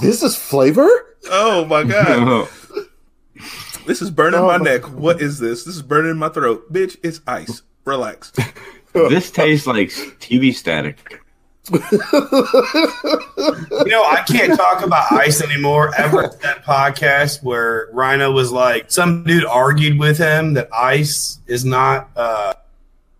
Speaker 4: This is flavor?
Speaker 6: Oh, my God.
Speaker 5: <laughs> No.
Speaker 6: This is burning
Speaker 4: Oh
Speaker 6: my
Speaker 4: my
Speaker 6: neck. What is this? This is burning my throat. Bitch, it's ice. Relax.
Speaker 5: This tastes like TV static.
Speaker 7: You know, I can't talk about ice anymore. Ever since that podcast where Rhino was like, some dude argued with him that ice is not. uh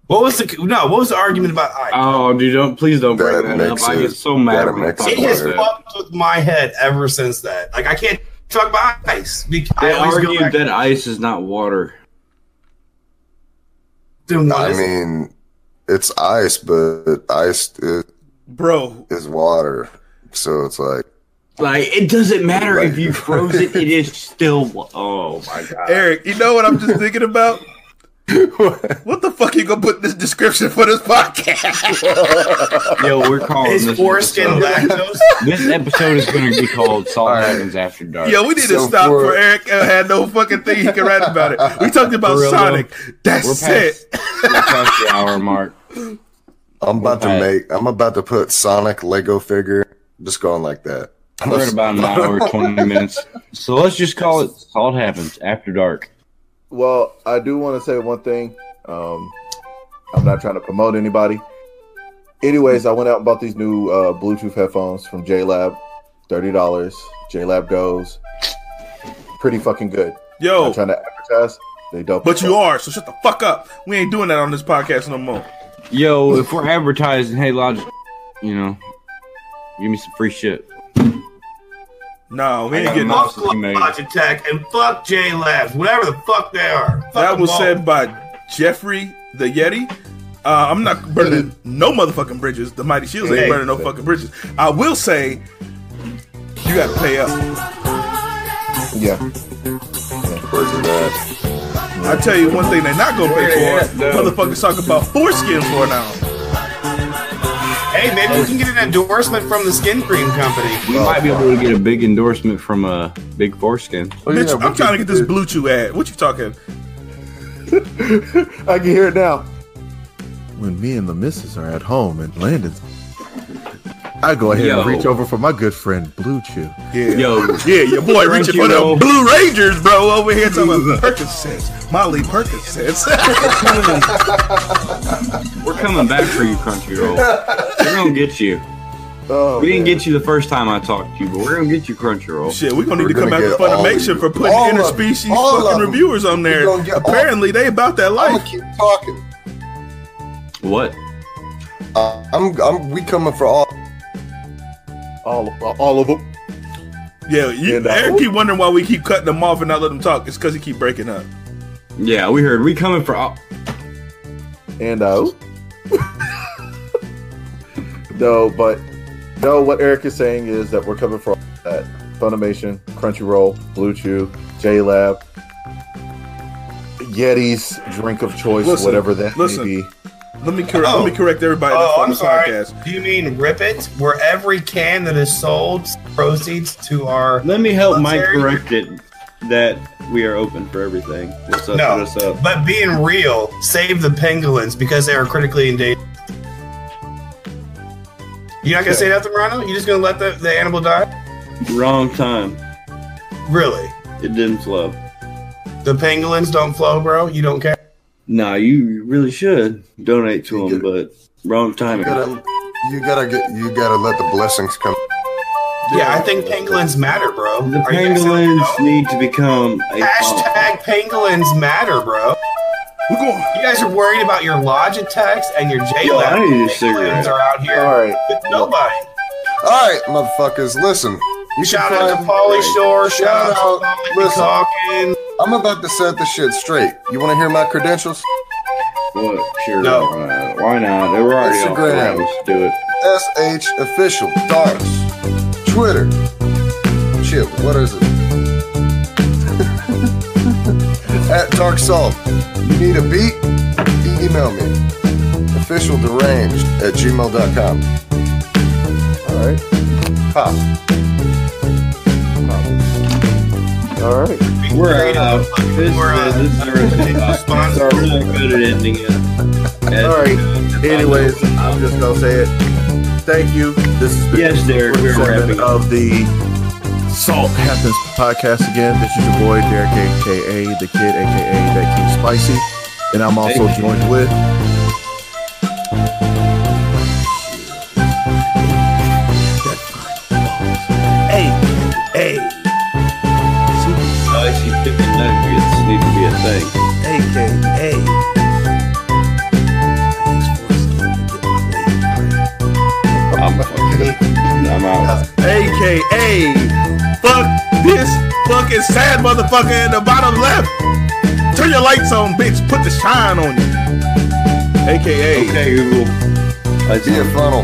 Speaker 7: What was the no? What was the argument about ice?
Speaker 5: Oh, dude, don't please don't bring
Speaker 3: That
Speaker 5: that, up.
Speaker 3: makes
Speaker 5: I get
Speaker 3: it-
Speaker 5: so mad
Speaker 3: that
Speaker 5: when I
Speaker 3: makes
Speaker 5: talk
Speaker 7: it
Speaker 3: it
Speaker 5: about
Speaker 7: has
Speaker 5: that.
Speaker 7: fucked with my head ever since that. Like I can't talk about ice. Because
Speaker 5: They
Speaker 7: I always go
Speaker 5: argued
Speaker 7: back
Speaker 5: that ice is not water.
Speaker 7: to what
Speaker 3: I
Speaker 7: is-
Speaker 3: mean, it's ice, but ice is,
Speaker 6: Bro,
Speaker 3: is water. So it's like,
Speaker 5: Like it doesn't matter if you froze it; it is still. wa- Oh my god!
Speaker 6: Eric, you know what I'm just thinking
Speaker 5: <laughs>
Speaker 6: about? What the fuck you gonna put in this description for this podcast?
Speaker 5: Yo, we're calling
Speaker 7: Is
Speaker 5: this
Speaker 7: foreskin
Speaker 5: episode. <laughs>
Speaker 7: lactose?
Speaker 5: This episode is going to be called "Salt Happens After Dark."
Speaker 6: Yo, we need to
Speaker 3: So
Speaker 6: stop
Speaker 3: for-
Speaker 6: for Eric uh, had no fucking thing he can write about it. We talked about
Speaker 5: For real,
Speaker 6: Sonic.
Speaker 5: we're
Speaker 6: That's
Speaker 5: past,
Speaker 6: it.
Speaker 5: we're past the hour mark.
Speaker 3: I'm about to
Speaker 5: Okay.
Speaker 3: make, I'm about to put Sonic Lego figure, just going like that.
Speaker 5: We're at about
Speaker 4: <laughs>
Speaker 5: an hour and twenty minutes, so let's just call it "Salt Happens After Dark."
Speaker 4: Well, I do want to say one thing. Um, I'm not trying to promote anybody. Anyways, I went out and bought these new uh, Bluetooth headphones from JLab, thirty dollars. JLab goes pretty fucking good. I'm
Speaker 6: Yo,
Speaker 4: not trying to advertise. They dope.
Speaker 6: Oh. but you are, so shut the fuck up. We ain't doing that on this podcast no more.
Speaker 5: Yo, if we're advertising, hey Logic, you know, give me some free shit.
Speaker 6: No, we
Speaker 5: I
Speaker 6: ain't
Speaker 5: got
Speaker 6: getting
Speaker 5: my-
Speaker 6: off.
Speaker 7: Fuck Lodge Tech and fuck J Labs, whatever the fuck they are. Fuck
Speaker 6: That
Speaker 7: them
Speaker 6: was
Speaker 7: all.
Speaker 6: said by Jeffrey the Yeti. Uh, I'm not burning no motherfucking bridges. The Mighty Shields ain't
Speaker 7: Hey.
Speaker 6: burning no fucking bridges. I will say, you gotta pay up.
Speaker 3: Oh,
Speaker 4: Yeah.
Speaker 3: Where's it at?
Speaker 6: I tell you one thing they're not gonna pay for. Motherfuckers talk about foreskin for an hour.
Speaker 7: Hey, maybe we can get an endorsement from the skin cream company.
Speaker 5: We might be able to get a big endorsement from a big foreskin.
Speaker 3: Oh,
Speaker 6: Bitch,
Speaker 3: yeah, we
Speaker 6: I'm trying to
Speaker 3: could
Speaker 6: get this
Speaker 3: do-
Speaker 6: Blue Chew ad. What you talking?
Speaker 4: I can hear it now.
Speaker 9: When me and the missus are at home and Landon's I go ahead
Speaker 5: Yo.
Speaker 9: and reach over for my good friend Blue Chew.
Speaker 5: Yo,
Speaker 6: Yeah, your boy
Speaker 5: Thank
Speaker 6: reaching
Speaker 5: you,
Speaker 6: for
Speaker 5: though.
Speaker 6: the Blue Rangers, bro, over here talking
Speaker 3: <laughs>
Speaker 6: about Percocets. Molly Percocets. <laughs>
Speaker 5: we're coming back for you, Crunchyroll. We're gonna get you.
Speaker 4: Oh,
Speaker 5: We didn't
Speaker 4: man.
Speaker 5: get you the first time I talked to you, but we're gonna get you Crunchyroll.
Speaker 6: Shit, we're gonna need to
Speaker 3: We're
Speaker 6: come
Speaker 3: gonna
Speaker 6: after
Speaker 3: get all of
Speaker 6: Funimation
Speaker 3: you.
Speaker 6: for putting
Speaker 3: All of them.
Speaker 6: interspecies
Speaker 3: All of
Speaker 6: fucking
Speaker 3: them.
Speaker 6: reviewers on there.
Speaker 3: gonna get all-
Speaker 6: Apparently, they about that
Speaker 3: I'm gonna
Speaker 6: life.
Speaker 3: keep talking.
Speaker 5: What?
Speaker 3: Uh, I'm, I'm, we coming for all.
Speaker 4: all, all of them.
Speaker 6: Yeah, you,
Speaker 4: And, uh,
Speaker 6: Eric keep wondering why we keep cutting them off and not letting them talk. It's because he keep breaking up.
Speaker 5: Yeah, we heard. We coming for all.
Speaker 4: And uh, no, but no. What Eric is saying is that we're coming from that Funimation, Crunchyroll, Blue Chew, J Lab, Yeti's drink of choice,
Speaker 6: Listen,
Speaker 4: whatever that
Speaker 6: listen.
Speaker 4: may be.
Speaker 6: Let me correct.
Speaker 7: Oh.
Speaker 6: Let me correct everybody that's
Speaker 7: Oh,
Speaker 6: on
Speaker 7: I'm
Speaker 6: the
Speaker 7: sorry.
Speaker 6: podcast.
Speaker 7: Do you mean Rip It? Where every can that is sold proceeds to our.
Speaker 5: Let me help Mike
Speaker 7: Military.
Speaker 5: correct it. That we are open for everything. What's up?
Speaker 7: No.
Speaker 5: What's up?
Speaker 7: But being real, save the pangolins because they are critically endangered. You're not gonna say nothing, Rhino? You're just gonna let the, the animal die?
Speaker 5: Wrong time.
Speaker 7: Really?
Speaker 5: It didn't flow.
Speaker 7: The pangolins don't flow, bro. You don't care.
Speaker 5: Nah, you really should donate to them, but wrong
Speaker 3: You
Speaker 5: timing.
Speaker 3: gotta, you gotta get, you gotta let the blessings come.
Speaker 7: Yeah, I think pangolins matter, bro.
Speaker 5: The
Speaker 7: Are you guys gonna-
Speaker 5: pangolins need to become a bomb.
Speaker 7: Hashtag pangolins matter, bro.
Speaker 6: We're going.
Speaker 7: You guys are worried about your Logitechs and your J
Speaker 5: Yo, I need a cigarette.
Speaker 7: Pangolins are out here
Speaker 4: All right,
Speaker 7: with nobody.
Speaker 3: All right, motherfuckers, listen. You
Speaker 7: Shout
Speaker 3: can
Speaker 7: out to
Speaker 3: find-
Speaker 7: Polly Shore.
Speaker 3: Shout
Speaker 7: Shout,
Speaker 3: out.
Speaker 7: out to Polly
Speaker 3: Listen.
Speaker 7: Talking.
Speaker 3: I'm about to set this shit straight. You want to hear my credentials?
Speaker 5: What? Sure.
Speaker 7: No.
Speaker 5: Why not? Why not? They were already off. the
Speaker 3: Instagram.
Speaker 5: ground. Let's do it.
Speaker 3: SH official darts Twitter. Shit, what is it? <laughs> At Dark Salt. You need a beat? Email me. Official deranged at gmail.com.
Speaker 4: all right,
Speaker 3: Pop.
Speaker 4: all right.
Speaker 5: We're out. This,
Speaker 7: We're out.
Speaker 5: this is Thursday.
Speaker 7: Sponsor.
Speaker 5: We're not good at ending it.
Speaker 4: All right. Anyways, I'm just gonna say it. Thank you. This is
Speaker 5: Yes, Derek, we're wrapping up.
Speaker 4: of the Salt Happens podcast again. This is your boy Derek, aka the Kid, aka that Kid Spicy, and I'm also
Speaker 5: Hey.
Speaker 4: joined with
Speaker 6: Hey,
Speaker 5: Spicy chicken nuggets need to be a thing.
Speaker 6: AKA.
Speaker 5: I'm fucking.
Speaker 7: <laughs>
Speaker 5: I'm out.
Speaker 6: AKA. Fuck this fucking sad motherfucker in the bottom left. Turn your lights on, bitch. Put the shine on you. AKA.
Speaker 5: Okay, Google. Let's
Speaker 3: Be a funnel.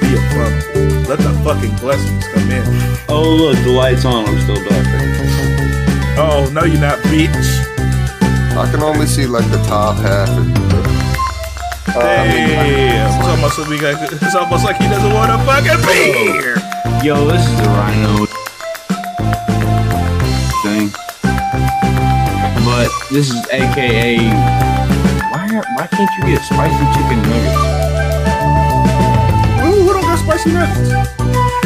Speaker 6: Be a fuck. Let the fucking blessings come in.
Speaker 5: Oh look, the lights on. I'm still darker.
Speaker 6: Oh, no, you're not, bitch.
Speaker 3: I can only see like the top half.
Speaker 6: Damn. It's almost, like we got, it's almost like he doesn't want to fucking be here.
Speaker 5: Yo, this is the Rhino thing. But this is AKA. Why? Are, why can't you get spicy chicken nuggets?
Speaker 6: Who, who don't got spicy nuggets?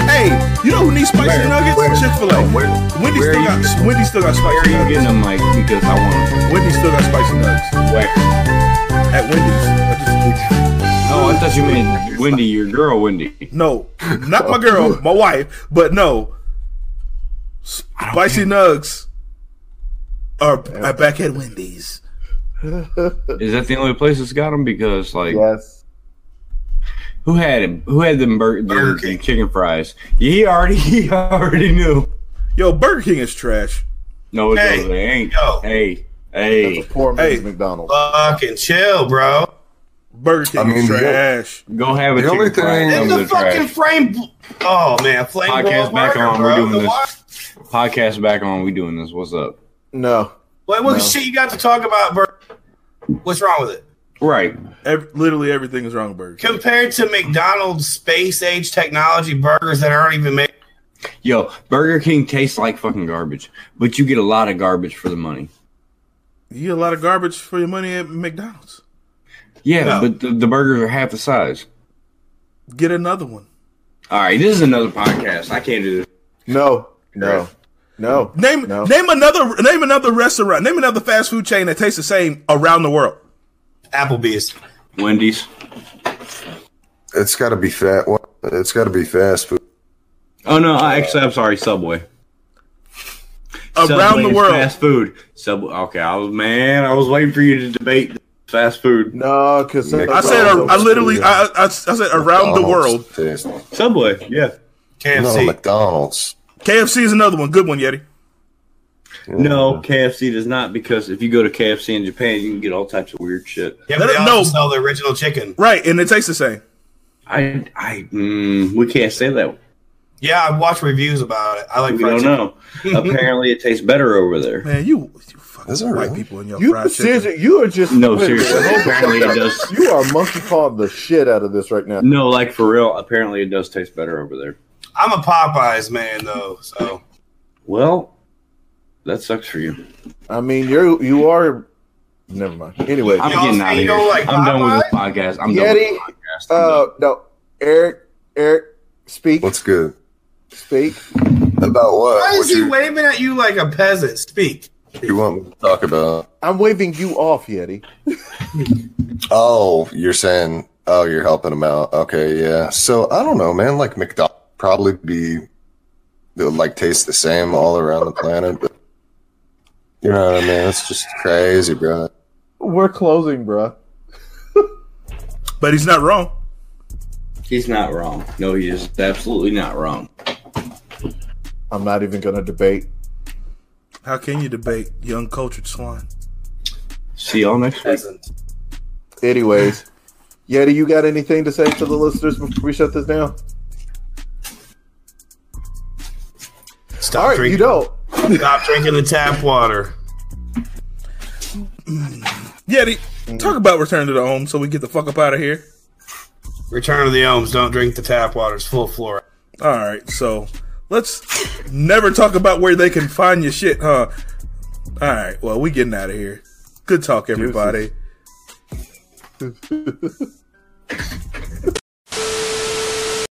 Speaker 6: Hey, you know who needs spicy
Speaker 5: Where?
Speaker 6: nuggets?
Speaker 5: Where?
Speaker 6: Chick Fil A.
Speaker 5: No, where-
Speaker 6: Wendy's
Speaker 5: where
Speaker 6: still
Speaker 5: are you-
Speaker 6: got Wendy's still got
Speaker 5: Where are
Speaker 6: spicy
Speaker 5: you getting
Speaker 6: nuggets.
Speaker 5: them, Mike? Because I want them.
Speaker 6: Wendy's still got spicy nuggets
Speaker 5: Where?
Speaker 6: at Wendy's. I
Speaker 5: Oh, I thought you meant Wendy, your girl, Wendy.
Speaker 6: just, no, not
Speaker 5: <laughs>
Speaker 6: my girl, my wife, but no, spicy nugs are are back at Wendy's.
Speaker 5: Is that the only place that's got them? Because like,
Speaker 4: yes.
Speaker 5: who had him? Who had them bur- the-
Speaker 7: Burger
Speaker 5: the
Speaker 7: King.
Speaker 5: chicken fries? He already, <laughs> he already knew.
Speaker 6: Yo, Burger King is trash.
Speaker 5: No, it
Speaker 7: Hey,
Speaker 5: doesn't. It ain't.
Speaker 7: yo.
Speaker 5: Hey,
Speaker 4: That's a
Speaker 5: hey,
Speaker 4: poor man's
Speaker 6: Hey.
Speaker 4: McDonald's.
Speaker 7: Fucking chill, bro.
Speaker 6: Burger King
Speaker 3: I mean,
Speaker 6: is
Speaker 3: the-
Speaker 6: trash.
Speaker 5: go have a
Speaker 3: The only
Speaker 5: chicken fry.
Speaker 3: thing-
Speaker 5: That
Speaker 7: In
Speaker 5: was
Speaker 7: the
Speaker 5: a trash.
Speaker 7: fucking frame. Oh man, flame
Speaker 5: Podcast
Speaker 7: ball
Speaker 5: back
Speaker 7: burger,
Speaker 5: on. We're
Speaker 7: bro.
Speaker 5: doing
Speaker 7: The
Speaker 5: this.
Speaker 7: wa-
Speaker 5: Podcast back on. We doing this. What's up?
Speaker 4: No.
Speaker 7: What, what
Speaker 4: No.
Speaker 7: shit you got to talk about, bro? What's wrong with it?
Speaker 5: Right.
Speaker 6: Ev- literally everything is wrong with Burger King.
Speaker 7: Compared to McDonald's space age technology burgers that aren't even made.
Speaker 5: Yo, Burger King tastes like fucking garbage, but you get a lot of garbage for the money.
Speaker 6: You get a lot of garbage for your money at McDonald's.
Speaker 5: Yeah,
Speaker 7: No.
Speaker 5: but the, the burgers are half the size.
Speaker 6: Get another one.
Speaker 5: All right, this is another podcast. I can't do this.
Speaker 4: No, no, no.
Speaker 6: Name
Speaker 4: No.
Speaker 6: name another name another restaurant. Name another fast food chain that tastes the same around the world.
Speaker 7: Applebee's.
Speaker 5: Wendy's.
Speaker 3: It's got to be fat. one. It's got to be fast food.
Speaker 5: Oh no, I, actually, I'm sorry. Subway.
Speaker 6: Around
Speaker 5: Subway
Speaker 6: the
Speaker 5: is
Speaker 6: world.
Speaker 5: Fast food. Sub. Okay, I was man. I was waiting for you to debate the fast food.
Speaker 4: No, because
Speaker 6: I said uh,
Speaker 3: Oh,
Speaker 6: I literally I,
Speaker 3: yeah.
Speaker 6: I, I said around the world.
Speaker 3: McDonald's tastes-
Speaker 5: Subway. Yeah.
Speaker 3: No,
Speaker 7: KFC.
Speaker 3: McDonald's.
Speaker 6: KFC is another one. Good one, Yeti.
Speaker 5: No, KFC does not because if you go to KFC in Japan, you can get all types of weird shit.
Speaker 7: Yeah, but
Speaker 6: Let
Speaker 7: they
Speaker 6: it-
Speaker 7: also
Speaker 6: no.
Speaker 7: sell the original chicken.
Speaker 6: Right, and it tastes the same.
Speaker 5: I, I, mm, we can't say that.
Speaker 7: Yeah, I watched reviews about it. I like
Speaker 5: We
Speaker 7: fried
Speaker 5: don't
Speaker 7: chicken.
Speaker 5: know. Apparently, it tastes better over there.
Speaker 6: Man, you, you fucking
Speaker 3: Is it
Speaker 6: white
Speaker 3: really?
Speaker 6: people in your
Speaker 4: you
Speaker 6: fried chicken.
Speaker 4: seriously, you are just
Speaker 5: No,
Speaker 4: wait a minute,
Speaker 5: seriously.
Speaker 4: hold on.
Speaker 5: Apparently, it does.
Speaker 4: You are monkey pawing the shit out of this right now.
Speaker 5: No, like for real. Apparently, it does taste better over there.
Speaker 7: I'm a Popeyes man though, so
Speaker 5: Well, that sucks for you.
Speaker 4: I mean, you're you are. Never mind. Anyway,
Speaker 5: I'm
Speaker 7: Y'all
Speaker 5: getting
Speaker 7: say
Speaker 5: out of
Speaker 7: you
Speaker 5: here.
Speaker 7: don't like
Speaker 5: I'm done with this
Speaker 7: Popeyes?
Speaker 5: podcast. I'm done
Speaker 4: Yeti,
Speaker 5: with this podcast. I'm
Speaker 4: uh,
Speaker 5: done.
Speaker 4: no, Eric, Eric, speak,
Speaker 3: What's good
Speaker 4: speak.
Speaker 3: about what?
Speaker 7: why is
Speaker 3: What
Speaker 7: he
Speaker 3: you,
Speaker 7: waving at you like a peasant? Speak.
Speaker 3: you want me to talk about?
Speaker 4: I'm waving you off, Yeti.
Speaker 3: Oh, you're saying oh you're helping him out. Okay, yeah. So I don't know, man. Like McDonald's probably be they'll like taste the same all around the planet. But you know what I mean? It's just crazy, bro.
Speaker 4: We're closing, bruh.
Speaker 6: But he's not wrong.
Speaker 5: He's not wrong. No, he is absolutely not wrong.
Speaker 4: I'm not even gonna debate.
Speaker 6: How can you debate young cultured swine?
Speaker 5: See y'all next week.
Speaker 7: Peasant.
Speaker 4: Anyways, Yeti, you got anything to say to the listeners before we shut this down?
Speaker 7: Stop
Speaker 4: All right, you
Speaker 7: drinking.
Speaker 4: don't.
Speaker 7: Stop drinking the tap water.
Speaker 6: Yeti, talk about return to the home so we get the fuck up out of here.
Speaker 7: Return of the Ohms. Don't drink the tap water. It's full of fluoride.
Speaker 6: All right, so let's never talk about where they can find your shit, huh? All right, well, we getting out of here. Good talk, everybody.